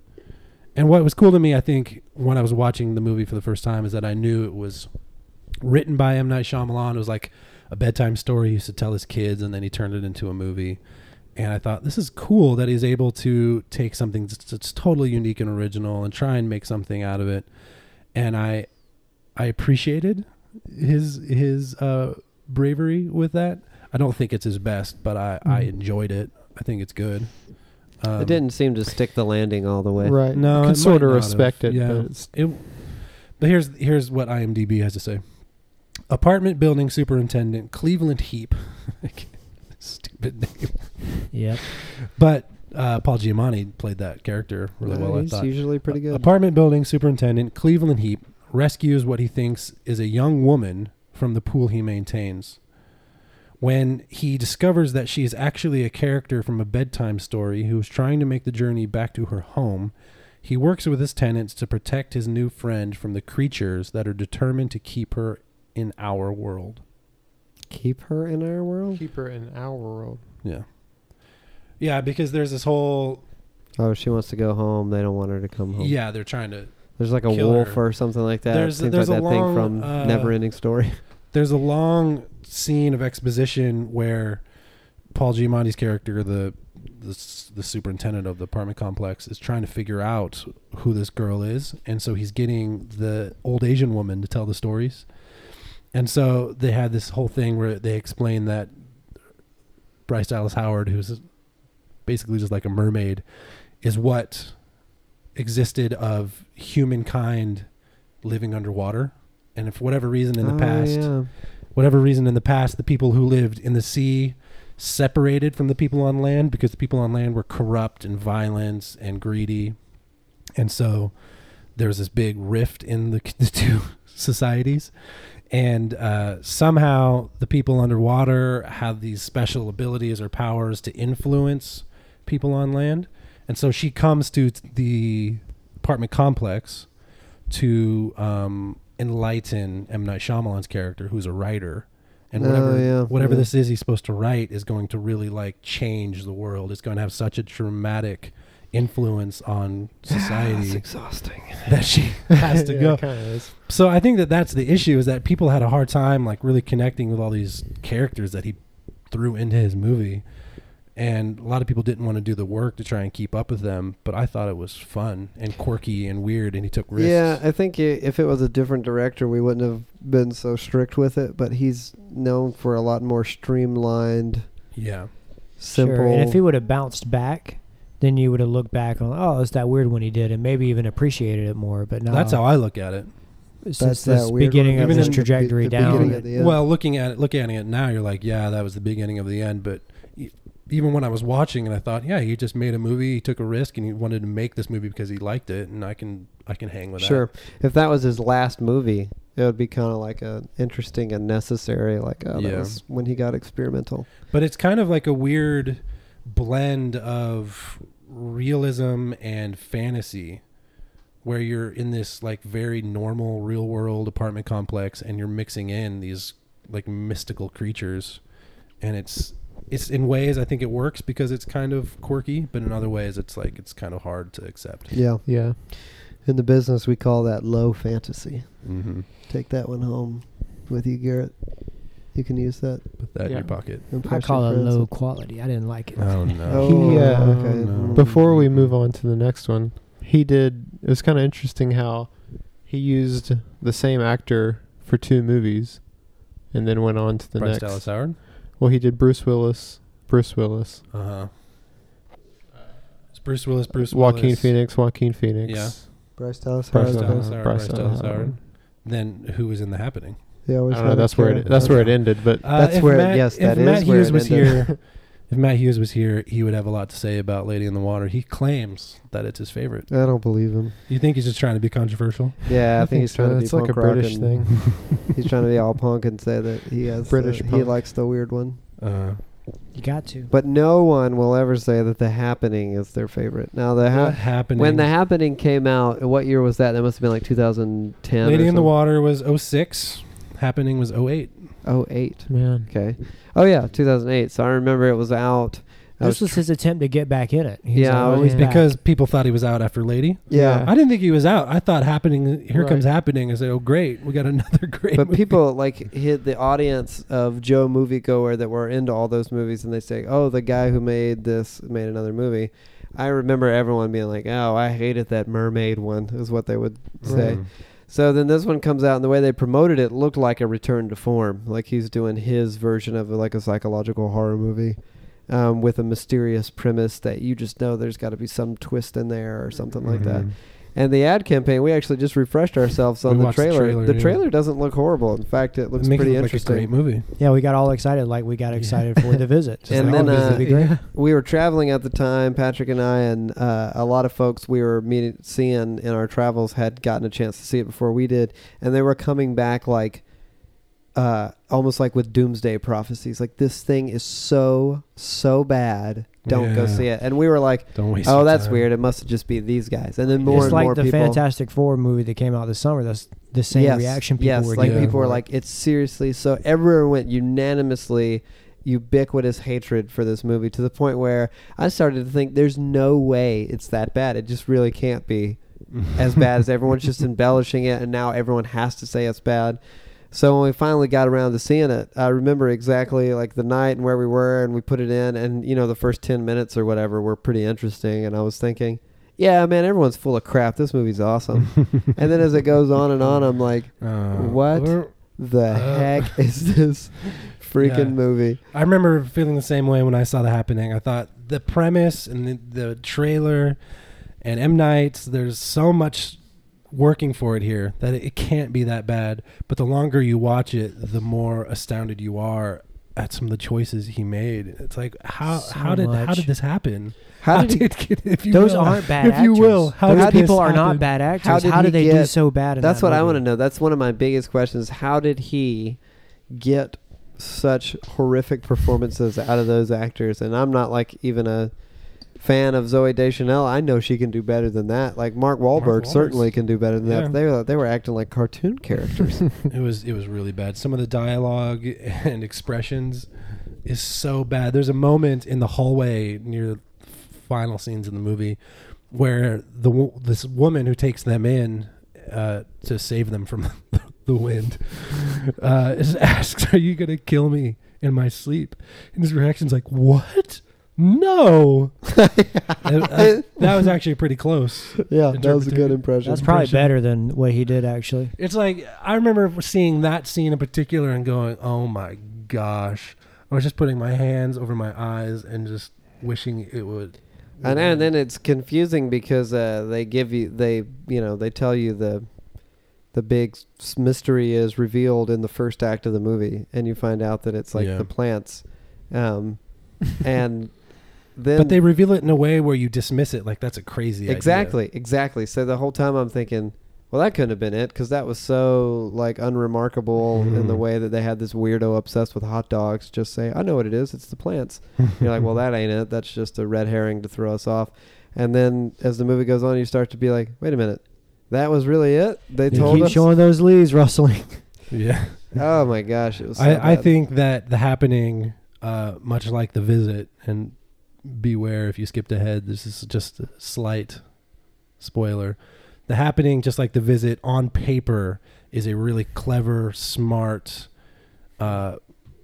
S4: And what was cool to me, I think, when I was watching the movie for the first time, is that I knew it was written by M. Night Shyamalan. It was like a bedtime story he used to tell his kids, and then he turned it into a movie. And I thought, this is cool that he's able to take something that's, that's totally unique and original and try and make something out of it. And I, I appreciated his his uh, bravery with that. I don't think it's his best, but I, I
S3: Mhm.
S4: enjoyed it. I think it's good. Um,
S1: Mm-hmm. it didn't seem to stick the landing all the way.
S2: Right.
S4: No,
S2: you
S4: it
S2: can sort
S4: might
S2: of
S4: not
S2: respect
S4: have.
S2: it.
S4: Yeah.
S2: But it's,
S4: It, but here's here's what IMDb has to say: Apartment building superintendent Cleveland Heap, stupid name.
S3: Yep.
S4: But uh, Paul Giamatti played that character really well. I
S1: he's
S4: thought.
S1: usually pretty good.
S4: Apartment building superintendent Cleveland Heap rescues what he thinks is a young woman from the pool he maintains. When he discovers that she is actually a character from a bedtime story who is trying to make the journey back to her home, he works with his tenants to protect his new friend from the creatures that are determined to keep her in our world.
S1: Keep her in our world.
S2: keep her in our world.
S4: Yeah. Yeah, because there's this whole
S1: Oh, she wants to go home. They don't want her to come home.
S4: yeah, they're trying to
S1: There's like a
S4: Kill
S1: wolf
S4: her.
S1: or something like that.
S4: There's-
S1: Seems
S4: there's
S1: like
S4: a
S1: that thing
S4: long,
S1: from
S4: uh,
S1: Never Ending Story.
S4: there's a long scene of exposition where Paul Giamatti's character, the, the s- the superintendent of the apartment complex, is trying to figure out who this girl is, and so he's getting the old Asian woman to tell the stories. And so they had this whole thing where they explain that Bryce Dallas Howard, who's basically just like a mermaid, is what existed of humankind living underwater. And if whatever reason in the
S1: Oh,
S4: past,
S1: yeah.
S4: whatever reason in the past the people who lived in the sea separated from the people on land because the people on land were corrupt and violent and greedy and so there's this big rift in the, the two societies and uh, somehow the people underwater have these special abilities or powers to influence people on land and so she comes to t- the apartment complex to um, enlighten M Night Shyamalan's character, who's a writer, and
S1: Oh,
S4: whatever
S1: yeah,
S4: whatever
S1: yeah.
S4: this is he's supposed to write is going to really like change the world. It's going to have such a dramatic influence on
S1: It's
S4: society
S1: exhausting.
S4: that she has to
S2: Yeah,
S4: go.
S2: it kinda is.
S4: So I think that that's the issue is that people had a hard time like really connecting with all these characters that he threw into his movie. And a lot of people didn't want to do the work to try and keep up with them, but I thought it was fun and quirky and weird, and he took risks.
S1: Yeah, I think i if it was a different director, we wouldn't have been so strict with it. But he's known for a lot more streamlined,
S4: yeah.
S1: simple.
S3: Sure. And if he would have bounced back, then you would have looked back on, oh, it's that weird one he did, and maybe even appreciated it more. But no,
S4: That's how I look at it.
S3: since
S1: That's that
S3: this
S1: weird one.
S3: beginning of
S4: Even
S3: this
S4: in the-
S3: trajectory
S1: the
S3: down,
S1: beginning at the end.
S4: Well, looking at it, looking at it now, you're like, yeah, that was the beginning of the end. But e- even when I was watching, and I thought, yeah, he just made a movie, he took a risk, and he wanted to make this movie because he liked it, and I can, I can hang with
S1: sure. If that was his last movie, it would be kind of like a interesting and necessary. Like oh, that
S4: Yeah.
S1: was when he got experimental.
S4: that. But it's kind of like a weird blend of realism and fantasy, where you're in this like very normal real world apartment complex, and you're mixing in these like mystical creatures and it's it's in ways I think it works because it's kind of quirky, but in other ways it's like it's kind of hard to accept.
S1: Yeah.
S2: Yeah.
S1: In the business, we call that low fantasy.
S4: Mm-hmm.
S1: Take that one home with you, Garrett. You can use that.
S4: Put that in
S2: Yeah.
S4: your pocket.
S3: I
S1: Impress
S3: call
S1: your
S3: it
S1: friends.
S3: low quality. I didn't like it.
S4: Oh no!
S1: Oh,
S2: He, uh,
S1: okay.
S4: no.
S2: Before we move on to the next one, he did. It was kind of interesting how he used the same actor for two movies, and then went on to the
S4: Bryce
S2: next.
S4: Dallas Howard.
S2: Well, he did Bruce Willis, Bruce Willis,
S4: Uh huh. It's Bruce Willis. Bruce
S2: Joaquin
S4: Willis.
S2: Phoenix, Joaquin Phoenix.
S4: Yeah.
S1: Mm-hmm. Bryce Dallas
S2: Bryce
S1: Howard.
S4: Bryce Dallas
S2: Uh,
S4: Howard.
S2: Bryce
S4: Bryce
S2: Dallas
S4: Dallas Howard.
S2: Howard.
S4: Then who was in the happening?
S1: They
S2: I
S1: always
S2: don't know.
S1: have a
S2: That's where it.
S1: character.
S2: That's where it ended. But
S1: That's
S4: Uh, if
S1: where-
S4: Matt,
S1: yes,
S4: if
S1: that
S4: Matt
S1: is where
S4: Hughes
S1: it
S4: was
S1: ended.
S4: here, If Matt Hughes was here, he would have a lot to say about Lady in the Water. He claims that it's his favorite.
S2: I don't believe him.
S4: You think he's just trying to be controversial?
S1: Yeah, I, think, he's trying to be
S2: it's like a
S1: punk rock
S2: British
S1: and-
S2: thing.
S1: He's trying to be all punk and say that he has
S2: British
S1: the- He
S2: punk.
S1: likes the weird one,
S4: Uh,
S3: You got to.
S1: but no one will ever say that the happening is their favorite. Now the
S4: what
S1: ha-
S4: happened
S1: when the happening came out, what year was that? That must have been like 2010.
S4: Lady
S1: or
S4: in the
S1: something.
S4: Water was 06. Happening was 08.
S1: Oh eight.
S2: Man.
S1: Okay. Oh yeah, 2008. So I remember it was out. I
S3: This was his attempt to get back in it. He's
S1: Yeah,
S3: like,
S1: I
S3: "Oh,
S1: was-
S3: he's back."
S4: Because people thought he was out after Lady.
S1: yeah.
S2: Yeah.
S4: I didn't think he was out. I thought happening. Here
S2: Right.
S4: comes happening. I said, "Oh, great, we got another great."
S1: But
S4: movie."
S1: people like hit the audience of Joe moviegoer that were into all those movies, and they say, "Oh, the guy who made this made another movie." I remember everyone being like, "Oh, I hated that mermaid one," is what they would say.
S4: Mm.
S1: So then this one comes out, and the way they promoted it looked like a return to form, like he's doing his version of like a psychological horror movie, um, with a mysterious premise that you just know there's got to be some twist in there or something like that.
S4: Mhm.
S2: Mm-hmm.
S1: And the ad campaign, we actually just refreshed ourselves
S4: We
S1: on the
S4: watched the
S1: trailer. The trailer,
S4: trailer, yeah.
S1: doesn't look horrible. In fact, it looks
S4: Make it
S1: pretty
S4: look Like a
S1: interesting.
S4: great movie.
S3: yeah, we got all excited like we got excited for the visit. Just
S1: And
S3: like,
S1: then,
S3: "Oh, this
S1: uh,
S3: would be great."
S1: we were traveling at the time, Patrick and I, and uh, a lot of folks we were meeting, seeing in our travels had gotten a chance to see it before we did, and they were coming back like, uh, almost like with doomsday prophecies. Like this thing is so so bad. Don't go
S4: Yeah.
S1: see it. And we were like,
S4: Don't waste.
S1: oh,
S4: your
S1: that's
S4: time.
S1: weird. It must just be these guys. And then more
S3: it's
S1: and
S3: like
S1: more
S3: the
S1: people.
S3: Fantastic Four movie that came out this summer. That's the same reaction people
S1: yes,
S3: were
S1: like
S3: giving
S1: people
S3: for
S1: were
S3: it.
S1: like, it's seriously so. Everywhere went unanimously ubiquitous hatred for this movie to the point where I started to think there's no way it's that bad. It just really can't be as bad as everyone's just embellishing it, and now everyone has to say it's bad. So when we finally got around to seeing it, I remember exactly like the night and where we were, and we put it in, and you know the first ten minutes or whatever were pretty interesting, and I was thinking. Yeah, man, everyone's full of crap. This movie's awesome. and then as it goes on and on, I'm like,
S4: Uh,
S1: What? the
S4: Uh,
S1: heck is this freaking
S4: Yeah.
S1: movie?
S4: I remember feeling the same way when I saw the happening. I thought the premise and the, the trailer and M Nights. There's so much working for it here that it, it can't be that bad. But the longer you watch it, the more astounded you are at some of the choices he made. It's like how
S3: So
S4: how did how
S3: much.
S4: did this happen?
S1: How did he,
S4: it, if you
S3: Those
S4: will,
S3: aren't bad
S4: if
S3: actors.
S4: you will, how
S3: Those
S4: did this
S3: people are
S4: happen?
S3: not bad actors.
S1: How
S3: How
S1: did
S3: did,
S1: he
S3: they do
S1: get-
S3: so bad? In
S1: that's
S3: that
S1: what I
S3: movie?
S1: want to know. That's one of my biggest questions. How did he get such horrific performances out of those actors? And I'm not like even a fan of Zoe Deschanel. I know she can do better than that. Like Mark Wahlberg,
S4: Wahlberg's-
S1: certainly can do better than
S4: Yeah.
S1: that. They were they were acting like cartoon characters.
S4: It was it was really bad. Some of the dialogue and expressions is so bad. There's a moment in the hallway near the final scenes in the movie where the wo- this woman who takes them in uh, to save them from the wind uh, is asks, "Are you gonna kill me in my sleep?" And his reaction's like, "What? No." And, uh, that was actually pretty close.
S1: yeah, that was a good
S4: Interpretation.
S1: impression.
S3: That's probably
S4: impression.
S3: better than what he did actually.
S4: It's like I remember seeing that scene in particular and going, "Oh my gosh!" I was just putting my hands over my eyes and just wishing it would.
S1: I know, and then it's confusing because uh, they give you they you know they tell you the the big s- mystery is revealed in the first act of the movie, and you find out that it's like
S4: Yeah.
S1: the plants, um, and then
S4: but they reveal it in a way where you dismiss it, like that's a crazy. idea.
S1: exactly exactly. So the whole time I'm thinking, well, that couldn't have been it because that was so like unremarkable in the
S4: Mhm.
S1: way that they had this weirdo obsessed with hot dogs. Just say, I know what it is. It's the plants. You're like, well, that ain't it. That's just a red herring to throw us off. And then as the movie goes on, you start to be like, wait a minute, that was really it. They
S4: Yeah.
S1: told
S3: Keep
S1: us.
S3: showing those leaves rustling.
S4: Yeah,
S1: oh my gosh, it was. So
S4: I, I
S1: bad.
S4: think that the happening, uh, much like the visit, and beware if you skipped ahead. This is just a slight spoiler. The happening, just like the visit, on paper is a really clever, smart, uh,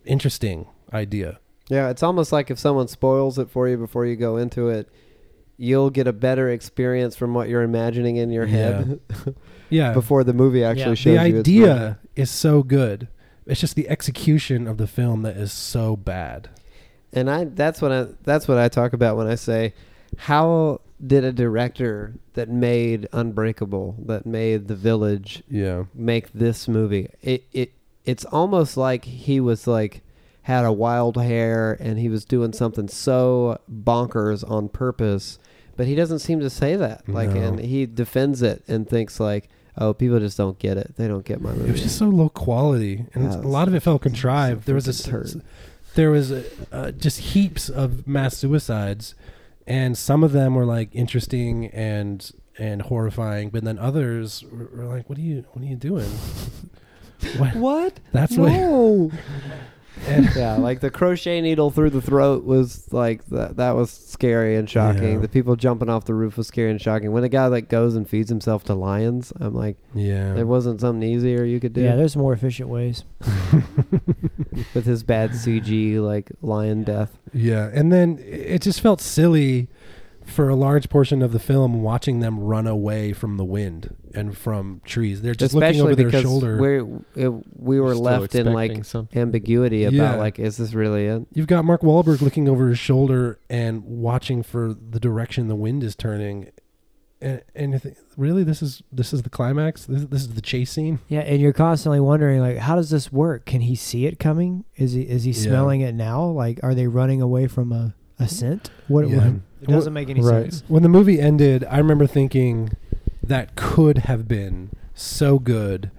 S4: interesting idea.
S1: Yeah, it's almost like if someone spoils it for you before you go into it, you'll get a better experience from what you're imagining in your head
S4: Yeah,
S1: before the movie actually
S3: Yeah.
S1: shows
S4: the
S1: you. it's real.
S4: idea is so good. It's just the execution of the film that is so bad.
S1: And I that's what I that's what I talk about when I say how did a director that made Unbreakable, that made The Village,
S4: Yeah,
S1: make this movie? It it it's almost like he was like had a wild hair and he was doing something so bonkers on purpose. But he doesn't seem to say that. Like,
S4: No.
S1: and he defends it and thinks like, "Oh, people just don't get it. They don't get my movie."
S4: It was just so low quality, and
S1: Yeah,
S4: a lot of it felt contrived.
S1: so
S4: there was a
S1: freaking
S4: s-
S1: turd.
S4: there was a, uh, just heaps of mass suicides, and some of them were like interesting and and horrifying, but then others were, were like, "What are you? What are you doing?" What?
S1: what?
S4: That's what.
S1: no.
S4: And,
S1: yeah, like the crochet needle through the throat was like that. That was scary and shocking.
S4: Yeah.
S1: The people jumping off the roof was scary and shocking. When a guy like goes and feeds himself to lions, I'm like, there
S4: yeah.
S1: wasn't something easier you could do
S3: Yeah, there's more efficient ways.
S1: with his bad CG like lion death.
S4: Yeah, and then it just felt silly for a large portion of the film watching them run away from the wind and from trees. They're just
S1: Especially
S4: looking
S1: because
S4: over their shoulder.
S1: we we were
S2: Still
S1: left in
S2: expecting
S1: like
S2: something.
S1: ambiguity about
S4: Yeah.
S1: like, is this really it?
S4: You've got Mark Wahlberg looking over his shoulder and watching for the direction the wind is turning. And, and you think, really, this is this is the climax. This, this is the chase scene.
S3: Yeah, and you're constantly wondering like, how does this work? Can he see it coming? Is he is he
S4: Yeah.
S3: smelling it now? Like, are they running away from a, a scent? What,
S4: Yeah.
S3: what- it
S4: Well,
S3: doesn't make any
S2: right.
S3: sense.
S4: When the movie ended, I remember thinking that could have been so good.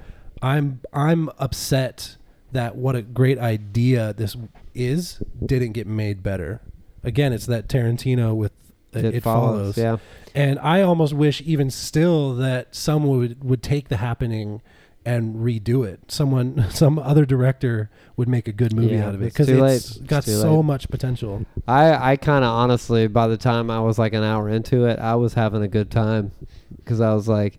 S4: I'm I'm upset that what a great idea this is didn't get made better. Again, it's that Tarantino with uh, it, follows.
S1: Yeah.
S4: And I almost wish, even still, that someone would, would take the happening and redo it. Someone, some other director would make a good movie
S1: Yeah,
S4: out of it
S1: it's
S4: because
S1: too late.
S4: it's got
S1: It's too
S4: so
S1: late.
S4: much potential.
S1: I, I kind of honestly, by the time I was like an hour into it, I was having a good time because I was like,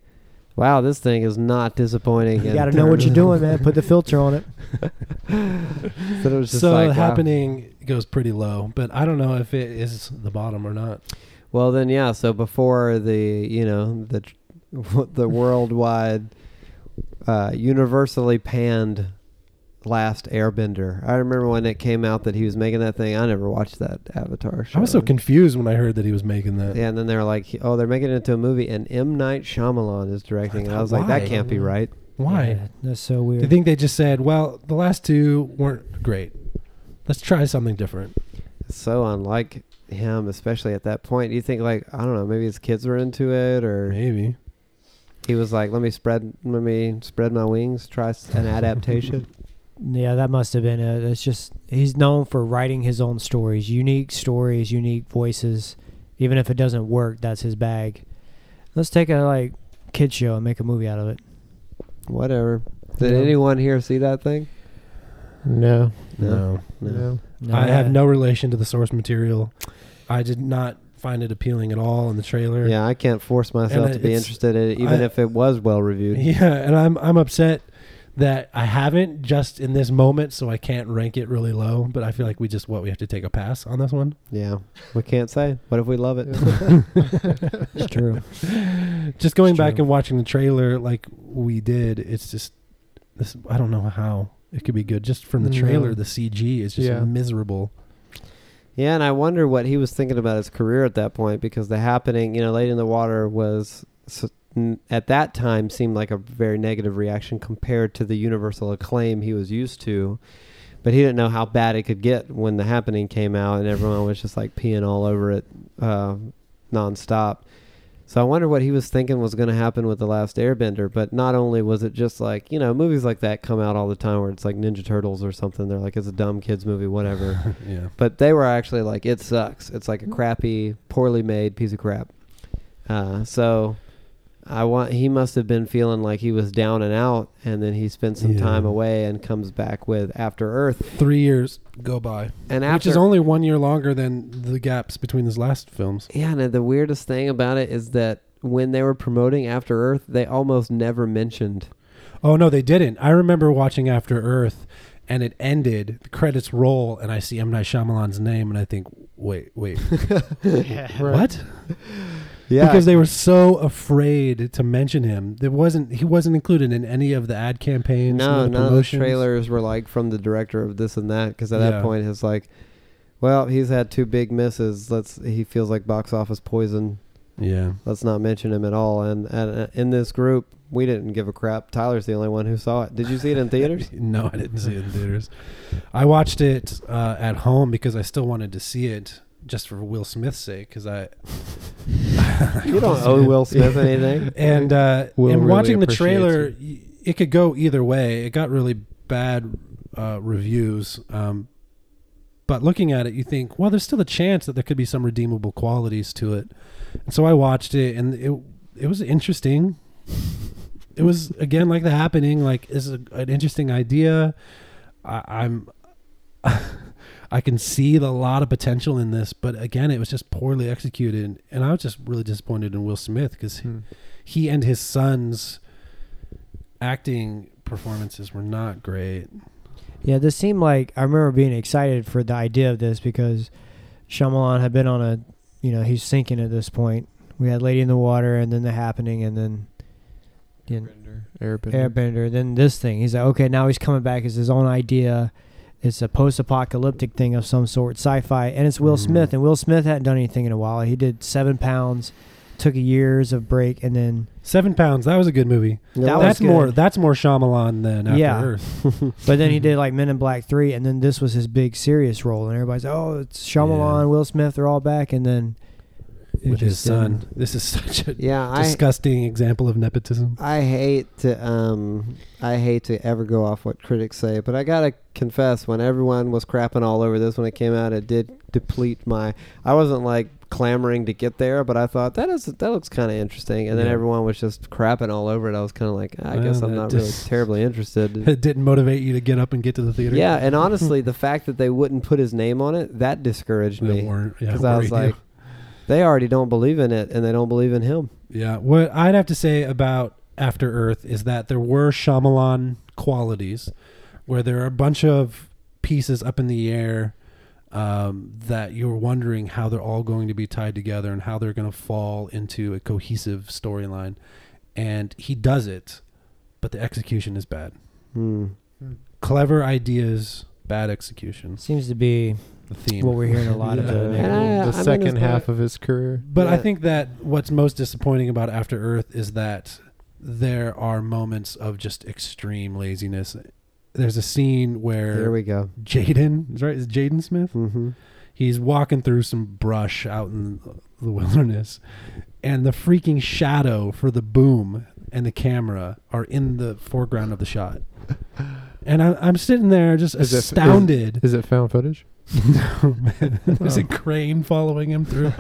S1: wow, this thing is not disappointing.
S3: You
S1: and
S3: got to know what you're doing, man. Put the filter on it.
S1: So it was just
S4: So
S1: like,
S4: the
S1: wow.
S4: happening goes pretty low, but I don't know if it is the bottom or not.
S1: Well, then, yeah. So before the, you know, the, tr- the worldwide, uh, universally panned last airbender, I remember when it came out that he was making that thing. I never watched that Avatar show.
S4: I was so confused when I heard that he was making that.
S1: Yeah, and then they're like, "Oh, they're making it into a movie, and M. Night Shyamalan is directing." it. I was like, "That
S4: Why?
S1: can't be right."
S4: Why?
S3: Yeah, that's so
S4: Do
S3: weird.
S4: you think they just said, "Well, the last two weren't great. Let's try something different"?
S1: so unlike him, especially at that point. You think like I don't know, maybe his kids were into it, or
S4: Maybe.
S1: he was like, "Let me spread, let me spread my wings, try s- an adaptation."
S3: Yeah, that must have been it. It's just he's known for writing his own stories, unique stories, unique voices. Even if it doesn't work, that's his bag. Let's take a like kid show and make a movie out of it.
S1: Whatever. Did
S3: Yeah.
S1: anyone here see that thing?
S2: No,
S1: No.
S2: no.
S3: No,
S4: I have
S3: that-
S4: no relation to the source material. I did not find it appealing at all in the trailer.
S1: Yeah, I can't force myself
S4: And
S1: to be
S4: it's-
S1: interested in it, even
S4: I-
S1: if it was well reviewed.
S4: Yeah, and I'm I'm upset that I haven't just in this moment, so I can't rank it really low. But I feel like we just what we have to take a pass on this one.
S1: yeah, we can't say. What if we love it?
S3: It's true.
S4: Just going
S3: It's
S4: back
S3: true.
S4: and watching the trailer like we did, it's just this. I don't know how it could be good. Just from the
S2: No.
S4: trailer, the CG is just
S2: Yeah.
S4: miserable.
S1: Yeah, and I wonder what he was thinking about his career at that point because the happening, you know, Lady in the Water was s- n- at that time seemed like a very negative reaction compared to the universal acclaim he was used to. But he didn't know how bad it could get when the happening came out and everyone was just like peeing all over it uh, nonstop. So I wonder what he was thinking was going to happen with The Last Airbender. But not only was it just like, you know, movies like that come out all the time where it's like Ninja Turtles or something. They're like, it's a dumb kids movie, whatever.
S4: yeah.
S1: But they were actually like, it sucks. It's like a crappy, poorly made piece of crap. Uh, so I want he must have been feeling like he was down and out, and then he spends some
S4: Yeah.
S1: time away and comes back with After Earth.
S4: Three years go by,
S1: And
S4: which
S1: after
S4: is only one year longer than the gaps between his last films.
S1: yeah, and the weirdest thing about it is that when they were promoting After Earth, they almost never mentioned.
S4: Oh no, they didn't. I remember watching After Earth, and it ended. The credits roll, and I see M Night Shyamalan's name, and I think, wait, wait, what?
S1: Yeah,
S4: Because they were so afraid to mention him. There wasn't. He wasn't included in any of the ad campaigns.
S1: No, none
S4: the
S1: of the
S4: promotions.
S1: trailers were like from the director of this and that because at that
S4: Yeah.
S1: point it's like, well, he's had two big misses. Let's he feels like box office poison.
S4: Yeah,
S1: Let's not mention him at all. And, and uh, in this group, We didn't give a crap. Tyler's the only one who saw it. Did you see it in theaters?
S4: no, I didn't see it in theaters. I watched it uh, at home because I still wanted to see it just for Will Smith's sake. Because I,
S1: You don't owe Will Smith anything.
S4: and uh,
S2: Will
S4: and
S2: really
S4: watching the
S2: appreciates
S4: trailer, y- it could go either way. It got really bad uh, reviews, um, but looking at it, you think, well, there's still a chance that there could be some redeemable qualities to it. And so I watched it, and it it was interesting. It was again like the happening. Like this is a, an interesting idea. I, I'm. I can see a lot of potential in this, but again, it was just poorly executed, and I was just really disappointed in Will Smith because
S2: Hmm.
S4: he and his son's acting performances were not great.
S3: Yeah, this seemed like I remember being excited for the idea of this because Shyamalan had been on a, you know, he's sinking at this point. We had Lady in the Water, and then The Happening, and then you know,
S2: Airbender.
S3: Airbender, then this thing. He's like, okay, now he's coming back. It's his own idea. It's a post-apocalyptic thing of some sort, sci-fi, and it's Will
S4: Mhm.
S3: Smith. And Will Smith hadn't done anything in a while. He did Seven Pounds, took a years of break, and then
S4: Seven Pounds, that was a good movie.
S3: That was
S4: that's
S3: good.
S4: more that's more Shyamalan than After
S3: Yeah.
S4: Earth.
S3: But then he did like Men in Black Three, and then this was his big serious role, and everybody's oh, it's Shyamalan,
S4: Yeah.
S3: Will Smith, they're all back, and then it
S4: With his
S3: just didn't-
S4: son. This is such a
S1: Yeah, I
S4: disgusting example of nepotism.
S1: I hate to um I hate to ever go off what critics say, but I gotta confess when everyone was crapping all over this when it came out, it did deplete my. I wasn't like clamoring to get there, but I thought that is that looks kind of interesting, and then
S4: Yeah.
S1: everyone was just crapping all over it. I was kind of like, I guess
S4: Well,
S1: I'm
S4: that
S1: not
S4: just-
S1: really terribly interested.
S4: It didn't motivate you to get up and get to the theater.
S1: yeah, and honestly, the fact that they wouldn't put his name on it that discouraged
S4: That
S1: me
S4: warrant- yeah,
S1: because I was
S4: worried you.
S1: like, they already don't believe in it, and they don't believe in him.
S4: Yeah. What I'd have to say about After Earth is that there were Shyamalan qualities where there are a bunch of pieces up in the air um, that you're wondering how they're all going to be tied together and how they're going to fall into a cohesive storyline. And he does it, but the execution is bad.
S1: Hmm.
S4: Clever ideas, bad execution.
S3: seems to be
S4: The theme.
S3: what we're hearing a lot
S2: Yeah.
S3: of. the
S1: And I-
S3: negative-
S1: I mean,
S2: the
S1: it's
S2: second
S1: not-
S2: half of his career.
S4: But I
S1: Yeah.
S4: think that what's most disappointing about After Earth is that there are moments of just extreme laziness. There's a scene
S1: There
S4: where
S1: we go.
S4: Jaden is right. Is Jaden Smith?
S1: hmm
S4: He's walking through some brush out in the wilderness, and the freaking shadow for the boom and the camera are in the foreground of the shot. And I, I'm sitting there just
S2: Is it- is-
S4: astounded.
S2: Is it found footage?
S4: No, man. There's a crane following him through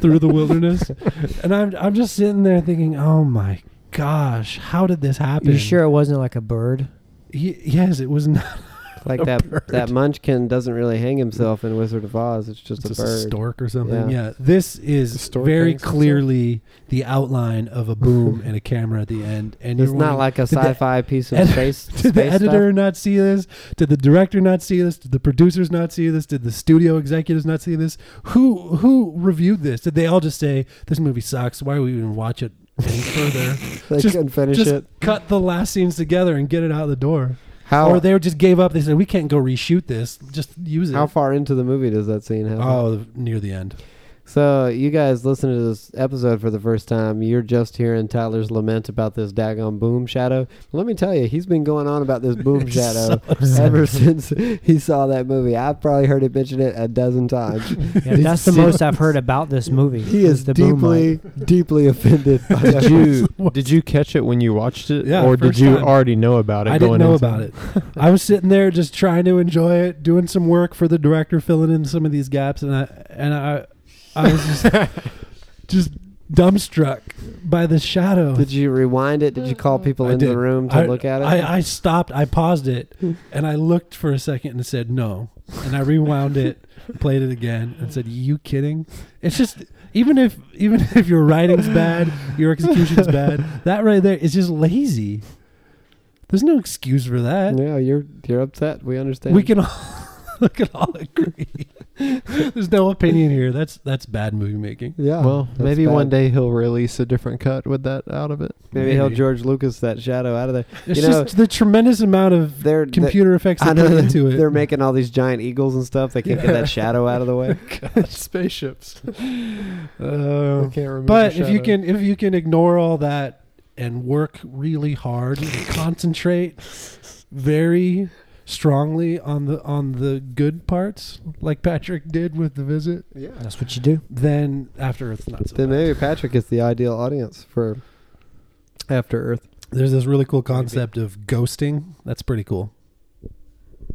S4: through the wilderness, and I'm I'm just sitting there thinking, oh my gosh, how did this happen?
S3: you sure it wasn't like a bird?
S4: Ye- yes, it was not
S1: like
S4: a
S1: that
S4: bird.
S1: that munchkin doesn't really hang himself in Wizard of Oz. It's just,
S4: just
S1: a
S4: a,
S1: bird.
S4: stork or something.
S1: Yeah.
S4: Yeah, this
S2: The
S4: is
S2: stork
S4: very
S2: hangs himself?
S4: clearly the outline of a boom and a camera at the end, and
S1: it's
S4: you're
S1: not
S4: wondering,
S1: like a
S4: did the-
S1: sci-fi piece of
S4: ed-
S1: space.
S4: Did the
S1: space
S4: editor not see this? Did the director not see this? Did the producers not see this? Did the studio executives not see this? Who who reviewed this? Did they all just say this movie sucks? Why would we even watch it any further?
S1: stuff? They
S4: just-
S1: couldn't finish
S4: just
S1: it.
S4: cut the last scenes together and get it out the door.
S1: How
S4: Or they just gave up. They said we can't go reshoot this. Just use it.
S1: how far into the movie does that scene happen?
S4: oh, near the end.
S1: So you guys listen to this episode for the first time. You're just hearing Tyler's lament about this daggone boom shadow. Let me tell you, he's been going on about this boom
S4: It's
S1: shadow
S4: so upsetting.
S1: ever since he saw that movie. I've probably heard him mention it a dozen times.
S3: Yeah, that's the most I've heard about this movie.
S1: He is
S3: the
S1: deeply, deeply offended by that.
S2: Did you did you catch it when you watched it,
S4: Yeah,
S2: or did
S4: first
S2: you
S4: time.
S2: already know about it?
S4: I
S2: going
S4: didn't know
S2: into
S4: about it. I was sitting there just trying to enjoy it, doing some work for the director, filling in some of these gaps, and I and I, I was just just dumbstruck by the shadow.
S1: Did you rewind it? Did you call people
S4: I
S1: into
S4: did.
S1: the room to
S4: I,
S1: look at it? Hmm.
S4: I, I stopped. I paused it, and I looked for a second and said no, and I rewound it, played it again, and said, "You kidding?" It's just even if even if your writing's bad, your execution's bad. That right there is just lazy. There's no excuse for that.
S1: no, you're you're upset. We understand.
S4: We can all we can all agree. There's no opinion here. That's that's bad movie making.
S1: Yeah.
S2: Well,
S1: that's
S2: Oh, maybe one
S1: bad.
S2: day he'll release a different cut with that out of it.
S1: Maybe, he'll
S4: maybe.
S1: George Lucas that shadow out of there.
S4: It's
S1: You know-
S4: just the tremendous amount of
S1: They're they-
S4: computer effects
S1: I
S4: that
S1: know
S4: go
S1: that
S4: into it.
S1: they're making all these giant eagles and stuff. They can't get that shadow out of the way.
S2: Spaceships.
S4: Uh,
S2: can't remember.
S4: but if you can if you can ignore all that and work really hard and concentrate very strongly on the on the good parts, like Patrick did with the visit,
S2: Yeah.
S3: That's what you do.
S4: then after it's not so
S1: Then
S4: bad.
S1: maybe Patrick is the ideal audience for After Earth.
S4: There's this really cool concept of ghosting. That's pretty cool.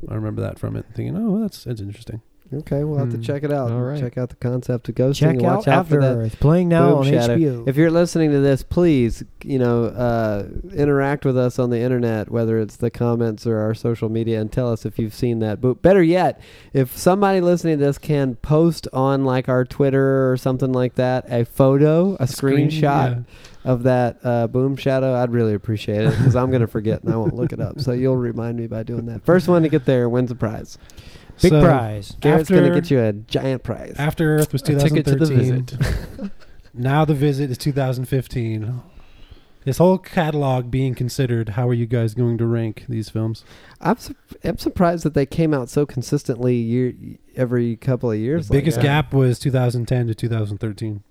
S4: I remember that from it, thinking, "Oh, that's that's interesting."
S1: Okay, we'll have to
S2: Hmm.
S1: check it out.
S2: All right.
S1: Check out the concept of ghosting.
S3: Check
S1: and
S3: out
S1: watch out for
S3: After
S1: that
S3: Earth playing now
S1: boom
S3: on
S1: shadow.
S3: HBO.
S1: If you're listening to this, please, you know, uh, interact with us on the internet, whether it's the comments or our social media, and tell us if you've seen that. But better yet, if somebody listening to this can post on like our Twitter or something like that, a photo, a,
S4: Screen-
S1: screenshot
S4: yeah.
S1: of that uh, boom shadow, I'd really appreciate it because I'm gonna forget and I won't look it up. So you'll remind me by doing that. First one to get there wins a prize.
S3: Big
S4: So,
S3: prize.
S1: Garrett's
S4: after,
S1: gonna get you a giant prize.
S4: After Earth was
S1: A ticket to the
S4: 2013. now the visit is 2015. This whole catalog being considered, how are you guys going to rank these films?
S1: I'm su- I'm surprised that they came out so consistently year every couple of years.
S4: the biggest
S1: like uh, that.
S4: gap was 2010 to 2013.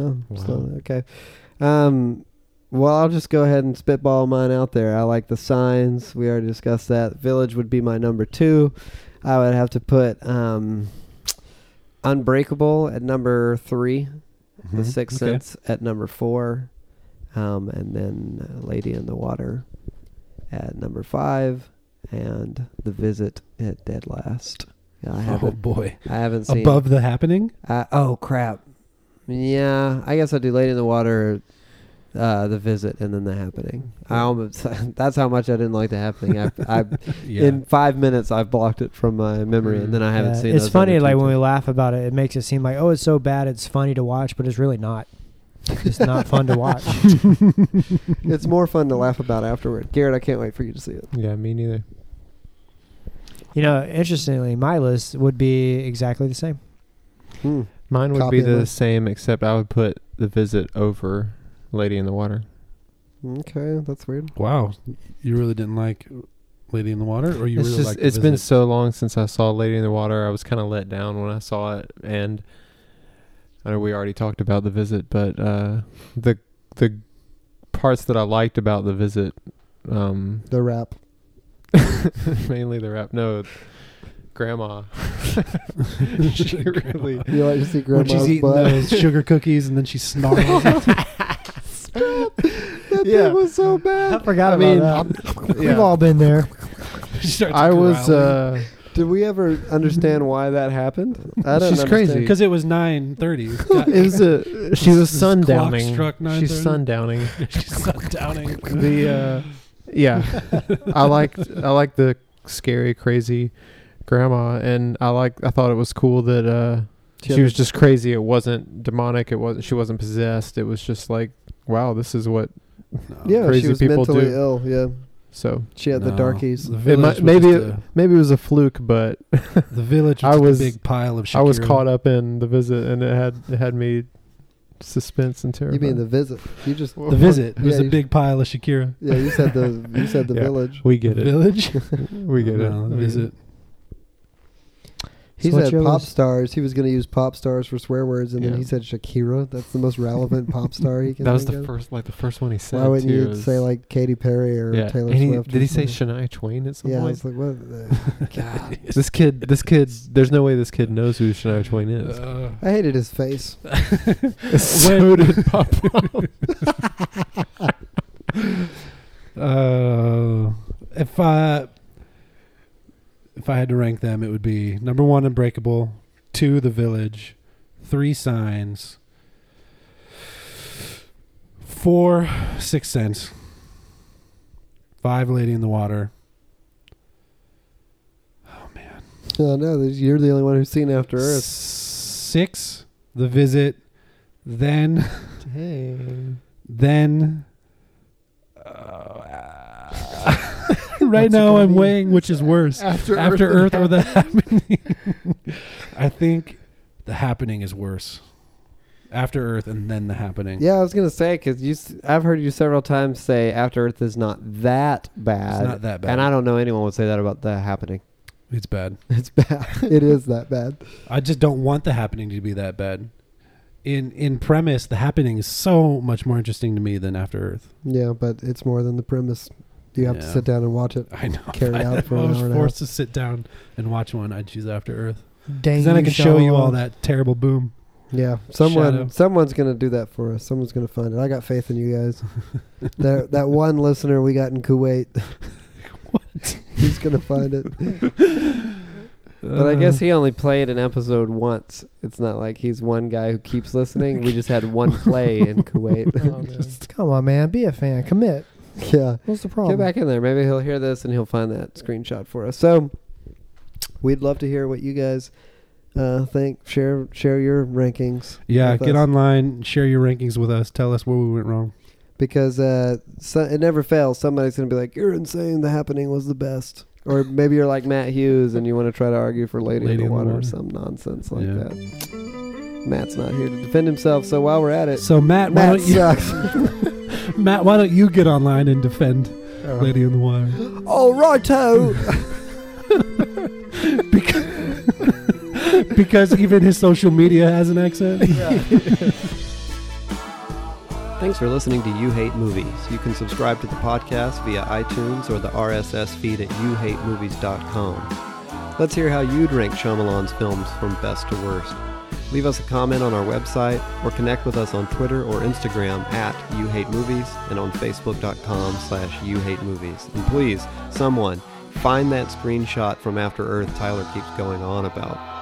S1: Oh, so,
S2: Wow.
S1: okay. Um, well, I'll just go ahead and spitball mine out there. I like the signs. We already discussed that. Village would be my number two. I would have to put um, Unbreakable at number three. The
S3: Mm-hmm.
S1: Sixth
S4: Mm-hmm. Okay.
S1: Sense at number four, um, and then uh, Lady in the Water at number five, and The Visit at dead last. Yeah, I
S4: Oh
S1: haven't.
S4: boy,
S1: I haven't seen.
S4: above the happening.
S1: Uh, oh crap! Yeah, I guess I do Lady in the Water, uh, The Visit, and then The Happening. I almost. that's how much I didn't like The Happening. I, I
S4: Yeah,
S1: in five minutes I've blocked it from my memory, and then I haven't
S3: Yeah,
S1: seen.
S3: it's
S1: those other
S3: funny,
S1: two
S3: like when
S1: too.
S3: we laugh about it, it makes it seem like, oh, it's so bad, it's funny to watch, but it's really not. It's not fun to watch.
S1: It's more fun to laugh about afterward. Garrett, I can't wait for you to see it.
S2: Yeah, me neither.
S3: You know, interestingly, my list would be exactly the same.
S1: Hmm.
S2: Mine would
S1: Copy
S2: be
S1: and
S2: the
S1: list.
S2: same, except I would put the visit over Lady in the Water.
S1: Okay, that's weird.
S4: wow, you really didn't like Lady in the Water, or you
S2: it's
S4: really
S2: just
S4: like
S2: it's been so long since I saw Lady in the Water. I was kind of let down when I saw it, and I know we already talked about the visit, but uh, the the parts that I liked about the visit, um,
S1: The rap.
S2: mainly the rap. No, Grandma. she really.
S1: You like to see
S4: when she's
S1: grandma's
S4: eating
S1: butt.
S4: those sugar cookies and then she snarls.
S1: That
S2: Yeah.
S1: thing was so bad.
S3: I forgot
S2: I
S3: about
S2: mean,
S3: that.
S2: yeah.
S3: We've all been there.
S4: she starts
S2: I was.
S4: growling.
S2: Uh,
S1: Did we ever understand why that happened? I don't
S2: She's
S1: understand.
S2: crazy.
S4: because it was nine thirty.
S2: it was a, she was
S4: This clock
S2: sundowning.
S4: struck
S2: She's
S4: 9:30.
S2: sundowning.
S4: She's sundowning.
S2: the uh, yeah, I liked I liked the scary, crazy grandma, and I like I thought it was cool that uh,
S1: She
S2: she,
S1: had
S2: was
S1: a-
S2: just crazy. It wasn't demonic. It wasn't. She wasn't possessed. It was just like, wow, this is what.
S1: Yeah,
S2: Crazy
S1: she was
S2: people
S1: mentally
S2: do.
S1: ill. Yeah,
S2: So
S1: she had the
S4: No,
S1: darkies.
S4: The
S2: it
S4: village was
S2: might, maybe
S4: just
S2: it, maybe it was a fluke, but
S4: a, the village.
S2: I
S4: Was I was
S2: was-
S4: a big pile of. Shakira.
S2: I was caught up in the visit, and it had it had me suspense and terror.
S1: You mean the visit? You just
S4: The visit was
S1: Yeah,
S4: a
S1: you-
S4: big pile of Shakira.
S1: yeah. You said the you said the
S2: Yeah.
S1: village.
S2: We get it.
S4: Village.
S2: We get
S4: No,
S2: it.
S4: the visit.
S1: He
S3: So what's
S1: said
S3: your
S1: pop
S3: list?
S1: stars. He was going to use pop stars for swear words, and
S2: Yeah.
S1: then he said Shakira. That's the most relevant pop star he can.
S2: That was
S1: think
S2: the
S1: of.
S2: first, like the first one he said.
S1: Why wouldn't
S2: too,
S1: you
S2: is-
S1: say like Katy Perry or
S2: yeah.
S1: Taylor
S2: And he-
S1: Swift? or
S2: Did he say
S1: something?
S2: Shania Twain at some
S1: Yeah, I was
S2: point?
S1: like, what? The, God,
S2: This kid, this kid, there's no way this kid knows who Shania Twain is.
S4: Uh,
S1: I hated his face.
S2: so did Pop.
S4: uh, if I if I had to rank them, it would be number one, Unbreakable. Two, The Village. Three, Signs. Four, Six Sense. Five, Lady in the Water.
S1: Oh no, there's- you're the only one who's seen After Earth.
S4: Six, The Visit. Then then right
S1: What's it
S4: now
S1: gonna
S4: I'm
S1: be?
S4: weighing which is worse
S1: After,
S4: after earth or the happening i think the happening is worse after earth and then the happening
S1: Yeah, I was gonna say because you, s- I've heard you several times say After Earth is not that bad.
S4: it's not that bad
S1: And I don't know anyone would say that about the happening.
S4: it's bad
S1: It's bad. it is that bad.
S4: i just don't want the happening to be that bad in in premise, the happening is so much more interesting to me than After Earth.
S5: Yeah, but it's more than the premise. You have to
S4: Yeah.
S5: sit down and watch it.
S4: I know.
S5: Carry
S4: If I-
S5: out
S4: if
S5: for
S4: I
S5: an
S4: was
S5: hour and a
S4: forced to sit down and watch one. I'd choose After Earth.
S3: Dang,
S4: 'Cause then I can show you all
S3: Sean.
S4: that terrible boom.
S5: Yeah, someone
S4: Shadow.
S5: someone's gonna do that for us. Someone's gonna find it. I got faith in you guys. that that one listener we got in Kuwait. He's gonna find Uh. it.
S1: But I guess he only played an episode once. It's not like he's one guy who keeps listening. We just had one play in Kuwait.
S2: Oh,
S3: Come on, man. Be a fan. Commit.
S5: Yeah. Um,
S3: What's the
S1: Get
S3: problem?
S1: back in there. Maybe he'll hear this and he'll find that screenshot for us.
S5: So we'd love to hear what you guys uh, think. Share share your rankings.
S4: Yeah,
S5: with
S4: get
S5: us.
S4: online, share your rankings with us, tell us where we went wrong.
S5: because uh, so, it never fails. Somebody's gonna be like, "You're insane. The happening was the best." Or maybe you're like Matt Hughes and you want to try to argue for Lady, in the Water, or some nonsense like
S4: Yeah.
S5: that. Matt's not here to defend himself, so while we're at it,
S4: So Matt, why
S5: Matt
S4: don't you
S1: uh,
S5: sucks.
S4: Matt, why don't you get online and defend Lady in the Wire?
S5: All righto.
S4: because, because even his social media has an accent.
S1: Thanks for listening to You Hate Movies. You can subscribe to the podcast via iTunes or the RSS feed at youhatemovies.com. Let's hear how you'd rank Shyamalan's films from best to worst. Leave us a comment on our website or connect with us on Twitter or Instagram at You Hate Movies and on Facebook.com slash You Hate Movies. And please, someone, find that screenshot from After Earth Tyler keeps going on about.